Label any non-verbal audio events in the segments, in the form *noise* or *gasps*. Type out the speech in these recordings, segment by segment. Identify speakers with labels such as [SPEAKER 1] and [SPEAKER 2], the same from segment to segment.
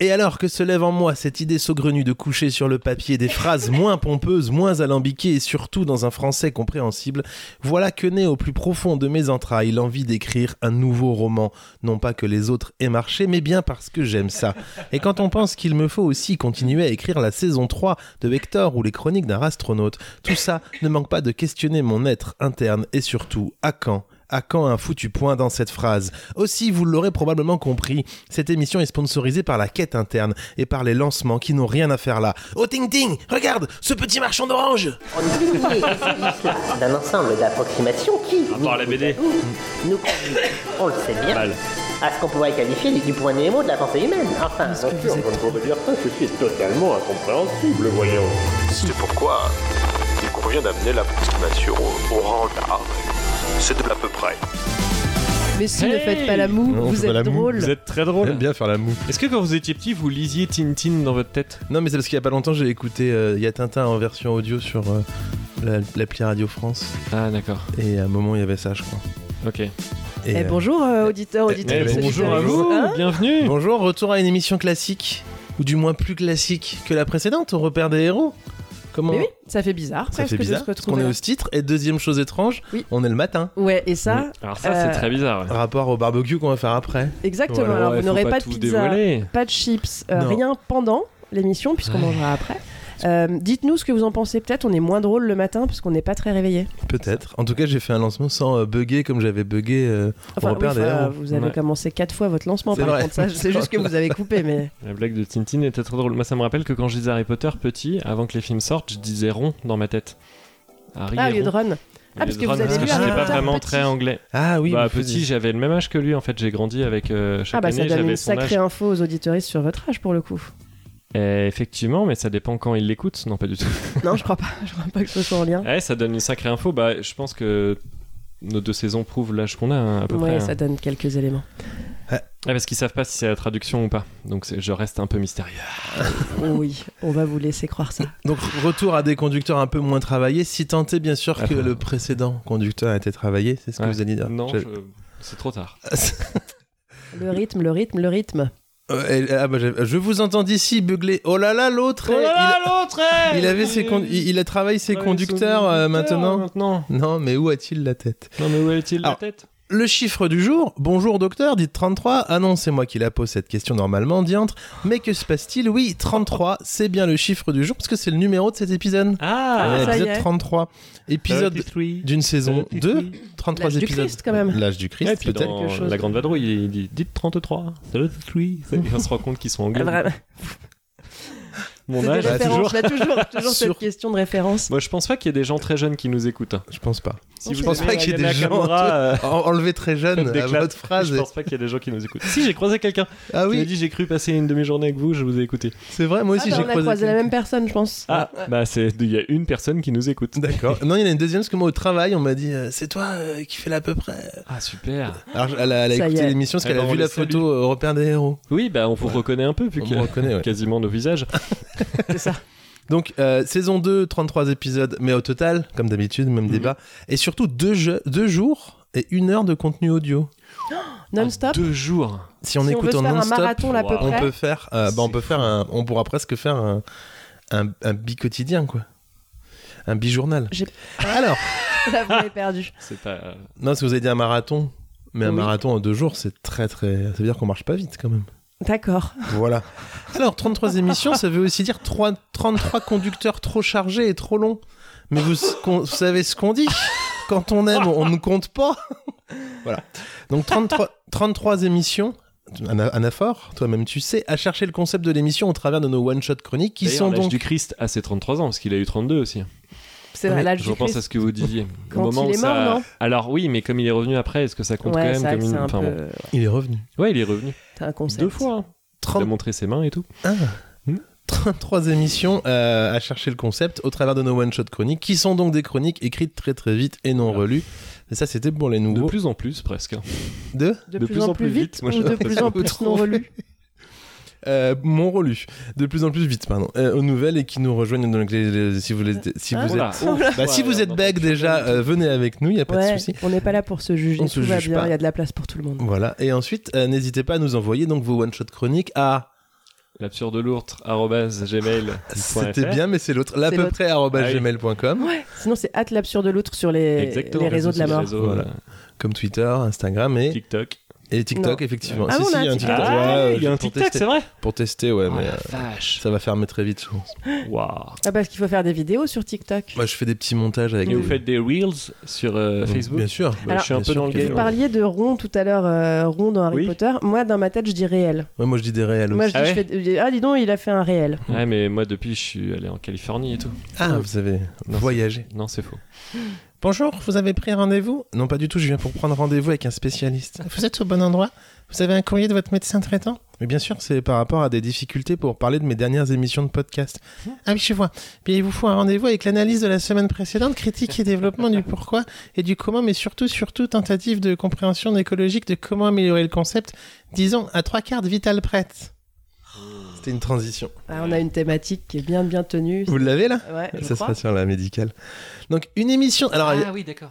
[SPEAKER 1] Et alors que se lève en moi cette idée saugrenue de coucher sur le papier des phrases moins pompeuses, moins alambiquées et surtout dans un français compréhensible, voilà que naît au plus profond de mes entrailles l'envie d'écrire un nouveau roman. Non pas que les autres aient marché, mais bien parce que j'aime ça. Et quand on pense qu'il me faut aussi continuer à écrire la saison 3 de Vector ou les chroniques d'un astronaute, tout ça ne manque pas de questionner mon être interne et surtout à quand à quand un foutu point dans cette phrase Aussi, vous l'aurez probablement compris, cette émission est sponsorisée par la quête interne et par les lancements qui n'ont rien à faire là. Oh Ting Ting Regarde Ce petit marchand d'orange
[SPEAKER 2] *laughs* d'un ensemble d'approximations qui,
[SPEAKER 3] Rapport à la BD
[SPEAKER 2] nous conduit, on le sait bien,
[SPEAKER 3] Mal.
[SPEAKER 2] à ce qu'on pourrait qualifier du, du point Nemo de la pensée humaine. Enfin,
[SPEAKER 4] Bien sûr, on ne pourrait dire ça, ceci est totalement incompréhensible, voyons.
[SPEAKER 5] C'est pourquoi il convient d'amener l'approximation au, au rang d'art. C'est de l'à peu près.
[SPEAKER 4] Mais si, ne
[SPEAKER 3] Hey
[SPEAKER 4] faites pas la moue,
[SPEAKER 1] Non, on
[SPEAKER 4] vous
[SPEAKER 1] fait pas la
[SPEAKER 4] êtes
[SPEAKER 1] moue,
[SPEAKER 4] drôle.
[SPEAKER 3] Vous êtes très drôle.
[SPEAKER 1] bien faire la moue.
[SPEAKER 3] Euh, Est-ce que quand vous étiez petit, vous lisiez Tintin dans votre tête
[SPEAKER 1] Non, mais c'est parce qu'il y a pas longtemps, j'ai écouté euh, y a Tintin en version audio sur euh, la- l'appli Radio France
[SPEAKER 3] Ah, d'accord.
[SPEAKER 1] et à un moment, il y avait ça, je crois.
[SPEAKER 3] Ok.
[SPEAKER 1] Et,
[SPEAKER 4] Eh,
[SPEAKER 1] euh,
[SPEAKER 4] bonjour, euh, auditeurs,
[SPEAKER 1] eh,
[SPEAKER 3] Eh,
[SPEAKER 1] ben,
[SPEAKER 4] auditrices.
[SPEAKER 3] bonjour à
[SPEAKER 1] c'est-
[SPEAKER 3] vous,
[SPEAKER 4] Hein
[SPEAKER 3] bienvenue.
[SPEAKER 1] Bonjour, retour à une émission classique, ou du moins plus classique que la précédente, au repère des héros. Comment
[SPEAKER 4] Mais oui, ça fait bizarre
[SPEAKER 1] Ça
[SPEAKER 4] presque
[SPEAKER 1] fait bizarre,
[SPEAKER 4] de se
[SPEAKER 1] parce
[SPEAKER 4] retrouver.
[SPEAKER 1] qu'on est
[SPEAKER 4] là.
[SPEAKER 1] au titre. Et deuxième chose étrange,
[SPEAKER 4] hein. Oui.
[SPEAKER 1] on est le matin.
[SPEAKER 4] Ouais, et ça,
[SPEAKER 3] Alors ça, c'est
[SPEAKER 4] Euh,
[SPEAKER 3] très bizarre. ouais.
[SPEAKER 1] Rapport au barbecue qu'on va faire après.
[SPEAKER 4] exactement.
[SPEAKER 1] Voilà,
[SPEAKER 4] Alors,
[SPEAKER 3] Ouais,
[SPEAKER 4] vous
[SPEAKER 3] faut
[SPEAKER 4] n'aurez pas, de
[SPEAKER 3] tout
[SPEAKER 4] pizza,
[SPEAKER 3] dévoiler.
[SPEAKER 4] pas de chips, euh,
[SPEAKER 1] Non.
[SPEAKER 4] rien pendant l'émission, puisqu'on
[SPEAKER 3] Ouais.
[SPEAKER 4] mangera après. Euh, Dites-nous ce que vous en pensez. Peut-être on est moins drôle le matin parce qu'on n'est pas très réveillé.
[SPEAKER 1] Peut-être. En tout cas, j'ai fait un lancement sans euh, bugger comme j'avais bugué euh,
[SPEAKER 4] Enfin,
[SPEAKER 1] au
[SPEAKER 4] oui,
[SPEAKER 1] repère des
[SPEAKER 4] enfin,
[SPEAKER 1] héros.
[SPEAKER 4] vous avez
[SPEAKER 3] Ouais.
[SPEAKER 4] commencé quatre fois votre lancement.
[SPEAKER 1] C'est
[SPEAKER 4] Par
[SPEAKER 1] vrai.
[SPEAKER 4] contre, ça, c'est juste que vous avez coupé,
[SPEAKER 3] *laughs*
[SPEAKER 4] mais
[SPEAKER 3] La blague de Tintin était trop drôle. Moi, ça me rappelle que quand je disais Harry Potter petit, avant que les films sortent, je disais rond dans ma tête. Harry
[SPEAKER 4] ah,
[SPEAKER 3] et
[SPEAKER 4] au lieu de
[SPEAKER 3] Ron.
[SPEAKER 4] run. Ah,
[SPEAKER 3] Au lieu
[SPEAKER 4] parce
[SPEAKER 3] de
[SPEAKER 4] que vous
[SPEAKER 3] Ron,
[SPEAKER 4] avez
[SPEAKER 3] parce
[SPEAKER 4] lu
[SPEAKER 3] que
[SPEAKER 4] Harry
[SPEAKER 3] j'étais pas
[SPEAKER 4] Potter
[SPEAKER 3] vraiment
[SPEAKER 4] petit.
[SPEAKER 3] très anglais.
[SPEAKER 1] Ah oui,
[SPEAKER 3] bah,
[SPEAKER 1] vous faisiez-
[SPEAKER 3] petit, j'avais le même âge que lui. En fait, j'ai grandi avec euh, chaque
[SPEAKER 4] Ah bah ça
[SPEAKER 3] année,
[SPEAKER 4] donne
[SPEAKER 3] j'avais
[SPEAKER 4] une
[SPEAKER 3] son
[SPEAKER 4] sacrée
[SPEAKER 3] âge.
[SPEAKER 4] info aux auditeuristes sur votre âge pour le coup.
[SPEAKER 3] Eh, effectivement, mais ça dépend quand il l'écoute. Non, pas du tout.
[SPEAKER 4] non, je crois pas. Je crois pas que ce soit en lien.
[SPEAKER 3] Eh, ça donne une sacrée info. Bah, je pense que nos deux saisons prouvent l'âge qu'on a hein, à peu près.
[SPEAKER 4] Ouais,
[SPEAKER 3] hein.
[SPEAKER 4] ça donne quelques éléments.
[SPEAKER 3] Ah, parce qu'ils savent pas si c'est la traduction ou pas. Donc c'est- je reste un peu mystérieux.
[SPEAKER 4] Oui, on va vous laisser croire ça.
[SPEAKER 1] Donc, retour à des conducteurs un peu moins travaillés, si tant est bien sûr que
[SPEAKER 3] Attends.
[SPEAKER 1] le précédent conducteur a été travaillé, c'est ce que
[SPEAKER 3] Ah. Ouais.
[SPEAKER 1] vous allez dire.
[SPEAKER 3] Non,
[SPEAKER 1] Je-
[SPEAKER 3] je- c'est trop tard.
[SPEAKER 1] *laughs*
[SPEAKER 4] Le rythme, le rythme, le rythme.
[SPEAKER 1] Euh, elle- ah, bah, j'ai- je vous entends d'ici bugler. Oh là là, l'autre eh,
[SPEAKER 3] l'autre
[SPEAKER 1] il, il avait ses con- il, il a travaillé ses conducteurs euh, maintenant. Non, mais où a-t-il la tête
[SPEAKER 3] Non, mais où est-il
[SPEAKER 1] la
[SPEAKER 3] la tête
[SPEAKER 1] Le chiffre du jour, bonjour docteur, dites 33. Ah non, c'est moi qui la pose cette question normalement, diantre. Mais que se passe-t-il Oui, 33, c'est bien le chiffre du jour parce que c'est le numéro de cet épisode.
[SPEAKER 3] Ah,
[SPEAKER 1] Euh,
[SPEAKER 4] ça y
[SPEAKER 1] épisode
[SPEAKER 4] est.
[SPEAKER 1] 33. Épisode d'une saison 2, 33
[SPEAKER 4] L'âge du
[SPEAKER 1] épisodes.
[SPEAKER 4] Christ, quand même.
[SPEAKER 1] L'âge du Christ,
[SPEAKER 3] Et puis
[SPEAKER 1] peut-être.
[SPEAKER 3] dans
[SPEAKER 4] quelque chose.
[SPEAKER 3] La Grande Vadrouille, il dit dites 33. C'est
[SPEAKER 4] *laughs*
[SPEAKER 3] le 33. Et on se rend compte qu'ils sont anglais.
[SPEAKER 4] Ah, Vraiment.
[SPEAKER 3] Mon
[SPEAKER 4] C'est
[SPEAKER 3] âge,
[SPEAKER 4] des
[SPEAKER 1] bah,
[SPEAKER 4] références,
[SPEAKER 3] toujours.
[SPEAKER 4] là, toujours, toujours
[SPEAKER 1] Sur-
[SPEAKER 4] cette question de référence.
[SPEAKER 3] Moi, je pense pas qu'il y ait des gens très jeunes qui nous écoutent.
[SPEAKER 1] Je pense pas.
[SPEAKER 3] Si
[SPEAKER 4] Je
[SPEAKER 3] vous
[SPEAKER 4] pense
[SPEAKER 3] aimez
[SPEAKER 1] pas qu'il y ait
[SPEAKER 3] Ayana
[SPEAKER 1] des gens-
[SPEAKER 3] Kamura, euh,
[SPEAKER 1] En- Enlevé très jeune
[SPEAKER 3] Des
[SPEAKER 1] à
[SPEAKER 3] claps.
[SPEAKER 1] votre phrase.
[SPEAKER 3] je pense pas qu'il y ait des gens qui nous écoutent. Si, j'ai croisé quelqu'un.
[SPEAKER 1] Ah
[SPEAKER 3] Qui m'a
[SPEAKER 1] oui,
[SPEAKER 3] dit j'ai cru passer une demi-journée avec vous, je vous ai écouté.
[SPEAKER 1] c'est vrai, moi
[SPEAKER 4] Ah
[SPEAKER 1] aussi
[SPEAKER 4] bah,
[SPEAKER 1] j'ai
[SPEAKER 4] on a croisé la
[SPEAKER 1] quelqu'un.
[SPEAKER 4] même personne, je pense.
[SPEAKER 3] Ah, bah c'est il y a une personne qui nous écoute.
[SPEAKER 1] D'accord. Non, il y en a une deuxième parce que moi au travail, on m'a dit euh, c'est toi euh, qui fais là à peu près.
[SPEAKER 3] Ah super.
[SPEAKER 1] Alors je- elle a, elle a
[SPEAKER 4] Ça y
[SPEAKER 1] écouté
[SPEAKER 4] est.
[SPEAKER 1] l'émission parce
[SPEAKER 3] Eh
[SPEAKER 1] qu'elle a
[SPEAKER 3] ben, on
[SPEAKER 1] vu
[SPEAKER 3] les
[SPEAKER 1] la
[SPEAKER 3] salue.
[SPEAKER 1] photo euh, repère des héros.
[SPEAKER 3] Oui, bah on vous reconnaît un peu vu
[SPEAKER 1] On
[SPEAKER 3] que
[SPEAKER 1] me reconnaît, ouais.
[SPEAKER 3] quasiment nos visages.
[SPEAKER 4] C'est ça.
[SPEAKER 1] Donc, euh, saison 2, 33 épisodes, mais au total, comme d'habitude,
[SPEAKER 4] Mhm.
[SPEAKER 1] même débat. Et surtout, deux, jeux, deux jours et une heure de contenu audio.
[SPEAKER 4] Non-stop.
[SPEAKER 3] En Deux jours.
[SPEAKER 1] Si on
[SPEAKER 4] si on veut
[SPEAKER 1] écoute
[SPEAKER 4] se
[SPEAKER 1] en
[SPEAKER 4] faire un
[SPEAKER 1] non-stop,
[SPEAKER 4] marathon, là, à peu
[SPEAKER 3] on
[SPEAKER 1] on
[SPEAKER 4] près.
[SPEAKER 1] peut faire, euh, bah, on
[SPEAKER 3] C'est
[SPEAKER 1] peut faire un- on pourra presque faire un, un, un bi-quotidien, quoi. Un bi-journal.
[SPEAKER 4] J'ai-
[SPEAKER 1] Alors,
[SPEAKER 4] *laughs* Là, vous l'avez perdu.
[SPEAKER 3] C'est pas.
[SPEAKER 1] non, si vous avez dit un marathon, mais un
[SPEAKER 4] Oui.
[SPEAKER 1] marathon en deux jours, c'est très, très. Ça veut dire qu'on marche pas vite, quand même.
[SPEAKER 4] D'accord.
[SPEAKER 1] Voilà. Alors, 33 émissions, ça veut aussi dire trois- 33 conducteurs trop chargés et trop longs. Mais vous, s- con- vous savez ce qu'on dit Quand on aime, on ne compte pas. voilà. Donc, 33, 33 émissions. Ana- Anaphore, toi-même tu sais, à chercher le concept de l'émission au travers de nos one-shot chroniques qui
[SPEAKER 3] D'ailleurs,
[SPEAKER 1] sont
[SPEAKER 3] l'âge
[SPEAKER 1] donc...
[SPEAKER 3] du Christ à ses 33 ans parce qu'il a eu 32 aussi.
[SPEAKER 4] C'est vrai,
[SPEAKER 1] Ouais,
[SPEAKER 4] l'âge
[SPEAKER 3] Je
[SPEAKER 4] du
[SPEAKER 3] repense
[SPEAKER 4] Christ.
[SPEAKER 3] à ce que
[SPEAKER 4] *laughs*
[SPEAKER 3] vous disiez.
[SPEAKER 4] Quand
[SPEAKER 3] Au moment
[SPEAKER 4] il
[SPEAKER 3] où
[SPEAKER 4] est mort,
[SPEAKER 3] ça-
[SPEAKER 4] non
[SPEAKER 3] Alors oui, mais comme il est revenu après, est-ce que ça compte
[SPEAKER 4] Ouais,
[SPEAKER 3] quand
[SPEAKER 4] c'est
[SPEAKER 3] même
[SPEAKER 4] vrai
[SPEAKER 3] comme
[SPEAKER 4] que
[SPEAKER 3] une.
[SPEAKER 4] c'est un
[SPEAKER 3] enfin, bon.
[SPEAKER 4] peu...
[SPEAKER 1] Il est revenu.
[SPEAKER 3] Ouais, il est revenu
[SPEAKER 4] C'est un concept.
[SPEAKER 3] deux fois. hein. Il
[SPEAKER 1] 30
[SPEAKER 3] a montré ses mains et tout.
[SPEAKER 1] Trois émissions euh, à chercher le concept au travers de nos one-shot chroniques, qui sont donc des chroniques écrites très très vite et non
[SPEAKER 3] Voilà.
[SPEAKER 1] relues. Et ça, c'était pour les
[SPEAKER 3] De
[SPEAKER 1] nouveaux.
[SPEAKER 3] plus en plus presque.
[SPEAKER 1] Deux
[SPEAKER 4] De, plus, en plus vite,
[SPEAKER 3] moi,
[SPEAKER 4] ou
[SPEAKER 3] je-
[SPEAKER 4] de plus en
[SPEAKER 1] Vous
[SPEAKER 4] plus non
[SPEAKER 1] trouvez
[SPEAKER 4] relu.
[SPEAKER 1] Euh, mon relu de plus en plus vite pardon euh, aux nouvelles et qui nous rejoignent donc les- les- si vous les- si vous
[SPEAKER 4] Ah,
[SPEAKER 1] êtes
[SPEAKER 3] Oula. Oh là.
[SPEAKER 1] Bah, si vous êtes bègue déjà euh, venez avec nous il y a pas de
[SPEAKER 4] Ouais,
[SPEAKER 1] souci
[SPEAKER 4] on n'est pas là pour se juger.
[SPEAKER 1] On
[SPEAKER 4] Tout
[SPEAKER 1] se
[SPEAKER 4] va
[SPEAKER 1] juge
[SPEAKER 4] bien,
[SPEAKER 1] pas.
[SPEAKER 4] il y a de la place pour tout le monde.
[SPEAKER 1] voilà et ensuite euh, n'hésitez pas à nous envoyer donc vos one shot chroniques à
[SPEAKER 3] l'absurde lourd, arrobase, gmail.
[SPEAKER 1] C'était bien, mais c'est l'autre. L'à
[SPEAKER 4] C'est
[SPEAKER 1] peu
[SPEAKER 4] l'autre.
[SPEAKER 1] près arobase
[SPEAKER 3] Ah oui.
[SPEAKER 1] gmail.com,
[SPEAKER 4] Sinon, c'est hâte l'absurde l'autre sur les,
[SPEAKER 3] Exactement.
[SPEAKER 4] les réseaux de la
[SPEAKER 3] sur
[SPEAKER 4] mort.
[SPEAKER 3] les réseaux,
[SPEAKER 1] Voilà.
[SPEAKER 3] euh,
[SPEAKER 1] comme Twitter, Instagram et,
[SPEAKER 3] TikTok.
[SPEAKER 1] et TikTok, effectivement.
[SPEAKER 4] Ah
[SPEAKER 1] si,
[SPEAKER 4] bon,
[SPEAKER 1] si,
[SPEAKER 4] on a
[SPEAKER 1] il y a un
[SPEAKER 4] un
[SPEAKER 1] TikTok.
[SPEAKER 4] TikTok.
[SPEAKER 1] Ouais,
[SPEAKER 3] il y a un
[SPEAKER 1] pour
[SPEAKER 3] TikTok,
[SPEAKER 1] tester-
[SPEAKER 3] c'est vrai
[SPEAKER 1] Pour tester, ouais,
[SPEAKER 3] Oh
[SPEAKER 1] mais
[SPEAKER 3] la
[SPEAKER 1] euh,
[SPEAKER 3] vache
[SPEAKER 1] ça va fermer très vite, je pense.
[SPEAKER 3] Waouh
[SPEAKER 4] Ah, parce qu'il faut faire des vidéos sur TikTok.
[SPEAKER 1] Moi, je fais des petits montages avec.
[SPEAKER 3] Et
[SPEAKER 1] des-
[SPEAKER 3] vous faites des Reels sur euh, Facebook
[SPEAKER 1] Bien sûr.
[SPEAKER 3] Bah, Je suis un
[SPEAKER 1] Bien
[SPEAKER 3] peu
[SPEAKER 1] sûr
[SPEAKER 3] dans le
[SPEAKER 1] que oui.
[SPEAKER 3] game.
[SPEAKER 4] Vous parliez de Ron tout à l'heure, euh, Ron dans Harry
[SPEAKER 3] Oui.
[SPEAKER 4] Potter. Moi, dans ma tête, je dis réel.
[SPEAKER 1] Ouais, moi, je dis des réels
[SPEAKER 4] Moi,
[SPEAKER 1] aussi.
[SPEAKER 4] je dis,
[SPEAKER 3] Ah
[SPEAKER 4] je
[SPEAKER 3] ouais
[SPEAKER 4] fais- je dis, ah, dis donc, il a fait un réel.
[SPEAKER 3] Ouais, mais moi, depuis, je suis allé en Californie et tout.
[SPEAKER 1] Ah, vous savez,
[SPEAKER 3] Non,
[SPEAKER 1] voyager.
[SPEAKER 3] Non, c'est faux.
[SPEAKER 1] Bonjour, vous avez pris rendez-vous Non, pas du tout, je viens pour prendre rendez-vous avec un spécialiste. Vous êtes au bon endroit Vous avez un courrier de votre médecin traitant Mais bien sûr, c'est par rapport à des difficultés pour parler de mes dernières émissions de podcast. Ah oui, je vois. Bien, il vous faut un rendez-vous avec l'analyse de la semaine précédente, critique et développement du pourquoi et du comment, mais surtout, surtout, tentative de compréhension écologique de comment améliorer le concept, disons, à trois quarts de vitale prête. C'était une transition.
[SPEAKER 4] Ah, on a une thématique qui est bien, bien tenue.
[SPEAKER 1] Vous l'avez là
[SPEAKER 4] Ouais, je
[SPEAKER 1] ça
[SPEAKER 4] crois.
[SPEAKER 1] sera sur la médicale. Donc une émission. Alors il y a-
[SPEAKER 3] Ah oui,
[SPEAKER 1] *coughs*
[SPEAKER 3] d'accord.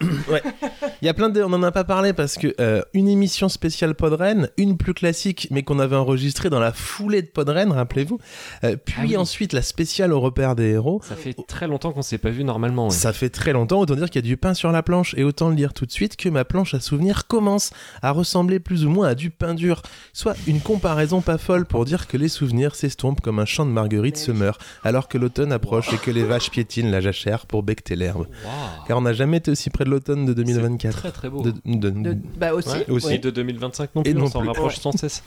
[SPEAKER 1] il y a plein de, on en a pas parlé parce que euh, une émission spéciale Podren, une plus classique mais qu'on avait enregistrée dans la foulée de Podren, rappelez-vous. Euh, puis
[SPEAKER 3] Ah oui.
[SPEAKER 1] ensuite la spéciale au repère des héros.
[SPEAKER 3] Ça fait très longtemps qu'on s'est pas vu normalement.
[SPEAKER 1] Oh.
[SPEAKER 3] ouais.
[SPEAKER 1] Ça fait très longtemps, autant dire qu'il y a du pain sur la planche, et autant le dire tout de suite que ma planche à souvenirs commence à ressembler plus ou moins à du pain dur. Soit une comparaison pas folle pour dire que les souvenirs s'estompent comme un champ de marguerite se meurt, alors que l'automne approche et que les vaches piétinent la jachère pour becqueter l'herbe.
[SPEAKER 3] Waouh.
[SPEAKER 1] Car on n'a jamais été aussi près de l'automne de 2024.
[SPEAKER 3] Très très beau.
[SPEAKER 1] De- de-
[SPEAKER 4] De- Bah, aussi.
[SPEAKER 3] Ouais,
[SPEAKER 1] aussi.
[SPEAKER 3] Et de 2025 non
[SPEAKER 1] Et
[SPEAKER 3] plus,
[SPEAKER 1] non
[SPEAKER 3] on s'en
[SPEAKER 1] plus.
[SPEAKER 3] rapproche sans cesse.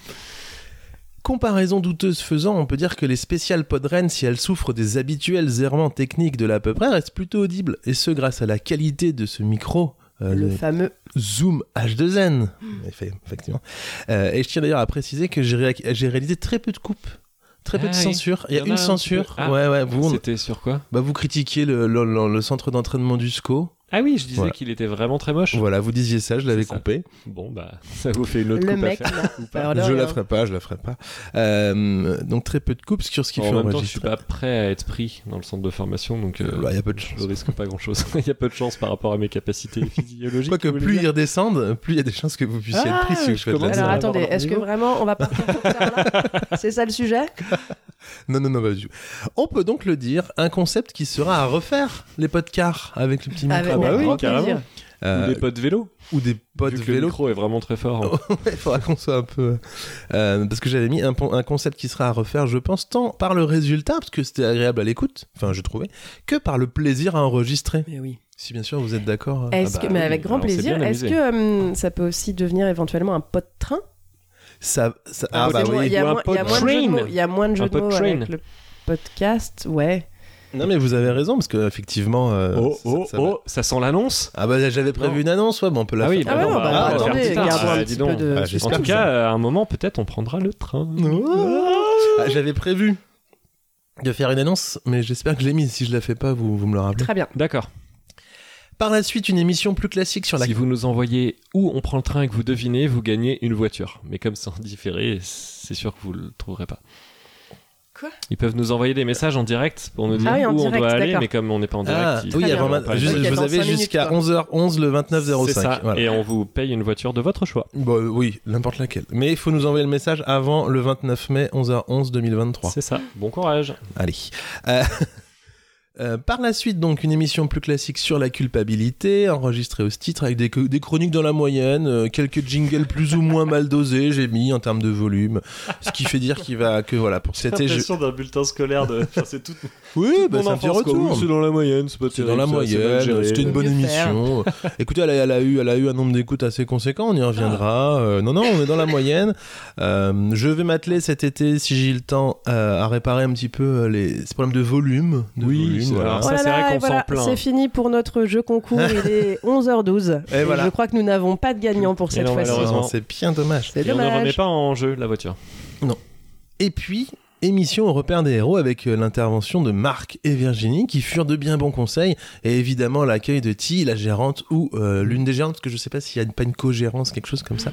[SPEAKER 1] Comparaison douteuse faisant, on peut dire que les spéciales Podren, si elles souffrent des habituels errements techniques de l'à peu près, restent plutôt audibles. Et ce, grâce à la qualité de ce micro. euh,
[SPEAKER 4] Le
[SPEAKER 1] le
[SPEAKER 4] fameux.
[SPEAKER 1] Zoom H2N,
[SPEAKER 3] Hmm.
[SPEAKER 1] Eff- effectivement. Euh, et je tiens d'ailleurs à préciser que j'ai ré- j'ai réalisé très peu de coupes, très peu
[SPEAKER 3] Ah
[SPEAKER 1] de
[SPEAKER 3] oui.
[SPEAKER 1] censure. Il y a
[SPEAKER 3] Il y en
[SPEAKER 1] une
[SPEAKER 3] a un
[SPEAKER 1] censure.
[SPEAKER 3] peu. Ah.
[SPEAKER 1] ouais, ouais, vous, on-
[SPEAKER 3] C'était sur quoi
[SPEAKER 1] bah, vous critiquiez le, le- le- le centre d'entraînement du SCO.
[SPEAKER 3] Ah oui, je disais
[SPEAKER 1] Voilà.
[SPEAKER 3] qu'il était vraiment très moche.
[SPEAKER 1] Voilà, vous disiez ça, je l'avais
[SPEAKER 3] ça.
[SPEAKER 1] coupé.
[SPEAKER 3] Bon, bah, ça vous fait une autre
[SPEAKER 4] Le
[SPEAKER 3] coupe à
[SPEAKER 4] mec,
[SPEAKER 3] faire.
[SPEAKER 4] là. Bah,
[SPEAKER 3] ou pas.
[SPEAKER 4] Alors euh, là,
[SPEAKER 1] je
[SPEAKER 4] rien.
[SPEAKER 1] la ferai pas, je la ferai pas. Euh, donc très peu de coupes sur ce qui fait
[SPEAKER 3] en même temps, je suis
[SPEAKER 1] enregistrer.
[SPEAKER 3] pas prêt à être pris dans le centre de formation, donc
[SPEAKER 1] Euh,
[SPEAKER 3] euh,
[SPEAKER 1] bah, y a peu de chance.
[SPEAKER 3] je risque pas grand chose. *laughs* Il y a peu de chance par rapport à mes
[SPEAKER 1] *laughs*
[SPEAKER 3] capacités physiologiques.
[SPEAKER 1] Quoique
[SPEAKER 3] vous voulez
[SPEAKER 1] plus
[SPEAKER 3] dire.
[SPEAKER 1] ils redescendent, plus il y a des chances que vous puissiez
[SPEAKER 4] Ah,
[SPEAKER 1] être pris si vous
[SPEAKER 3] je
[SPEAKER 1] faites de la
[SPEAKER 3] commence
[SPEAKER 4] Alors
[SPEAKER 3] à-
[SPEAKER 1] danse.
[SPEAKER 4] attendez,
[SPEAKER 3] avoir un
[SPEAKER 4] est-ce que
[SPEAKER 3] niveau.
[SPEAKER 4] vraiment on va partir sur
[SPEAKER 3] *laughs*
[SPEAKER 4] là C'est ça le sujet
[SPEAKER 1] Non, non, non, pas du tout. On peut donc le dire, un concept qui sera à refaire, les podcasts avec le petit micro.
[SPEAKER 4] Avec
[SPEAKER 3] bah oui,
[SPEAKER 4] grand
[SPEAKER 3] carrément.
[SPEAKER 4] plaisir.
[SPEAKER 1] Euh,
[SPEAKER 3] Ou des potes vélo.
[SPEAKER 1] ou des potes
[SPEAKER 3] Vu que le
[SPEAKER 1] vélo.
[SPEAKER 3] micro est vraiment très fort.
[SPEAKER 1] *laughs* Il faudra qu'on soit un peu. euh, parce que j'avais mis un, pon- un concept qui sera à refaire, je pense, tant par le résultat, parce que c'était agréable à l'écoute, enfin, je trouvais, que par le plaisir à enregistrer.
[SPEAKER 4] Mais oui.
[SPEAKER 1] Si bien sûr vous êtes d'accord. euh,
[SPEAKER 4] Est-ce
[SPEAKER 3] bah
[SPEAKER 4] que, mais
[SPEAKER 3] oui,
[SPEAKER 4] avec grand
[SPEAKER 3] alors, on s'est
[SPEAKER 4] plaisir,
[SPEAKER 3] bien
[SPEAKER 4] est-ce
[SPEAKER 3] amusé.
[SPEAKER 4] que hum, ça peut aussi devenir éventuellement un pot de train
[SPEAKER 1] Ça, ça-
[SPEAKER 3] Ah,
[SPEAKER 1] ah, bah
[SPEAKER 4] C'est moins-
[SPEAKER 1] oui.
[SPEAKER 4] Il y a
[SPEAKER 3] Ou un
[SPEAKER 4] moins il y a moins
[SPEAKER 3] pot
[SPEAKER 4] de jeux de
[SPEAKER 3] train.
[SPEAKER 4] mots- il y a moins de jeux
[SPEAKER 3] Un
[SPEAKER 4] de
[SPEAKER 3] pot
[SPEAKER 4] mots
[SPEAKER 3] train.
[SPEAKER 4] avec le podcast, ouais.
[SPEAKER 1] Non, mais vous avez raison, parce que effectivement. euh,
[SPEAKER 3] Oh,
[SPEAKER 1] ça-
[SPEAKER 3] oh,
[SPEAKER 1] ça va-
[SPEAKER 3] oh, ça sent l'annonce
[SPEAKER 1] Ah bah j'avais prévu
[SPEAKER 3] Non.
[SPEAKER 1] une annonce, ouais, bah, on peut la
[SPEAKER 3] Ah oui,
[SPEAKER 1] faire.
[SPEAKER 4] Ah ouais,
[SPEAKER 3] non,
[SPEAKER 4] non,
[SPEAKER 3] bah,
[SPEAKER 4] bah,
[SPEAKER 3] on va faire
[SPEAKER 4] attendez,
[SPEAKER 3] plus tard.
[SPEAKER 4] gardons un
[SPEAKER 3] Ah, dis
[SPEAKER 4] petit peu
[SPEAKER 3] donc.
[SPEAKER 4] de
[SPEAKER 1] Ah,
[SPEAKER 4] suspense.
[SPEAKER 3] En
[SPEAKER 1] J'espère
[SPEAKER 3] tout
[SPEAKER 1] que
[SPEAKER 3] cas,
[SPEAKER 1] ça-
[SPEAKER 3] euh, à un moment, peut-être, on prendra le train.
[SPEAKER 1] Ah, j'avais prévu de faire une annonce, mais j'espère que je l'ai mise. Si je la fais pas, vous, vous me le rappelez.
[SPEAKER 4] Très bien.
[SPEAKER 3] D'accord.
[SPEAKER 1] Par la suite, une émission plus classique sur la.
[SPEAKER 3] Si vous nous envoyez où on prend le train et que vous devinez, vous gagnez une voiture. Mais comme c'est en différé, c'est sûr que vous le trouverez pas.
[SPEAKER 4] Quoi
[SPEAKER 3] Ils peuvent nous envoyer des messages en direct pour nous dire
[SPEAKER 4] Ah oui, en
[SPEAKER 3] où
[SPEAKER 4] direct,
[SPEAKER 3] on doit aller,
[SPEAKER 4] d'accord.
[SPEAKER 3] mais comme on n'est pas en direct,
[SPEAKER 1] Ah,
[SPEAKER 3] ils-
[SPEAKER 1] oui,
[SPEAKER 4] Très
[SPEAKER 1] avant
[SPEAKER 4] bien.
[SPEAKER 1] ma-
[SPEAKER 3] Ouais,
[SPEAKER 1] juste-
[SPEAKER 3] ouais.
[SPEAKER 1] vous
[SPEAKER 4] Dans
[SPEAKER 1] avez
[SPEAKER 4] cinq minutes,
[SPEAKER 1] jusqu'à
[SPEAKER 4] quoi.
[SPEAKER 1] 11h11 le
[SPEAKER 3] C'est
[SPEAKER 1] 29
[SPEAKER 3] ça.
[SPEAKER 1] 05. Voilà.
[SPEAKER 3] Et on vous paye une voiture de votre choix.
[SPEAKER 1] Bon, euh, oui, n'importe laquelle. Mais il faut nous envoyer le message avant le 29 mai 11h11 2023.
[SPEAKER 3] C'est ça. Bon courage.
[SPEAKER 1] Allez. Euh, *laughs* euh, par la suite, donc, une émission plus classique sur la culpabilité, enregistrée au titre avec des, co- des chroniques dans la moyenne, euh, quelques jingles plus ou moins mal dosés, j'ai mis en termes de volume, ce qui fait dire qu'il va que voilà pour cet été. je-
[SPEAKER 3] d'un bulletin scolaire de. c'est tout.
[SPEAKER 1] *laughs* Oui, bah, c'est un petit retour.
[SPEAKER 3] dans la moyenne, c'est pas
[SPEAKER 1] C'est dans la moyenne, c'était une
[SPEAKER 4] Mieux
[SPEAKER 1] bonne
[SPEAKER 4] faire. *laughs*
[SPEAKER 1] émission. Écoutez, elle a, elle a eu, elle a eu un nombre d'écoutes assez conséquent, on y
[SPEAKER 4] Ah.
[SPEAKER 1] reviendra. Euh, non, non, on est dans la moyenne. Euh, je vais m'atteler cet été, si j'ai le temps, euh, à réparer un petit peu euh, les ces problèmes de volume. de
[SPEAKER 3] Oui,
[SPEAKER 1] volume,
[SPEAKER 3] c'est-
[SPEAKER 1] voilà.
[SPEAKER 3] alors
[SPEAKER 4] Oh
[SPEAKER 3] ça,
[SPEAKER 4] là
[SPEAKER 3] c'est
[SPEAKER 4] là,
[SPEAKER 3] vrai
[SPEAKER 4] et
[SPEAKER 3] qu'on
[SPEAKER 4] voilà,
[SPEAKER 3] s'en plaint.
[SPEAKER 4] C'est fini pour notre jeu concours, il *laughs* est 11h12.
[SPEAKER 1] Et voilà.
[SPEAKER 4] Je crois que nous n'avons pas de gagnant pour
[SPEAKER 3] Et
[SPEAKER 4] cette
[SPEAKER 3] non,
[SPEAKER 4] fois-ci.
[SPEAKER 3] malheureusement.
[SPEAKER 1] Non, C'est bien dommage.
[SPEAKER 4] C'est
[SPEAKER 3] Et on ne remet
[SPEAKER 4] dommage.
[SPEAKER 3] pas en jeu la voiture.
[SPEAKER 1] Et puis, émission au repère des héros avec euh, l'intervention de Marc et Virginie qui furent de bien bons conseils et évidemment l'accueil de Ti, la gérante ou euh, l'une des gérantes, parce que je sais pas s'il y a une, pas une co-gérance, quelque chose comme ça.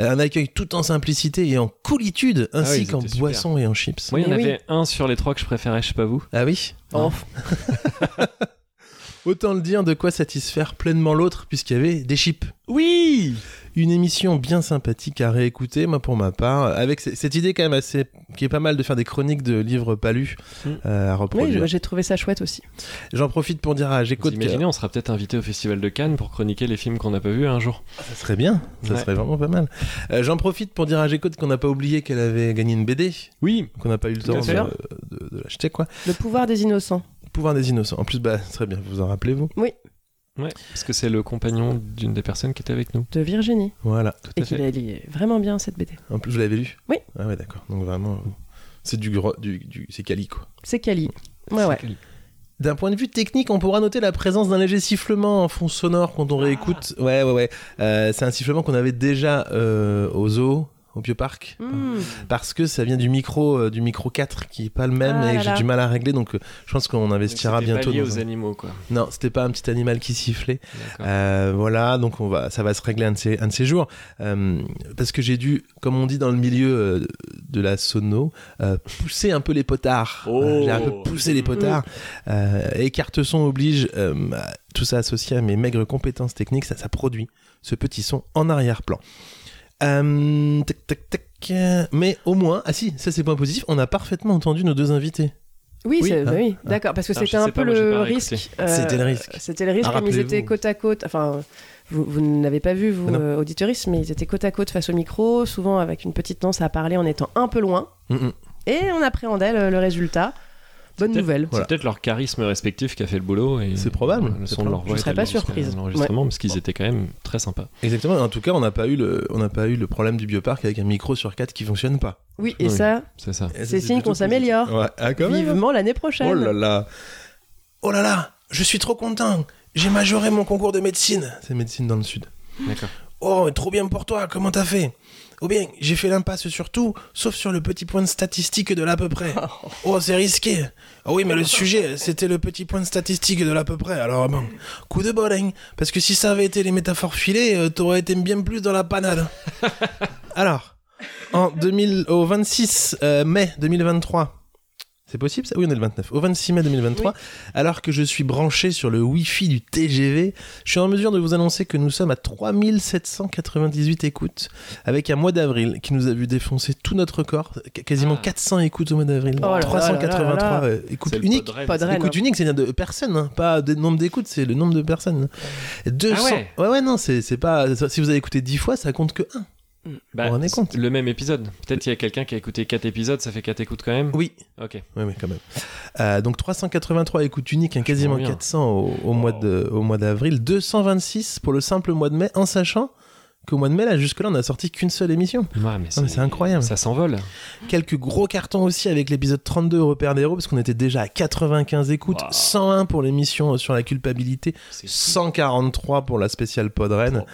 [SPEAKER 1] Euh, un accueil tout en simplicité et en coolitude
[SPEAKER 3] Ah oui,
[SPEAKER 1] ainsi
[SPEAKER 3] ils
[SPEAKER 1] qu'en
[SPEAKER 3] étaient super.
[SPEAKER 1] boisson et en chips.
[SPEAKER 3] Moi, il y en
[SPEAKER 4] Mais oui.
[SPEAKER 3] avait un sur les trois que je préférais, je sais pas vous.
[SPEAKER 1] Ah oui
[SPEAKER 4] Oh.
[SPEAKER 1] Autant le dire de quoi satisfaire pleinement l'autre puisqu'il y avait des chips.
[SPEAKER 3] Oui
[SPEAKER 1] Une émission bien sympathique à réécouter, moi pour ma part, avec c- cette idée quand même assez, qui est pas mal de faire des chroniques de livres palus
[SPEAKER 3] Mm.
[SPEAKER 1] euh, à
[SPEAKER 4] Oui,
[SPEAKER 1] reproduire.
[SPEAKER 4] j'ai trouvé ça chouette aussi.
[SPEAKER 1] J'en profite pour dire à
[SPEAKER 3] Vous
[SPEAKER 1] Géco de que-
[SPEAKER 3] imaginez, on sera peut-être invité au Festival de Cannes pour chroniquer les films qu'on n'a pas vus un jour.
[SPEAKER 1] Ça serait bien, ça
[SPEAKER 3] Ouais.
[SPEAKER 1] serait vraiment pas mal. Euh, J'en profite pour dire à Gécode qu'on n'a pas oublié qu'elle avait gagné une BD,
[SPEAKER 3] Oui,
[SPEAKER 1] qu'on n'a pas eu le
[SPEAKER 3] Tout à
[SPEAKER 1] temps de,
[SPEAKER 3] fait.
[SPEAKER 1] de- de l'acheter quoi.
[SPEAKER 4] Le pouvoir des innocents.
[SPEAKER 1] Pouvoir des innocents. En plus, bah, ce serait bien, vous vous en rappelez vous
[SPEAKER 3] parce que c'est le compagnon d'une des personnes qui était avec nous.
[SPEAKER 4] de Virginie.
[SPEAKER 1] Voilà.
[SPEAKER 4] Et
[SPEAKER 3] à fait.
[SPEAKER 4] qu'il a lié vraiment bien cette BD.
[SPEAKER 1] En plus, vous l'avez lu
[SPEAKER 4] Oui.
[SPEAKER 1] Ah ouais, d'accord. Donc vraiment, euh, c'est du gros, du, du- c'est quali quoi.
[SPEAKER 4] C'est Cali. Ouais, ouais.
[SPEAKER 1] D'un point de vue technique, on pourra noter la présence d'un léger sifflement en fond sonore quand on réécoute. Ouais, ouais, ouais. Euh, c'est un sifflement qu'on avait déjà euh, au zoo, au Pieux Parc.
[SPEAKER 4] Mmh.
[SPEAKER 1] parce que ça vient du micro euh, du micro 4 qui est pas le même
[SPEAKER 4] Ah
[SPEAKER 1] et
[SPEAKER 4] là
[SPEAKER 1] que j'ai
[SPEAKER 4] là.
[SPEAKER 1] du mal à régler donc euh, je pense qu'on investira
[SPEAKER 3] C'était pas
[SPEAKER 1] bientôt
[SPEAKER 3] lié
[SPEAKER 1] dans
[SPEAKER 3] aux
[SPEAKER 1] un-
[SPEAKER 3] animaux, quoi.
[SPEAKER 1] non c'était pas un petit animal qui sifflait
[SPEAKER 3] D'accord.
[SPEAKER 1] Euh, voilà donc on va ça va se régler un de ces, un de ces jours Euh, parce que j'ai dû comme on dit dans le milieu euh, de la sono euh, pousser un peu les potards
[SPEAKER 3] Oh.
[SPEAKER 1] Euh, j'ai un peu poussé les potards euh, et carte son oblige euh, à- tout ça associé à mes maigres compétences techniques ça ça produit ce petit son en arrière-plan euh, tac, tac, tac. Euh, Mais au moins, ah si, ça c'est point positif, on a parfaitement entendu nos deux invités.
[SPEAKER 4] Oui,
[SPEAKER 1] Oui,
[SPEAKER 4] c'est-
[SPEAKER 1] hein.
[SPEAKER 4] bah oui, d'accord, parce que
[SPEAKER 3] Alors,
[SPEAKER 4] c'était
[SPEAKER 3] je sais
[SPEAKER 4] un peu
[SPEAKER 3] pas, moi, j'ai
[SPEAKER 4] le
[SPEAKER 3] pas réécouté.
[SPEAKER 4] risque. euh,
[SPEAKER 1] C'était le risque.
[SPEAKER 4] C'était le risque,
[SPEAKER 1] Ah,
[SPEAKER 4] comme ils
[SPEAKER 1] rappelez-vous.
[SPEAKER 4] étaient côte à côte. Enfin, vous, vous n'avez pas vu, vous,
[SPEAKER 1] Non.
[SPEAKER 4] euh, auditeuriste, mais ils étaient côte à côte face au micro, souvent avec une petite tendance à parler en étant un peu loin.
[SPEAKER 1] Mm, mm.
[SPEAKER 4] Et on appréhendait le, le résultat. Bonne
[SPEAKER 3] C'était-
[SPEAKER 4] nouvelle.
[SPEAKER 1] Voilà.
[SPEAKER 3] C'est peut-être leur charisme respectif qui a fait le boulot. et
[SPEAKER 1] C'est probable,
[SPEAKER 3] Le
[SPEAKER 1] c'est
[SPEAKER 3] son de leur
[SPEAKER 1] probable.
[SPEAKER 3] voix
[SPEAKER 4] Je
[SPEAKER 3] était
[SPEAKER 4] serais pas
[SPEAKER 3] dans ce-
[SPEAKER 4] surprise.
[SPEAKER 3] dans l'enregistrement, parce qu'ils étaient quand même très sympas.
[SPEAKER 1] Exactement, en tout cas, on n'a pas, eu le- on n'a pas eu le problème du bioparc avec un micro sur 4 qui fonctionne pas.
[SPEAKER 4] Oui, et
[SPEAKER 3] Oui.
[SPEAKER 4] ça,
[SPEAKER 3] C'est ça.
[SPEAKER 1] Et ça,
[SPEAKER 4] C'est signe
[SPEAKER 1] plutôt
[SPEAKER 4] qu'on s'améliore.
[SPEAKER 1] positif. Ouais, ah, quand même.
[SPEAKER 4] vivement l'année
[SPEAKER 1] Oh
[SPEAKER 4] prochaine.
[SPEAKER 1] là là Oh là là Je suis trop content J'ai majoré mon concours de médecine C'est médecine dans le sud.
[SPEAKER 3] D'accord.
[SPEAKER 1] Oh, trop bien pour toi, comment t'as fait Ou bien, j'ai fait l'impasse sur tout, sauf sur le petit point de statistique de l'à peu près. Oh, c'est risqué. Ah oui, mais le sujet, c'était le petit point de statistique de l'à peu près. Alors bon, coup de bol, hein, parce que si ça avait été les métaphores filées, euh, t'aurais été bien plus dans la panade. Alors, en 2000, au 26 euh, mai 2023. C'est possible ça Oui, on est le 29. Au 26 mai 2023, alors que je suis branché sur le Wi-Fi du TGV, je suis en mesure de vous annoncer que nous sommes à 3798 écoutes, avec un mois d'avril qui nous a vu défoncer tout notre corps, qu- quasiment
[SPEAKER 3] Ah.
[SPEAKER 1] 400 écoutes au mois d'avril,
[SPEAKER 4] Oh là là là
[SPEAKER 1] 383
[SPEAKER 4] là là.
[SPEAKER 1] euh, écoutes
[SPEAKER 3] C'est le
[SPEAKER 1] uniques.
[SPEAKER 3] pod Rennes.
[SPEAKER 4] Pas de rêve. hein.
[SPEAKER 1] Écoutes uniques, c'est-à-dire de personnes, hein, pas de nombre d'écoutes, c'est le nombre de personnes. 200.
[SPEAKER 3] Ah ouais.
[SPEAKER 1] ouais, non, c'est c'est pas. ça- Si vous avez écouté 10 fois, ça compte que 1.
[SPEAKER 3] Bah,
[SPEAKER 1] Vous vous rendez compte
[SPEAKER 3] c'est Le même épisode. Peut-être qu'il y a quelqu'un qui a écouté 4 épisodes, ça fait 4 écoutes quand même.
[SPEAKER 1] Oui,
[SPEAKER 3] Ok.
[SPEAKER 1] oui, oui, quand même. Euh, donc 383 écoutes uniques, hein, quasiment
[SPEAKER 3] bien.
[SPEAKER 1] 400 au, au mois de- au mois d'avril, 226 pour le simple mois de mai, en sachant qu'au mois de mai, là, jusque-là, on a sorti qu'une seule émission.
[SPEAKER 3] Ouais, mais
[SPEAKER 1] c'est incroyable.
[SPEAKER 3] Ça s'envole.
[SPEAKER 1] Quelques gros cartons aussi avec l'épisode 32 au repère des héros, parce qu'on était déjà à 95 écoutes,
[SPEAKER 3] Wow.
[SPEAKER 1] 101 pour l'émission sur la culpabilité,
[SPEAKER 3] C'est
[SPEAKER 1] 143 pour la spéciale Podren.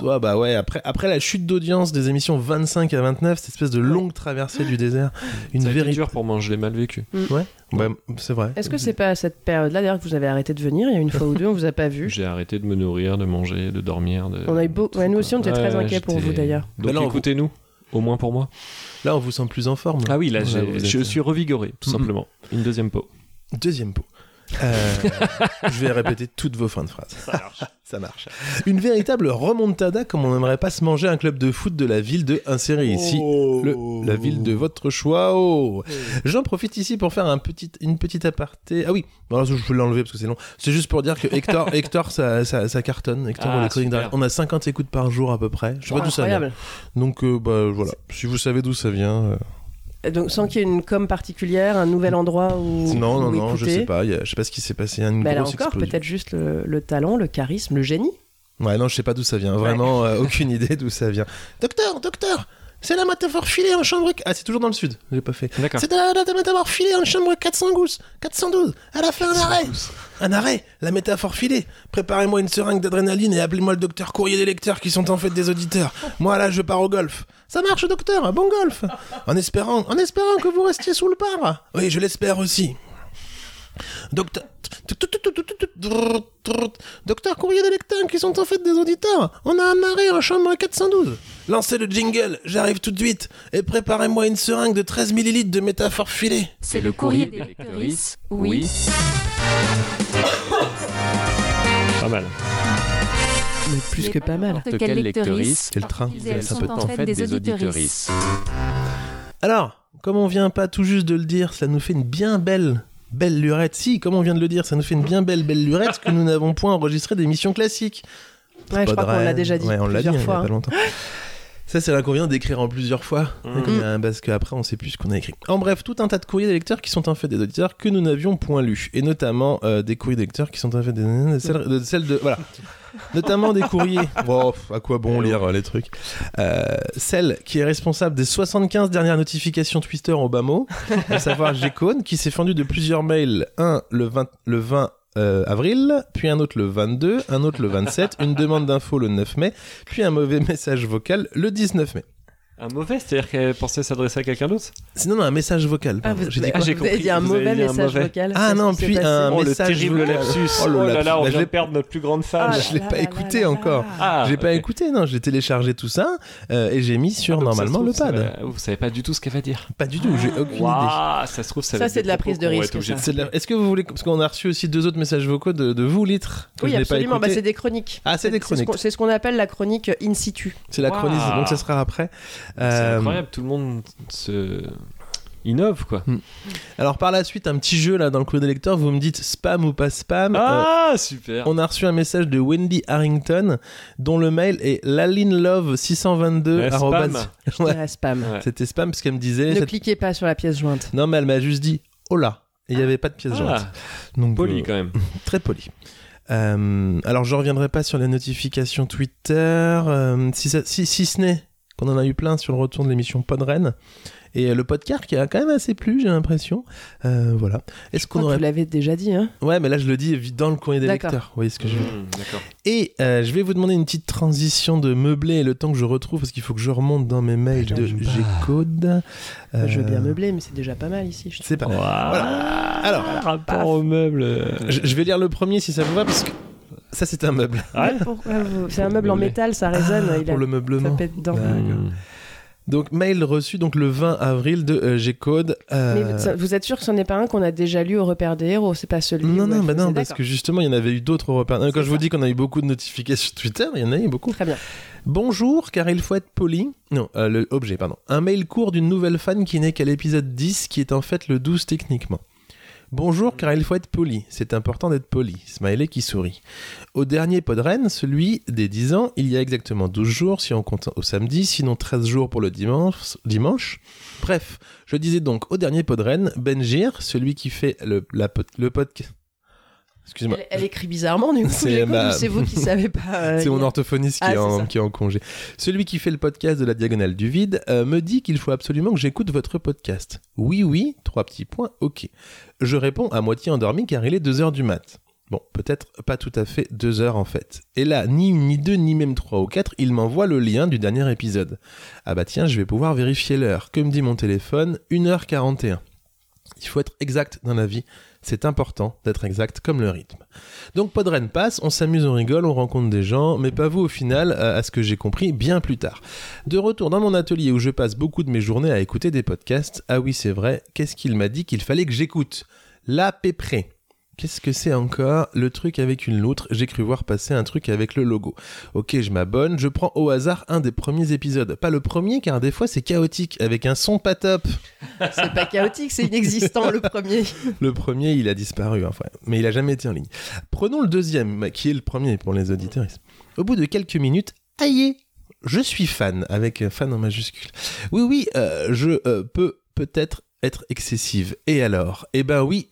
[SPEAKER 1] Toi, bah ouais, après, après la chute d'audience des émissions 25 à 29, cette espèce de longue traversée du désert, une
[SPEAKER 3] Ça a été
[SPEAKER 1] vérité.
[SPEAKER 3] dur pour moi, je l'ai mal vécu.
[SPEAKER 1] Ouais, bah, c'est vrai.
[SPEAKER 4] Est-ce que c'est pas à cette période-là, d'ailleurs, que vous avez arrêté de venir Il y a une fois ou deux, on vous a
[SPEAKER 1] *laughs*
[SPEAKER 4] pas vu.
[SPEAKER 3] J'ai arrêté de me nourrir, de manger, de dormir. De...
[SPEAKER 4] On a eu beau-
[SPEAKER 3] tout,
[SPEAKER 4] ouais, nous
[SPEAKER 3] quoi.
[SPEAKER 4] aussi, on était très inquiets
[SPEAKER 3] j'étais-
[SPEAKER 4] pour vous, d'ailleurs.
[SPEAKER 1] Bah
[SPEAKER 3] Donc
[SPEAKER 1] là, on-
[SPEAKER 3] écoutez-nous, au moins pour moi.
[SPEAKER 1] Là, on vous sent plus en forme.
[SPEAKER 3] Ah oui, là,
[SPEAKER 1] Voilà,
[SPEAKER 3] j'ai-
[SPEAKER 1] vous êtes-
[SPEAKER 3] je suis revigoré, tout
[SPEAKER 1] Mm.
[SPEAKER 3] simplement. Une deuxième peau.
[SPEAKER 1] Deuxième pot. Euh, je vais répéter toutes vos fins de phrase. *laughs* Ça marche. Une véritable remontada comme on n'aimerait pas se manger un club de foot de la ville de insérer ici. le- la ville de votre choix. Oh. J'en profite ici pour faire un petit, une petite aparté. Ah oui, bon, alors, je peux l'enlever parce que c'est long. C'est juste pour dire que Hector, Hector ça, ça- ça cartonne. Hector,
[SPEAKER 3] Ah,
[SPEAKER 1] les chroniques
[SPEAKER 3] super.
[SPEAKER 1] d'arrière. on a 50 écoutes par jour à peu près. Je sais pas d'où ça vient.
[SPEAKER 4] Incroyable.
[SPEAKER 1] Donc euh, bah, voilà, si vous savez d'où ça vient. euh,
[SPEAKER 4] Donc sans qu'il y ait une com particulière, un nouvel endroit où
[SPEAKER 1] Non, non,
[SPEAKER 4] où
[SPEAKER 1] non, je
[SPEAKER 4] écouter.
[SPEAKER 1] sais pas. il y a- je sais pas ce qui s'est passé. il y a Une
[SPEAKER 4] Bah, là
[SPEAKER 1] grosse
[SPEAKER 4] encore,
[SPEAKER 1] explosion.
[SPEAKER 4] peut-être juste le, le talent, le charisme, le génie.
[SPEAKER 1] Ouais, non, je sais pas d'où ça vient. Vraiment, euh, aucune idée d'où ça vient. Docteur, docteur, c'est la métaphore filée en chambre. Ah, c'est toujours dans le sud. J'ai pas fait.
[SPEAKER 3] D'accord.
[SPEAKER 1] C'est de la, la- la métaphore filée en chambre 400 gousses. 412. Elle a fait un arrêt. Un arrêt. La métaphore filée. Préparez-moi une seringue d'adrénaline et appelez-moi le docteur courrier des lecteurs qui sont en fait des auditeurs. Moi, là, je pars au golf. Ça marche, docteur. Bon golf. En espérant, en espérant que vous restiez sous le par. Oui, je l'espère aussi. Docteur. Docteur courrier des lecteurs qui sont en fait des auditeurs. On a un arrêt en chambre 412. Lancez le jingle, j'arrive tout de suite. Et préparez-moi une seringue de 13 millilitres de métaphore filée.
[SPEAKER 6] C'est le courrier des lectrices. Oui.
[SPEAKER 3] Pas mal.
[SPEAKER 4] Mais plus que pas mal.
[SPEAKER 6] N'importe quelle lectrice.
[SPEAKER 1] Quel train
[SPEAKER 6] Ils elles sont en fait des auditrices.
[SPEAKER 1] Alors, comme on vient pas tout juste de le dire, ça nous fait une bien belle, belle lurette. Si, comme on vient de le dire, ça nous fait une bien belle, belle lurette que nous n'avons point enregistré d'émission classique.
[SPEAKER 4] Ouais, je crois qu'on l'a déjà dit
[SPEAKER 1] Ouais, on l'a dit hein, il
[SPEAKER 4] plusieurs
[SPEAKER 1] y a
[SPEAKER 4] fois.
[SPEAKER 1] pas longtemps. Ça, c'est l'inconvénient d'écrire en plusieurs fois,
[SPEAKER 3] Mm.
[SPEAKER 1] Comme, euh, parce qu'après, on sait plus ce qu'on a écrit. En bref, tout un tas de courriers des lecteurs qui sont un fait des auditeurs que nous n'avions point lus, et notamment euh, des courriers des lecteurs qui sont un fait des de celles de, celles de- voilà, notamment des courriers. *laughs* Bon, pff, à quoi bon lire euh, les trucs Euh, Celle qui est responsable des 75 dernières notifications Twitter en bas
[SPEAKER 4] *laughs*
[SPEAKER 1] mot, à savoir Gécone, qui s'est fendu de plusieurs mails. Un le 20, le 20 euh, avril, puis un autre le 22, un autre le 27, une demande d'info le 9 mai, puis un mauvais message vocal le 19 mai.
[SPEAKER 3] Un mauvais, c'est-à-dire qu'elle pensait s'adresser à quelqu'un d'autre
[SPEAKER 1] Sinon, non, un message vocal.
[SPEAKER 4] Ah,
[SPEAKER 1] pardon.
[SPEAKER 4] vous,
[SPEAKER 1] J'ai dit
[SPEAKER 4] vous
[SPEAKER 3] quoi
[SPEAKER 4] avez
[SPEAKER 3] Ah, j'ai compris,
[SPEAKER 4] dit un
[SPEAKER 3] vous avez
[SPEAKER 4] mauvais
[SPEAKER 3] dit un
[SPEAKER 4] message
[SPEAKER 3] mauvais.
[SPEAKER 4] vocal.
[SPEAKER 1] Ah
[SPEAKER 4] c'est ce
[SPEAKER 1] non,
[SPEAKER 4] qui s'est
[SPEAKER 1] puis
[SPEAKER 4] passé.
[SPEAKER 1] un
[SPEAKER 3] Oh, le
[SPEAKER 1] message
[SPEAKER 3] terrible
[SPEAKER 1] vocal.
[SPEAKER 3] lapsus.
[SPEAKER 1] Oh,
[SPEAKER 3] Oh
[SPEAKER 1] le
[SPEAKER 3] là
[SPEAKER 1] lapsus.
[SPEAKER 3] là, on
[SPEAKER 1] Bah, je
[SPEAKER 3] vient de
[SPEAKER 1] l'ai-
[SPEAKER 3] perdre notre plus grande
[SPEAKER 4] Ah
[SPEAKER 3] fan.
[SPEAKER 4] là
[SPEAKER 1] je l'ai
[SPEAKER 4] là
[SPEAKER 1] pas
[SPEAKER 4] là
[SPEAKER 1] écouté
[SPEAKER 4] là là
[SPEAKER 1] encore.
[SPEAKER 4] là.
[SPEAKER 3] Ah,
[SPEAKER 1] j'ai pas
[SPEAKER 3] ok. Ah,
[SPEAKER 1] écouté, non, j'ai téléchargé tout ça euh, et j'ai mis sur
[SPEAKER 3] Donc, ça
[SPEAKER 1] normalement
[SPEAKER 3] se
[SPEAKER 1] le
[SPEAKER 3] trouve, ça
[SPEAKER 1] pad.
[SPEAKER 3] va- Vous savez pas du tout ce qu'elle va dire.
[SPEAKER 1] Pas du tout, j'ai aucune idée.
[SPEAKER 3] Waouh, ça se trouve,
[SPEAKER 4] Ça,
[SPEAKER 3] ça va être
[SPEAKER 4] c'est
[SPEAKER 3] des
[SPEAKER 4] de la
[SPEAKER 3] propos
[SPEAKER 4] prise de
[SPEAKER 3] qu'on va
[SPEAKER 4] risque,
[SPEAKER 3] être obligé
[SPEAKER 4] ça.
[SPEAKER 1] C'est de la- Est-ce que vous voulez. Parce qu'on a reçu aussi deux autres messages vocaux de, de vous, Litre. que
[SPEAKER 4] Oui,
[SPEAKER 1] je n'ai pas
[SPEAKER 4] absolument. Bah,
[SPEAKER 1] écouté.
[SPEAKER 4] c'est des chroniques.
[SPEAKER 1] Ah, c'est des
[SPEAKER 4] ce qu'on-
[SPEAKER 1] chroniques.
[SPEAKER 4] C'est ce qu'on appelle la chronique in situ.
[SPEAKER 1] C'est la
[SPEAKER 3] Waouh.
[SPEAKER 1] chronique, donc ça sera après.
[SPEAKER 3] C'est
[SPEAKER 1] Euh,
[SPEAKER 3] incroyable, tout le monde se innove quoi.
[SPEAKER 1] alors, par la suite, un petit jeu là dans le courrier des lecteurs. Vous me dites spam ou pas spam. Euh,
[SPEAKER 3] Ah super.
[SPEAKER 1] On a reçu un message de Wendy Harrington dont le mail est lalinelove 622
[SPEAKER 3] Ouais, spam.
[SPEAKER 1] arrobase- *laughs*
[SPEAKER 4] Je
[SPEAKER 1] Ouais.
[SPEAKER 4] dirais spam.
[SPEAKER 3] Ouais.
[SPEAKER 1] C'était spam parce qu'elle me disait.
[SPEAKER 4] Ne
[SPEAKER 1] cette-
[SPEAKER 4] cliquez pas sur la pièce jointe.
[SPEAKER 1] Non, mais elle m'a juste dit oh là. Et Il n'y avait pas de pièce jointe.
[SPEAKER 3] Ah,
[SPEAKER 1] Donc,
[SPEAKER 3] poli
[SPEAKER 1] euh,
[SPEAKER 3] quand même.
[SPEAKER 1] très poli. Euh, alors, je reviendrai pas sur les notifications Twitter, euh, si, ça- si, si ce n'est qu'on en a eu plein sur le retour de l'émission Podren. Et euh, le podcast qui a quand même assez plu, j'ai l'impression. Euh, voilà. Est-ce
[SPEAKER 4] Vous
[SPEAKER 1] qu'on aurait.
[SPEAKER 4] l'avez déjà dit, hein
[SPEAKER 1] Ouais, mais là, je le dis évi- dans le courrier des
[SPEAKER 4] D'accord.
[SPEAKER 1] lecteurs. Vous voyez ce que je veux dire
[SPEAKER 3] Mmh, D'accord.
[SPEAKER 1] Et euh, je vais vous demander une petite transition de meublé le temps que je retrouve, parce qu'il faut que je remonte dans mes mails de G-Code. Euh,
[SPEAKER 4] Ah, Je veux bien meubler, mais c'est déjà pas mal ici. je trouve.
[SPEAKER 1] C'est pas mal. Voilà. Alors,
[SPEAKER 3] Rapport au
[SPEAKER 4] euh,
[SPEAKER 3] meuble.
[SPEAKER 1] je, je vais lire le premier si ça vous va, parce que ça c'est un meuble.
[SPEAKER 3] Ah Ouais.
[SPEAKER 4] Pourquoi vous- C'est un meuble en
[SPEAKER 3] meubler.
[SPEAKER 4] métal, ça résonne.
[SPEAKER 1] Ah,
[SPEAKER 4] il a-
[SPEAKER 1] pour le
[SPEAKER 4] Ça
[SPEAKER 1] meublement.
[SPEAKER 4] pète dedans.
[SPEAKER 1] Ah. Donc mail reçu donc le 20 avril de euh, G-Code. euh,
[SPEAKER 4] Mais vous- ça- vous êtes sûr que ce n'est pas un qu'on a déjà lu au repère des héros C'est pas celui
[SPEAKER 1] Non,
[SPEAKER 4] où
[SPEAKER 1] non,
[SPEAKER 4] elle
[SPEAKER 1] bah non,
[SPEAKER 4] faisait-
[SPEAKER 1] parce que
[SPEAKER 4] D'accord.
[SPEAKER 1] justement, il y en avait eu d'autres européens. Quand
[SPEAKER 4] C'est
[SPEAKER 1] je vous
[SPEAKER 4] ça.
[SPEAKER 1] dis qu'on a eu beaucoup de notifications sur Twitter, il y en a eu beaucoup.
[SPEAKER 4] Très bien.
[SPEAKER 1] Bonjour, car il faut être poli. Non, euh, le objet, pardon. Un mail court d'une nouvelle fan qui n'est qu'à l'épisode 10, qui est en fait le 12 techniquement. Bonjour, car il faut être poli. C'est important d'être poli. Smiley qui sourit. Au dernier Podren, celui des 10 ans, il y a exactement 12 jours si on compte au samedi, sinon 13 jours pour le dimanche. dimanche. Bref, je disais donc au dernier Podren, Benjir, celui qui fait le, la, pod- le podcast. Excusez-moi.
[SPEAKER 4] Elle, elle écrit bizarrement, du coup.
[SPEAKER 1] C'est
[SPEAKER 4] j'ai cru
[SPEAKER 1] ma-
[SPEAKER 4] que C'est vous qui savez pas.
[SPEAKER 1] *laughs*
[SPEAKER 4] euh,
[SPEAKER 1] C'est mon
[SPEAKER 4] lire.
[SPEAKER 1] orthophoniste qui,
[SPEAKER 4] Ah,
[SPEAKER 1] est
[SPEAKER 4] c'est
[SPEAKER 1] en,
[SPEAKER 4] ça.
[SPEAKER 1] qui est en congé. Celui qui fait le podcast de la Diagonale du Vide euh, me dit qu'il faut absolument que j'écoute votre podcast. Oui, oui, trois petits points, ok. Je réponds à moitié endormi car il est 2h du mat. Bon, peut-être pas tout à fait 2 heures en fait. Et là, ni une, ni deux, ni même trois ou quatre, il m'envoie le lien du dernier épisode. Ah bah tiens, je vais pouvoir vérifier l'heure. Que me dit mon téléphone 1h41. Il faut être exact dans la vie. C'est important d'être exact comme le rythme. Donc Podren passe, on s'amuse, on rigole, on rencontre des gens, mais pas vous au final, euh, à ce que j'ai compris, bien plus tard. De retour dans mon atelier où je passe beaucoup de mes journées à écouter des podcasts, ah oui c'est vrai, qu'est-ce qu'il m'a dit qu'il fallait que j'écoute La pépré. Qu'est-ce que c'est encore Le truc avec une loutre, j'ai cru voir passer un truc avec le logo. Ok, je m'abonne, je prends au hasard un des premiers épisodes. Pas le premier car des fois c'est chaotique, avec un son pas top.
[SPEAKER 4] C'est pas chaotique, c'est inexistant le
[SPEAKER 1] *laughs*
[SPEAKER 4] premier.
[SPEAKER 1] Le premier, il a disparu, hein, frère. mais il a jamais été en ligne. Prenons le deuxième, bah, qui est le premier pour les auditeurs. Au bout de quelques minutes, aïe, je suis fan, avec euh, fan en majuscule. Oui, oui, euh, je euh, peux peut-être être excessive. Et alors Eh ben oui,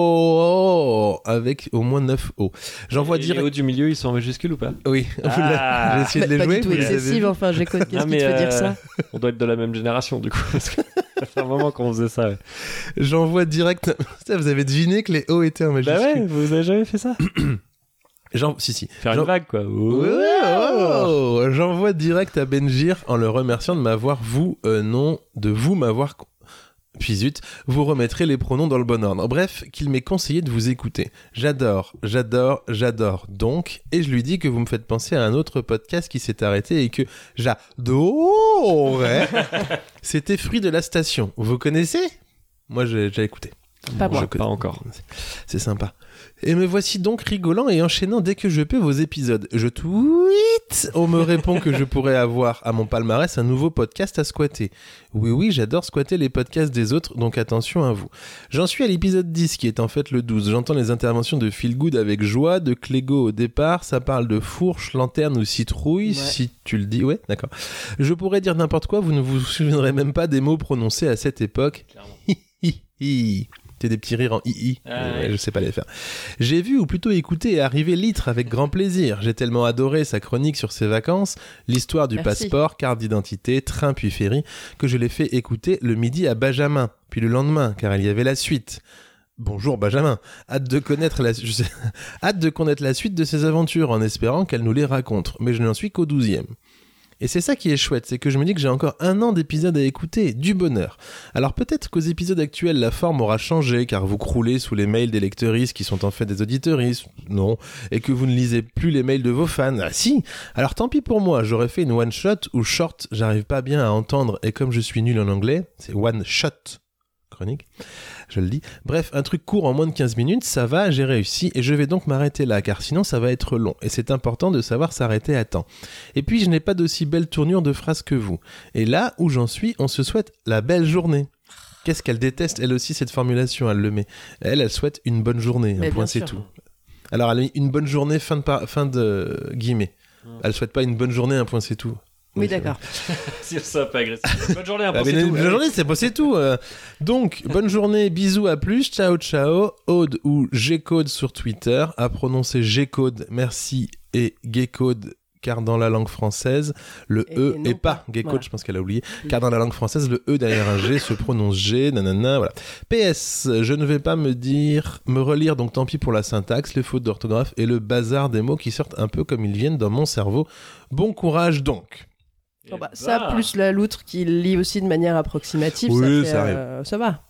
[SPEAKER 1] j'adore Avec au moins 9 O. J'envoie
[SPEAKER 3] dire. Les
[SPEAKER 1] direct...
[SPEAKER 3] hauts du milieu, ils sont en majuscule ou pas
[SPEAKER 1] Oui, *laughs* vous l'avez-
[SPEAKER 3] Ah.
[SPEAKER 1] j'ai essayé de les
[SPEAKER 4] Bah, pas
[SPEAKER 1] jouer.
[SPEAKER 4] du tout
[SPEAKER 1] vous les avez
[SPEAKER 4] excessive,
[SPEAKER 1] vus.
[SPEAKER 4] enfin, j'ai qu'est-ce qui
[SPEAKER 3] Non,
[SPEAKER 4] te
[SPEAKER 3] mais,
[SPEAKER 4] fait
[SPEAKER 3] euh,
[SPEAKER 4] dire ça
[SPEAKER 3] On doit être de la même génération du coup. *laughs* Parce que ça fait un moment qu'on faisait ça. ouais.
[SPEAKER 1] J'envoie direct... *laughs* Ça, vous avez deviné que les O étaient en majuscule.
[SPEAKER 3] Bah ouais, vous avez jamais fait ça
[SPEAKER 1] J'en- Si, si.
[SPEAKER 3] Faire
[SPEAKER 1] J'en-
[SPEAKER 3] une vague quoi.
[SPEAKER 1] Oh J'envoie direct à Benjir en le remerciant de m'avoir vous euh, non de vous m'avoir con- puis zut, vous remettrez les pronoms dans le bon ordre. Bref, qu'il m'est conseillé de vous écouter. J'adore, j'adore, j'adore donc, et je lui dis que vous me faites penser à un autre podcast qui s'est arrêté et que j'adorais. C'était Fruit de la Station. Vous connaissez Moi, j'ai j'ai écouté.
[SPEAKER 4] Pas
[SPEAKER 1] Je
[SPEAKER 4] moi.
[SPEAKER 1] connais-
[SPEAKER 3] Pas encore. *laughs*
[SPEAKER 1] C'est sympa. Et me voici donc rigolant et enchaînant dès que je peux vos épisodes. Je tweet On me répond que je pourrais avoir à mon palmarès un nouveau podcast à squatter. Oui, oui, j'adore squatter les podcasts des autres, donc attention à vous. J'en suis à l'épisode 10, qui est en fait le 12. J'entends les interventions de Feel Good avec joie, de Clégo au départ. Ça parle de fourche, lanterne ou citrouille,
[SPEAKER 4] Ouais.
[SPEAKER 1] si tu le dis. Ouais, d'accord. Je pourrais dire n'importe quoi, vous ne vous souviendrez même pas des mots prononcés à cette époque. Hi, hi. T'es des petits rires en i
[SPEAKER 3] Ah
[SPEAKER 1] je sais pas les faire. J'ai vu ou plutôt écouté arriver Litre avec grand plaisir. J'ai tellement adoré sa chronique sur ses vacances, l'histoire du
[SPEAKER 4] Merci.
[SPEAKER 1] passeport, carte d'identité, train puis ferry, que je l'ai fait écouter le midi à Benjamin, puis le lendemain, car il y avait la suite. Bonjour Benjamin, hâte de connaître la, *laughs* je sais- hâte de connaître la suite de ses aventures en espérant qu'elle nous les raconte, mais je n'en suis qu'au douzième. Et c'est ça qui est chouette, c'est que je me dis que j'ai encore un an d'épisodes à écouter, du bonheur. Alors peut-être qu'aux épisodes actuels, la forme aura changé, car vous croulez sous les mails des lecteuristes qui sont en fait des auditeuristes, non, et que vous ne lisez plus les mails de vos fans. Ah si Alors tant pis pour moi, j'aurais fait une one-shot ou short, j'arrive pas bien à entendre, et comme je suis nul en anglais, c'est one-shot. Chronique, je le dis. Bref, un truc court en moins de 15 minutes, ça va, j'ai réussi, et je vais donc m'arrêter là, car sinon ça va être long, et c'est important de savoir s'arrêter à temps. Et puis je n'ai pas d'aussi belle tournure de phrase que vous. Et là où j'en suis, on se souhaite la belle journée. Qu'est-ce qu'elle déteste, elle aussi, cette formulation, elle le met. Elle, elle souhaite une bonne journée,
[SPEAKER 4] Mais
[SPEAKER 1] un point
[SPEAKER 4] bien
[SPEAKER 1] c'est
[SPEAKER 4] sûr.
[SPEAKER 1] tout. Alors elle a mis une bonne journée, fin de, par- fin de guillemets. Elle souhaite pas une bonne journée, un point c'est tout.
[SPEAKER 4] Oui,
[SPEAKER 1] c'est
[SPEAKER 4] d'accord.
[SPEAKER 3] C'est ça, pas agressif. Bah, Bonne journée, hein,
[SPEAKER 1] ah, mais bonne journée, c'est pas c'est tout. euh. Donc, bonne journée, bisous, à plus, ciao, ciao. Aude ou G-Code sur Twitter, à prononcer G-Code, merci, et G-Code, car dans la langue française, le
[SPEAKER 4] Et-
[SPEAKER 1] E
[SPEAKER 4] et non
[SPEAKER 1] est pas G-Code,
[SPEAKER 4] voilà.
[SPEAKER 1] je pense qu'elle a oublié, car dans la langue française, le E derrière un
[SPEAKER 4] *laughs*
[SPEAKER 1] G se prononce G, nanana, voilà. PS, je ne vais pas me dire, me relire, donc tant pis pour la syntaxe, les fautes d'orthographe et le bazar des mots qui sortent un peu comme ils viennent dans mon cerveau. Bon courage donc.
[SPEAKER 4] Bon, bah, ça, plus la loutre qui lit aussi de manière approximative,
[SPEAKER 1] Oui,
[SPEAKER 4] ça, fait,
[SPEAKER 1] ça arrive.
[SPEAKER 4] euh, ça va.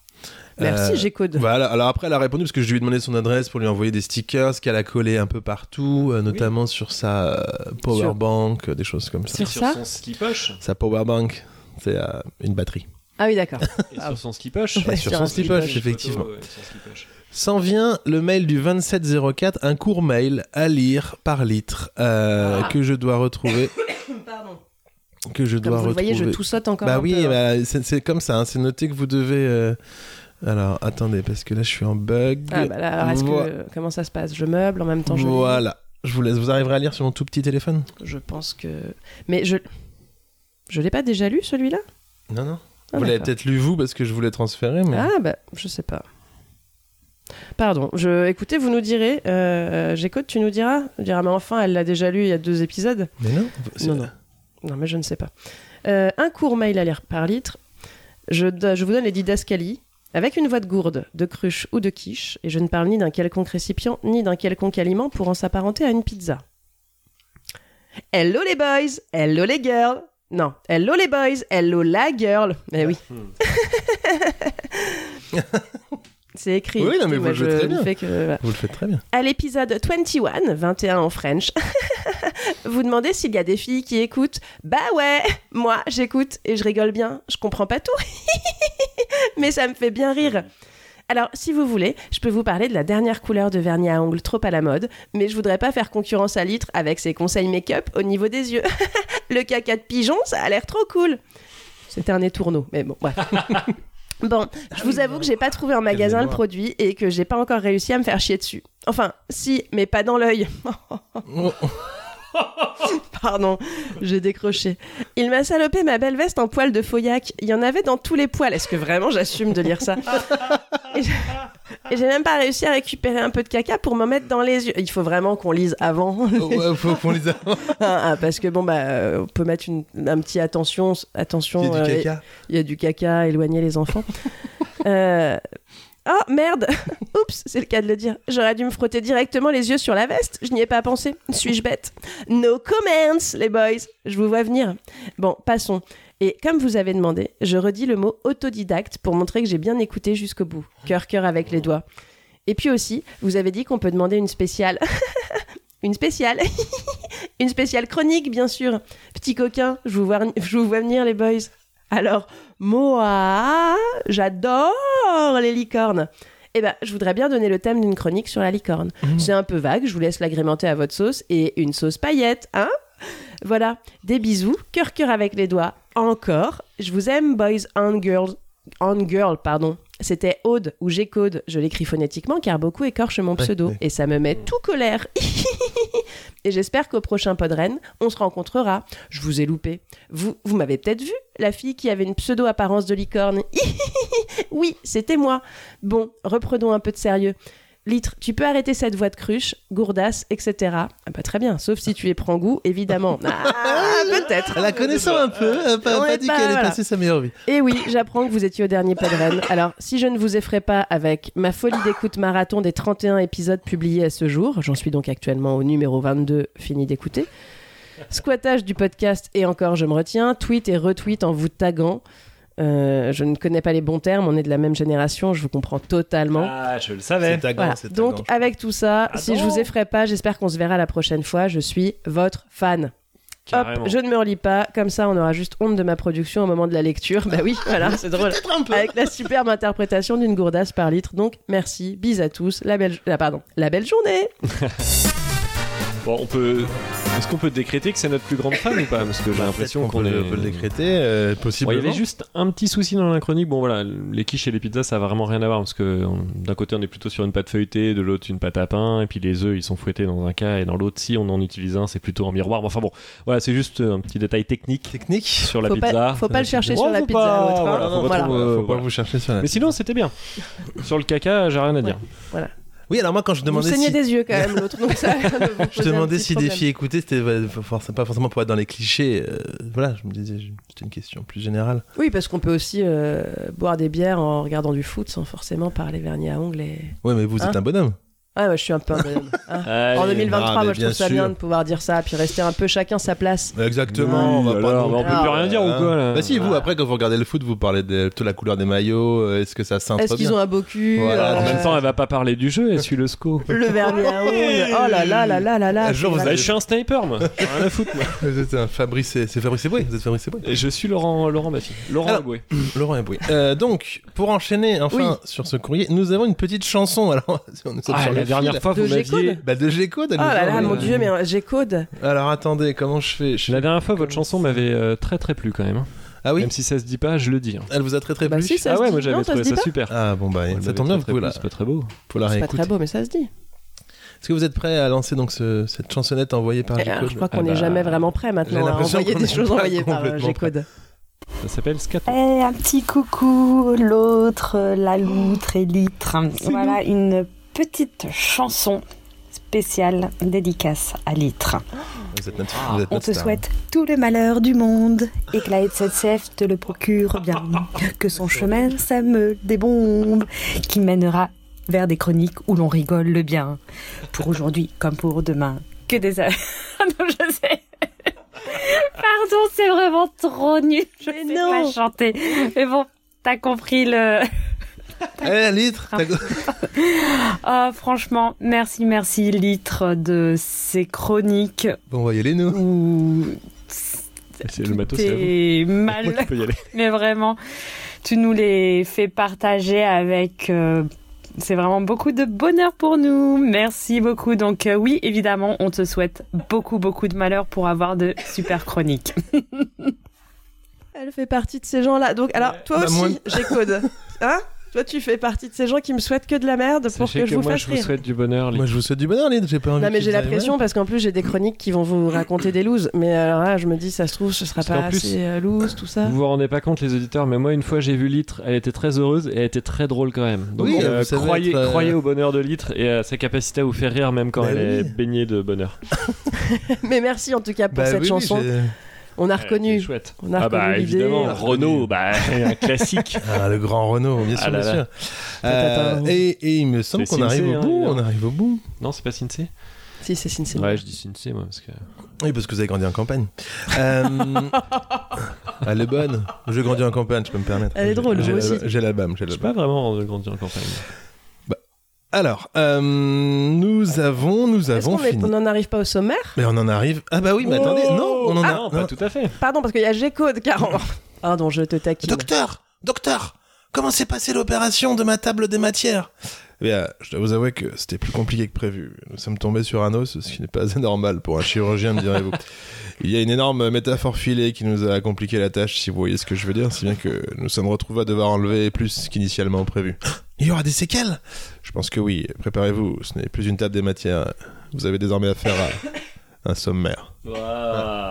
[SPEAKER 4] Merci,
[SPEAKER 1] Euh,
[SPEAKER 4] *laughs* G-Code.
[SPEAKER 1] Voilà, alors après elle a répondu parce que je lui ai demandé son adresse pour lui envoyer des stickers qu'elle a collés un peu partout, euh, notamment sur sa euh, powerbank, euh, des choses comme ça.
[SPEAKER 4] Sur ça
[SPEAKER 3] bah, son ski poche.
[SPEAKER 1] Sa powerbank, c'est euh, une batterie.
[SPEAKER 4] Ah
[SPEAKER 1] *coughs*
[SPEAKER 4] oui, d'accord.
[SPEAKER 3] Et
[SPEAKER 4] Ah.
[SPEAKER 3] sur son ski poche.
[SPEAKER 4] Ouais,
[SPEAKER 1] sur
[SPEAKER 4] sur
[SPEAKER 1] son
[SPEAKER 4] un
[SPEAKER 1] slip
[SPEAKER 4] slip-poche,
[SPEAKER 1] poche, effectivement.
[SPEAKER 3] Photo, ouais, sur ski poche.
[SPEAKER 1] S'en vient le mail du 2704, un court mail à lire par litre euh,
[SPEAKER 4] Ah.
[SPEAKER 1] que je dois
[SPEAKER 4] *laughs*
[SPEAKER 1] retrouver.
[SPEAKER 4] Pardon.
[SPEAKER 1] Que je
[SPEAKER 4] Comme
[SPEAKER 1] dois
[SPEAKER 4] vous le voyez, je
[SPEAKER 1] retrouver.
[SPEAKER 4] toussote encore
[SPEAKER 1] Bah
[SPEAKER 4] un
[SPEAKER 1] oui,
[SPEAKER 4] peu. hein.
[SPEAKER 1] bah, c'est c'est comme ça, hein, c'est noté que vous devez. euh, Alors attendez, parce que là je suis en bug.
[SPEAKER 4] Ah bah là, alors est-ce
[SPEAKER 1] Voi-
[SPEAKER 4] que comment ça se passe Je meuble en même temps je lis
[SPEAKER 1] Voilà, je vous laisse. Vous arriverez à lire sur mon tout petit téléphone
[SPEAKER 4] Je pense que mais je je l'ai pas déjà lu celui-là
[SPEAKER 1] Non, non.
[SPEAKER 4] Ah,
[SPEAKER 1] vous l'avez
[SPEAKER 4] d'accord.
[SPEAKER 1] peut-être lu vous parce que je voulais transférer, mais.
[SPEAKER 4] Ah bah je sais pas. Pardon, je écoutez, vous nous direz euh, J'écoute, tu nous diras, on dira mais enfin, elle l'a déjà lu il y a deux épisodes.
[SPEAKER 1] Mais non. c'est-
[SPEAKER 4] Non, non. Non, mais je ne sais pas. Euh, un court mail à l'air par litre. Je, do- je vous donne les didascalies. Avec une voix de gourde, de cruche ou de quiche, et je ne parle ni d'un quelconque récipient, ni d'un quelconque aliment pour en s'apparenter à une pizza. Hello les boys, hello les girls. Non, hello les boys, hello la girl. Eh oui.
[SPEAKER 1] Hmm.
[SPEAKER 4] *laughs* C'est écrit.
[SPEAKER 1] Oui, non, mais
[SPEAKER 4] Moi,
[SPEAKER 1] vous le
[SPEAKER 4] je
[SPEAKER 1] jouez très
[SPEAKER 4] ne
[SPEAKER 1] bien.
[SPEAKER 4] fais que- voilà.
[SPEAKER 1] Vous le faites très bien.
[SPEAKER 4] À l'épisode 21, 21 en French, *laughs* vous demandez s'il y a des filles qui écoutent. Bah ouais, moi j'écoute et je rigole bien. Je comprends pas tout, *laughs* mais ça me fait bien rire. Alors, si vous voulez, je peux vous parler de la dernière couleur de vernis à ongles trop à la mode, mais je voudrais pas faire concurrence à Litre avec ses conseils make-up au niveau des yeux. *laughs* Le caca de pigeon, ça a l'air trop cool. C'était un étourneau, mais bon, bref. *laughs* Bon, je vous avoue que j'ai pas trouvé en magasin le
[SPEAKER 1] mémoire.
[SPEAKER 4] produit et que j'ai pas encore réussi à me faire chier dessus. Enfin, si, mais pas dans l'œil.
[SPEAKER 1] *laughs*
[SPEAKER 4] *laughs*
[SPEAKER 1] Oh, oh,
[SPEAKER 4] Pardon, j'ai décroché. Il m'a salopé ma belle veste en poil de feuillac. Il y en avait dans tous les poils. Est-ce que vraiment j'assume de lire ça Et j'ai- Et j'ai même pas réussi à récupérer un peu de caca pour m'en mettre dans les yeux. Il faut vraiment qu'on lise avant. *laughs*
[SPEAKER 1] oh, ouais, faut qu'on les a.
[SPEAKER 4] Ah, ah, parce que bon, bah, euh, on peut mettre une- un petit attention. Attention,
[SPEAKER 1] Il y a
[SPEAKER 4] euh,
[SPEAKER 1] du caca.
[SPEAKER 4] il y a du caca, éloignez les enfants. Euh, Oh merde *laughs* Oups, c'est le cas de le dire. J'aurais dû me frotter directement les yeux sur la veste. Je n'y ai pas pensé. Suis-je bête No comments, les boys. Je vous vois venir. Bon, passons. Et comme vous avez demandé, je redis le mot autodidacte pour montrer que j'ai bien écouté jusqu'au bout. Cœur, cœur avec les doigts. Et puis aussi, vous avez dit qu'on peut demander une spéciale. *laughs* une spéciale. *laughs* une spéciale chronique, bien sûr. Petit coquin, je vous vois, je vous vois venir, les boys. Alors, moi, j'adore les licornes. eh ben, je voudrais bien donner le thème d'une chronique sur la licorne.
[SPEAKER 1] Mmh.
[SPEAKER 4] C'est un peu vague, je vous laisse l'agrémenter à votre sauce et une sauce paillette, hein Voilà, des bisous, cœur cœur avec les doigts, encore. Je vous aime, boys and girls. And girl, pardon. C'était Aude ou G-Code, je l'écris phonétiquement car beaucoup écorchent mon pseudo
[SPEAKER 1] ouais.
[SPEAKER 4] et ça me met tout colère. *laughs* et j'espère qu'au prochain Podren, on se rencontrera. Je vous ai loupé. Vous, vous m'avez peut-être vu, la fille qui avait une pseudo-apparence de licorne. *laughs* oui, c'était moi. Bon, reprenons un peu de sérieux. Litre, tu peux arrêter cette voix de cruche, gourdasse, etc. Ah bah très bien, sauf si tu les prends goût, évidemment. Ah, peut-être.
[SPEAKER 1] La connaissant un peu, euh, pas,
[SPEAKER 4] Ouais,
[SPEAKER 1] pas dit
[SPEAKER 4] bah,
[SPEAKER 1] qu'elle
[SPEAKER 4] voilà.
[SPEAKER 1] est passée sa meilleure vie.
[SPEAKER 4] Et Eh oui, j'apprends que vous étiez au dernier Podren. Alors, si je ne vous effraie pas avec ma folie d'écoute marathon des 31 épisodes publiés à ce jour, j'en suis donc actuellement au numéro 22, fini d'écouter. Squattage du podcast et encore je me retiens, tweet et retweet en vous taguant. Euh, je ne connais pas les bons termes, on est de la même génération, je vous comprends totalement.
[SPEAKER 3] Ah, je le
[SPEAKER 1] C'est
[SPEAKER 3] savais.
[SPEAKER 1] tagant,
[SPEAKER 4] Voilà.
[SPEAKER 1] c'est tagant.
[SPEAKER 4] Donc avec tout ça,
[SPEAKER 3] Ah
[SPEAKER 4] si je
[SPEAKER 3] bon
[SPEAKER 4] vous effraie pas, j'espère qu'on se verra la prochaine fois. Je suis votre fan.
[SPEAKER 3] Carrément.
[SPEAKER 4] Hop, je ne me relis pas. Comme ça, on aura juste honte de ma production au moment de la lecture. Bah oui, voilà, c'est drôle. Avec la superbe interprétation d'une gourdasse par litre. Donc merci, bis à tous. La belle, la- pardon, la belle journée.
[SPEAKER 3] Bon, on peut. Est-ce qu'on peut décréter que c'est notre plus grande fan ou pas Parce que j'ai l'impression
[SPEAKER 1] Bah, Peut-être
[SPEAKER 3] qu'on
[SPEAKER 1] peut,
[SPEAKER 3] est.
[SPEAKER 1] le- peut le décréter, euh,
[SPEAKER 3] Bon, il y
[SPEAKER 1] possiblement.
[SPEAKER 3] avait juste un petit souci dans la chronique. Bon, voilà, les quiches et les pizzas, ça a vraiment rien à voir parce que on- d'un côté, on est plutôt sur une pâte feuilletée, de l'autre, une pâte à pain, et puis les œufs, ils sont fouettés dans un cas, et dans l'autre, si on en utilise un, c'est plutôt en miroir. Bon, Enfin bon, voilà, c'est juste euh, un petit détail technique
[SPEAKER 1] technique.
[SPEAKER 3] sur la
[SPEAKER 4] Faut pas-
[SPEAKER 3] pizza.
[SPEAKER 4] faut pas le chercher
[SPEAKER 3] Oh,
[SPEAKER 4] sur la
[SPEAKER 3] faut
[SPEAKER 4] pizza,
[SPEAKER 3] pas,
[SPEAKER 4] l'autre, hein.
[SPEAKER 3] voilà,
[SPEAKER 4] Non,
[SPEAKER 3] faut pas
[SPEAKER 4] voilà.
[SPEAKER 3] trop, euh,
[SPEAKER 1] Faut pas
[SPEAKER 3] voilà.
[SPEAKER 1] vous chercher sur la.
[SPEAKER 3] Mais sinon, c'était bien. Sur le caca, j'ai rien à dire.
[SPEAKER 1] Oui, alors moi quand je
[SPEAKER 4] Vous
[SPEAKER 1] demandais
[SPEAKER 4] saignez
[SPEAKER 1] si
[SPEAKER 4] des yeux quand même l'autre. donc
[SPEAKER 1] *laughs*
[SPEAKER 4] ça va vous
[SPEAKER 1] je
[SPEAKER 4] poser un
[SPEAKER 1] demandais
[SPEAKER 4] petit
[SPEAKER 1] si
[SPEAKER 4] problème.
[SPEAKER 1] des filles écoutaient, c'était euh, forc- pas forcément pour être dans les clichés. euh, voilà, je me disais, je- c'était une question plus générale.
[SPEAKER 4] Oui, parce qu'on peut aussi euh, boire des bières en regardant du foot sans forcément parler vernis à ongles. Et...
[SPEAKER 1] Ouais, mais vous
[SPEAKER 4] Hein
[SPEAKER 1] êtes un bonhomme.
[SPEAKER 4] Ah, moi, je suis un peu un bonhomme, hein. En
[SPEAKER 3] Allez.
[SPEAKER 1] *laughs*
[SPEAKER 4] 2023,
[SPEAKER 1] ah,
[SPEAKER 4] moi
[SPEAKER 1] mais
[SPEAKER 4] je
[SPEAKER 1] bien
[SPEAKER 4] trouve ça
[SPEAKER 1] sûr.
[SPEAKER 4] bien de pouvoir dire ça, puis rester un peu chacun sa place.
[SPEAKER 1] Exactement, on va
[SPEAKER 3] Oui,
[SPEAKER 1] pas
[SPEAKER 3] alors,
[SPEAKER 1] non
[SPEAKER 3] on peut plus rien dire ou quoi, là
[SPEAKER 1] Bah si, vous
[SPEAKER 3] Ah.
[SPEAKER 1] après quand vous regardez le foot, vous parlez de de la couleur des maillots, euh, est-ce que ça sent
[SPEAKER 4] Est-ce
[SPEAKER 1] bien
[SPEAKER 4] qu'ils ont un beau cul
[SPEAKER 1] Voilà,
[SPEAKER 3] En
[SPEAKER 4] euh,
[SPEAKER 3] même temps, elle va pas parler du jeu, elle suit le SCO.
[SPEAKER 4] Le vernis à ongles. Oh là là là là là là.
[SPEAKER 1] Un jour,
[SPEAKER 4] c'est
[SPEAKER 1] vous
[SPEAKER 4] vrai.
[SPEAKER 3] Bah, je suis un sniper, moi. J'ai rien à foutre, moi.
[SPEAKER 1] Vous êtes un Fabrice, c'est Fabrice Eboué, vous êtes Fabrice Eboué.
[SPEAKER 3] Et je suis Laurent, Laurent Baffy. Laurent
[SPEAKER 1] Alors,
[SPEAKER 3] Agoué.
[SPEAKER 1] Laurent Eboué. Euh, donc, pour enchaîner enfin sur ce courrier, nous avons une petite chanson. *laughs* Alors, on est
[SPEAKER 3] Ah,
[SPEAKER 1] sur
[SPEAKER 3] la
[SPEAKER 1] le
[SPEAKER 3] dernière
[SPEAKER 1] fil.
[SPEAKER 3] fois,
[SPEAKER 4] De
[SPEAKER 3] vous m'aviez.
[SPEAKER 4] G-Code
[SPEAKER 1] Bah de Géco,
[SPEAKER 4] Oh là là, mon dieu, mais euh, j'ai code.
[SPEAKER 1] Alors attendez, comment je fais Je-
[SPEAKER 3] La dernière fois, votre chanson m'avait euh, très très plu quand même. hein.
[SPEAKER 1] Ah oui,
[SPEAKER 3] Même si ça se dit pas, je le dis. hein.
[SPEAKER 1] elle vous a très très
[SPEAKER 4] Bah
[SPEAKER 1] plu.
[SPEAKER 4] si, ça
[SPEAKER 3] ah
[SPEAKER 4] se
[SPEAKER 3] ouais,
[SPEAKER 4] dit.
[SPEAKER 3] moi j'avais
[SPEAKER 4] Non, ça
[SPEAKER 3] trouvé
[SPEAKER 4] se
[SPEAKER 3] ça,
[SPEAKER 4] dit pas.
[SPEAKER 3] super.
[SPEAKER 1] Ah bon bah
[SPEAKER 3] On
[SPEAKER 1] ça
[SPEAKER 3] l'avait
[SPEAKER 1] tombe bien, vous
[SPEAKER 3] très, très
[SPEAKER 1] pouvez
[SPEAKER 3] plu,
[SPEAKER 1] la,
[SPEAKER 3] C'est pas très beau.
[SPEAKER 1] faut la
[SPEAKER 4] C'est pas
[SPEAKER 1] réécouter.
[SPEAKER 4] très beau, mais ça se dit.
[SPEAKER 1] Est-ce que vous êtes prêts à lancer donc ce- cette chansonnette envoyée par
[SPEAKER 4] Et alors, Eh, je
[SPEAKER 1] Géco
[SPEAKER 4] crois qu'on
[SPEAKER 3] Ah
[SPEAKER 4] n'est
[SPEAKER 3] bah,
[SPEAKER 4] jamais vraiment prêt
[SPEAKER 1] j'ai
[SPEAKER 4] maintenant à
[SPEAKER 1] l'impression
[SPEAKER 4] envoyer
[SPEAKER 1] qu'on
[SPEAKER 4] des
[SPEAKER 1] est
[SPEAKER 4] choses
[SPEAKER 1] pas
[SPEAKER 4] envoyées par euh,
[SPEAKER 1] complètement
[SPEAKER 4] G-Code.
[SPEAKER 3] Ça s'appelle Scato.
[SPEAKER 7] Eh, un petit coucou, l'autre, euh, la loutre et litre. Voilà une petite chanson spéciale dédicace à litre.
[SPEAKER 1] Vous êtes notre,
[SPEAKER 3] Ah,
[SPEAKER 1] vous êtes
[SPEAKER 7] On
[SPEAKER 1] notre
[SPEAKER 7] te
[SPEAKER 1] star.
[SPEAKER 7] souhaite tout le malheur du monde et que la SNCF te le procure bien. Que son chemin sème des bombes qui mènera vers des chroniques où l'on rigole le bien. Pour aujourd'hui comme pour demain. Que des... Ah *laughs* non, je sais. Pardon, c'est vraiment trop nul. Je
[SPEAKER 4] Mais
[SPEAKER 7] sais
[SPEAKER 4] non.
[SPEAKER 7] pas chanter. Mais bon, t'as compris le...
[SPEAKER 1] Eh, litre
[SPEAKER 7] Ah.
[SPEAKER 1] t'as-
[SPEAKER 7] Ah, franchement, merci, merci, litre de ces chroniques
[SPEAKER 1] Bon, on va y aller, nous.
[SPEAKER 7] où
[SPEAKER 4] Euh,
[SPEAKER 3] C'est le matos, c'est à vous.
[SPEAKER 7] t'es mal,
[SPEAKER 3] Tu peux y aller.
[SPEAKER 7] *laughs* mais vraiment, tu nous les fais partager avec. euh, c'est vraiment beaucoup de bonheur pour nous. Merci beaucoup. Donc euh, oui, évidemment, on te souhaite beaucoup, beaucoup de malheur pour avoir de super chroniques.
[SPEAKER 4] Elle fait partie de ces gens-là. Donc, alors, toi
[SPEAKER 1] Bah, moi-
[SPEAKER 4] aussi, j'ai code. Hein Toi, tu fais partie de ces gens qui me souhaitent que de la merde pour
[SPEAKER 3] Sachez
[SPEAKER 4] que je vous
[SPEAKER 3] moi
[SPEAKER 4] fasse
[SPEAKER 3] je vous
[SPEAKER 4] rire.
[SPEAKER 3] souhaite du bonheur. les-
[SPEAKER 1] Moi, je vous souhaite du bonheur, litre. J'ai pas envie.
[SPEAKER 4] Non, Bah, mais
[SPEAKER 1] que
[SPEAKER 4] j'ai
[SPEAKER 1] vous
[SPEAKER 4] la
[SPEAKER 1] aille
[SPEAKER 4] pression parce qu'en plus, j'ai des chroniques qui vont vous raconter des looses. Mais euh, alors là, je me dis, ça se trouve, ce sera
[SPEAKER 3] Parce
[SPEAKER 4] pas
[SPEAKER 3] qu'en plus-
[SPEAKER 4] assez euh, loose, tout ça.
[SPEAKER 3] Vous vous rendez pas compte, les auditeurs, mais moi, une fois, j'ai vu Litre, elle était très heureuse et elle était très drôle quand même. Donc,
[SPEAKER 1] Oui,
[SPEAKER 3] euh,
[SPEAKER 1] vous savez
[SPEAKER 3] croyez,
[SPEAKER 1] être, euh,
[SPEAKER 3] croyez au bonheur de Litre et à sa capacité à vous faire rire, même quand
[SPEAKER 1] Bah
[SPEAKER 3] elle est
[SPEAKER 1] oui.
[SPEAKER 3] baignée de bonheur.
[SPEAKER 4] *laughs* Mais merci en tout cas pour
[SPEAKER 1] Bah
[SPEAKER 4] cette
[SPEAKER 1] oui,
[SPEAKER 4] chanson.
[SPEAKER 1] j'ai-
[SPEAKER 4] On a
[SPEAKER 3] Ouais,
[SPEAKER 4] reconnu.
[SPEAKER 3] c'est chouette.
[SPEAKER 4] On a
[SPEAKER 3] ah, bah
[SPEAKER 4] reconnu
[SPEAKER 1] On
[SPEAKER 4] l'idée.
[SPEAKER 1] a
[SPEAKER 3] évidemment,
[SPEAKER 1] reconnu.
[SPEAKER 4] *laughs*
[SPEAKER 3] Renault, bah, *laughs* un classique.
[SPEAKER 1] Ah, le grand Renault, bien sûr,
[SPEAKER 3] Ah là
[SPEAKER 1] bien
[SPEAKER 3] là.
[SPEAKER 1] sûr. Euh,
[SPEAKER 4] Tatatin.
[SPEAKER 1] et, et il me semble
[SPEAKER 3] C'est
[SPEAKER 1] qu'on arrive
[SPEAKER 3] Sinsé,
[SPEAKER 1] au
[SPEAKER 3] hein,
[SPEAKER 1] bout. On
[SPEAKER 3] évidemment.
[SPEAKER 1] arrive au bout.
[SPEAKER 3] Non, c'est pas Sinsé
[SPEAKER 4] Si, c'est Sin Sin.
[SPEAKER 3] Ouais, je dis Sinsé, moi, parce que.
[SPEAKER 1] Oui, parce que vous avez grandi en
[SPEAKER 3] *laughs*
[SPEAKER 1] campagne. Euh, Elle est bonne. J'ai grandi en campagne, je peux me permettre.
[SPEAKER 4] Elle est
[SPEAKER 1] J'ai-
[SPEAKER 4] drôle,
[SPEAKER 1] j'ai
[SPEAKER 4] moi
[SPEAKER 1] la-
[SPEAKER 4] aussi.
[SPEAKER 1] J'ai l'album, j'ai
[SPEAKER 3] J'ai
[SPEAKER 1] l'album.
[SPEAKER 3] pas vraiment grandi
[SPEAKER 1] *laughs*
[SPEAKER 3] en campagne.
[SPEAKER 1] Alors, euh, nous avons, nous
[SPEAKER 4] Est-ce
[SPEAKER 1] avons
[SPEAKER 4] qu'on est-
[SPEAKER 1] fini.
[SPEAKER 4] on n'en arrive pas au sommaire
[SPEAKER 1] Mais on en arrive. Ah bah oui, mais attendez, non, on en a.
[SPEAKER 3] Ah Non,
[SPEAKER 1] non.
[SPEAKER 3] pas tout à fait.
[SPEAKER 4] Pardon, parce qu'il y a G-Code, car on- Pardon, je te taquine.
[SPEAKER 1] Docteur, docteur, Comment s'est passée l'opération de ma table des matières Eh bien, je dois vous avouer que c'était plus compliqué que prévu. Nous sommes tombés sur un os, ce qui n'est pas *laughs* anormal pour un chirurgien, me direz-vous. Il y a une énorme métaphore filée qui nous a compliqué la tâche, si vous voyez ce que je veux dire, si bien que nous sommes retrouvés à devoir enlever plus qu'initialement prévu. Il y aura des séquelles Je pense que oui. Préparez-vous, ce n'est plus une table des matières. Vous avez désormais affaire à un sommaire.
[SPEAKER 3] Waouh.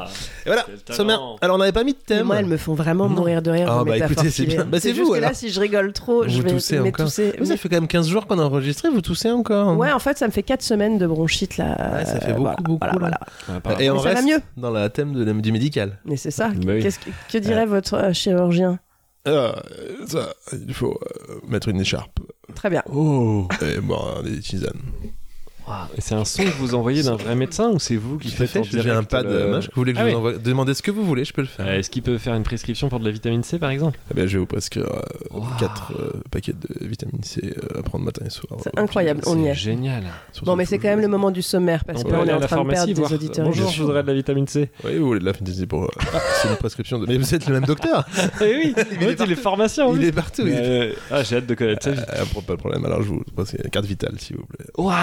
[SPEAKER 1] Et voilà,
[SPEAKER 3] Quel talent.
[SPEAKER 1] sommaire. Alors, on n'avait pas mis de
[SPEAKER 4] Et
[SPEAKER 1] thème.
[SPEAKER 4] moi, elles me font vraiment
[SPEAKER 1] Non.
[SPEAKER 4] mourir de rire.
[SPEAKER 1] Ah,
[SPEAKER 4] vos
[SPEAKER 1] bah,
[SPEAKER 4] métaphores
[SPEAKER 1] écoutez, c'est
[SPEAKER 4] filées.
[SPEAKER 1] bien. Bah, c'est vous,
[SPEAKER 4] juste que là,
[SPEAKER 1] alors.
[SPEAKER 4] si je rigole trop, je
[SPEAKER 1] Vous
[SPEAKER 4] vais
[SPEAKER 1] toussez
[SPEAKER 4] mais
[SPEAKER 1] encore.
[SPEAKER 4] tousser.
[SPEAKER 1] Oui, ça fait quand même 15 jours qu'on a enregistré, vous toussez encore.
[SPEAKER 4] Ouais, en fait, ça me fait 4 semaines de bronchite là.
[SPEAKER 1] Ouais, ça fait
[SPEAKER 4] Euh,
[SPEAKER 1] beaucoup,
[SPEAKER 4] voilà,
[SPEAKER 1] beaucoup.
[SPEAKER 4] voilà,
[SPEAKER 1] là.
[SPEAKER 4] voilà.
[SPEAKER 3] Ah, par-
[SPEAKER 1] Et on
[SPEAKER 4] Mais ça va
[SPEAKER 1] reste
[SPEAKER 4] mieux.
[SPEAKER 1] dans la thème de la- du médical.
[SPEAKER 4] Mais c'est ça.
[SPEAKER 3] Bah oui.
[SPEAKER 4] Qu'est-ce que, que dirait votre euh, chirurgien
[SPEAKER 1] Euh, ça, il faut euh, mettre une écharpe
[SPEAKER 4] Très bien.
[SPEAKER 3] Oh.
[SPEAKER 1] et boire des tisanes.
[SPEAKER 3] Waouh. Et Ah, C'est un son que vous envoyez d'un vrai médecin ou c'est vous qui
[SPEAKER 1] Tout à
[SPEAKER 3] faites en
[SPEAKER 1] fait, j'ai
[SPEAKER 3] direct,
[SPEAKER 1] un pad.
[SPEAKER 3] euh,
[SPEAKER 1] euh, moche que vous voulez que
[SPEAKER 3] ah
[SPEAKER 1] je
[SPEAKER 3] ouais.
[SPEAKER 1] vous envoie Demandez ce que vous voulez, je peux le faire.
[SPEAKER 3] Euh, Est-ce qu'il peut faire une prescription pour de la vitamine C par exemple
[SPEAKER 1] Eh ben, je vais vous prescrire
[SPEAKER 3] Waouh.
[SPEAKER 1] 4 paquets de vitamine C euh, à prendre matin et soir. euh,
[SPEAKER 4] C'est incroyable, on y est.
[SPEAKER 3] Génial.
[SPEAKER 1] Surtout,
[SPEAKER 4] Bon, mais
[SPEAKER 1] faut-
[SPEAKER 4] c'est quand même le moment du sommaire parce
[SPEAKER 3] On
[SPEAKER 4] que
[SPEAKER 3] peut
[SPEAKER 4] là, on
[SPEAKER 3] aller
[SPEAKER 4] est
[SPEAKER 3] à
[SPEAKER 4] en
[SPEAKER 3] la
[SPEAKER 4] train de
[SPEAKER 3] pharmacie
[SPEAKER 4] perdre
[SPEAKER 3] voir.
[SPEAKER 4] des auditeurs.
[SPEAKER 3] Bonjour,
[SPEAKER 1] Bien
[SPEAKER 3] je
[SPEAKER 1] sûr.
[SPEAKER 3] voudrais de la vitamine C.
[SPEAKER 1] Oui, vous voulez de la fantaisie pour. euh, *laughs* Ah, c'est une prescription de. Mais vous êtes le même docteur
[SPEAKER 3] Eh oui,
[SPEAKER 1] est
[SPEAKER 3] il est,
[SPEAKER 1] partout.
[SPEAKER 3] pharmacien.
[SPEAKER 4] Ah
[SPEAKER 1] Il
[SPEAKER 3] oui.
[SPEAKER 1] est partout. il est-
[SPEAKER 3] Euh, ah, j'ai hâte de connaître ça.
[SPEAKER 1] Euh, pour- pas de problème, alors je vous prescris carte vitale s'il vous plaît.
[SPEAKER 3] Waouh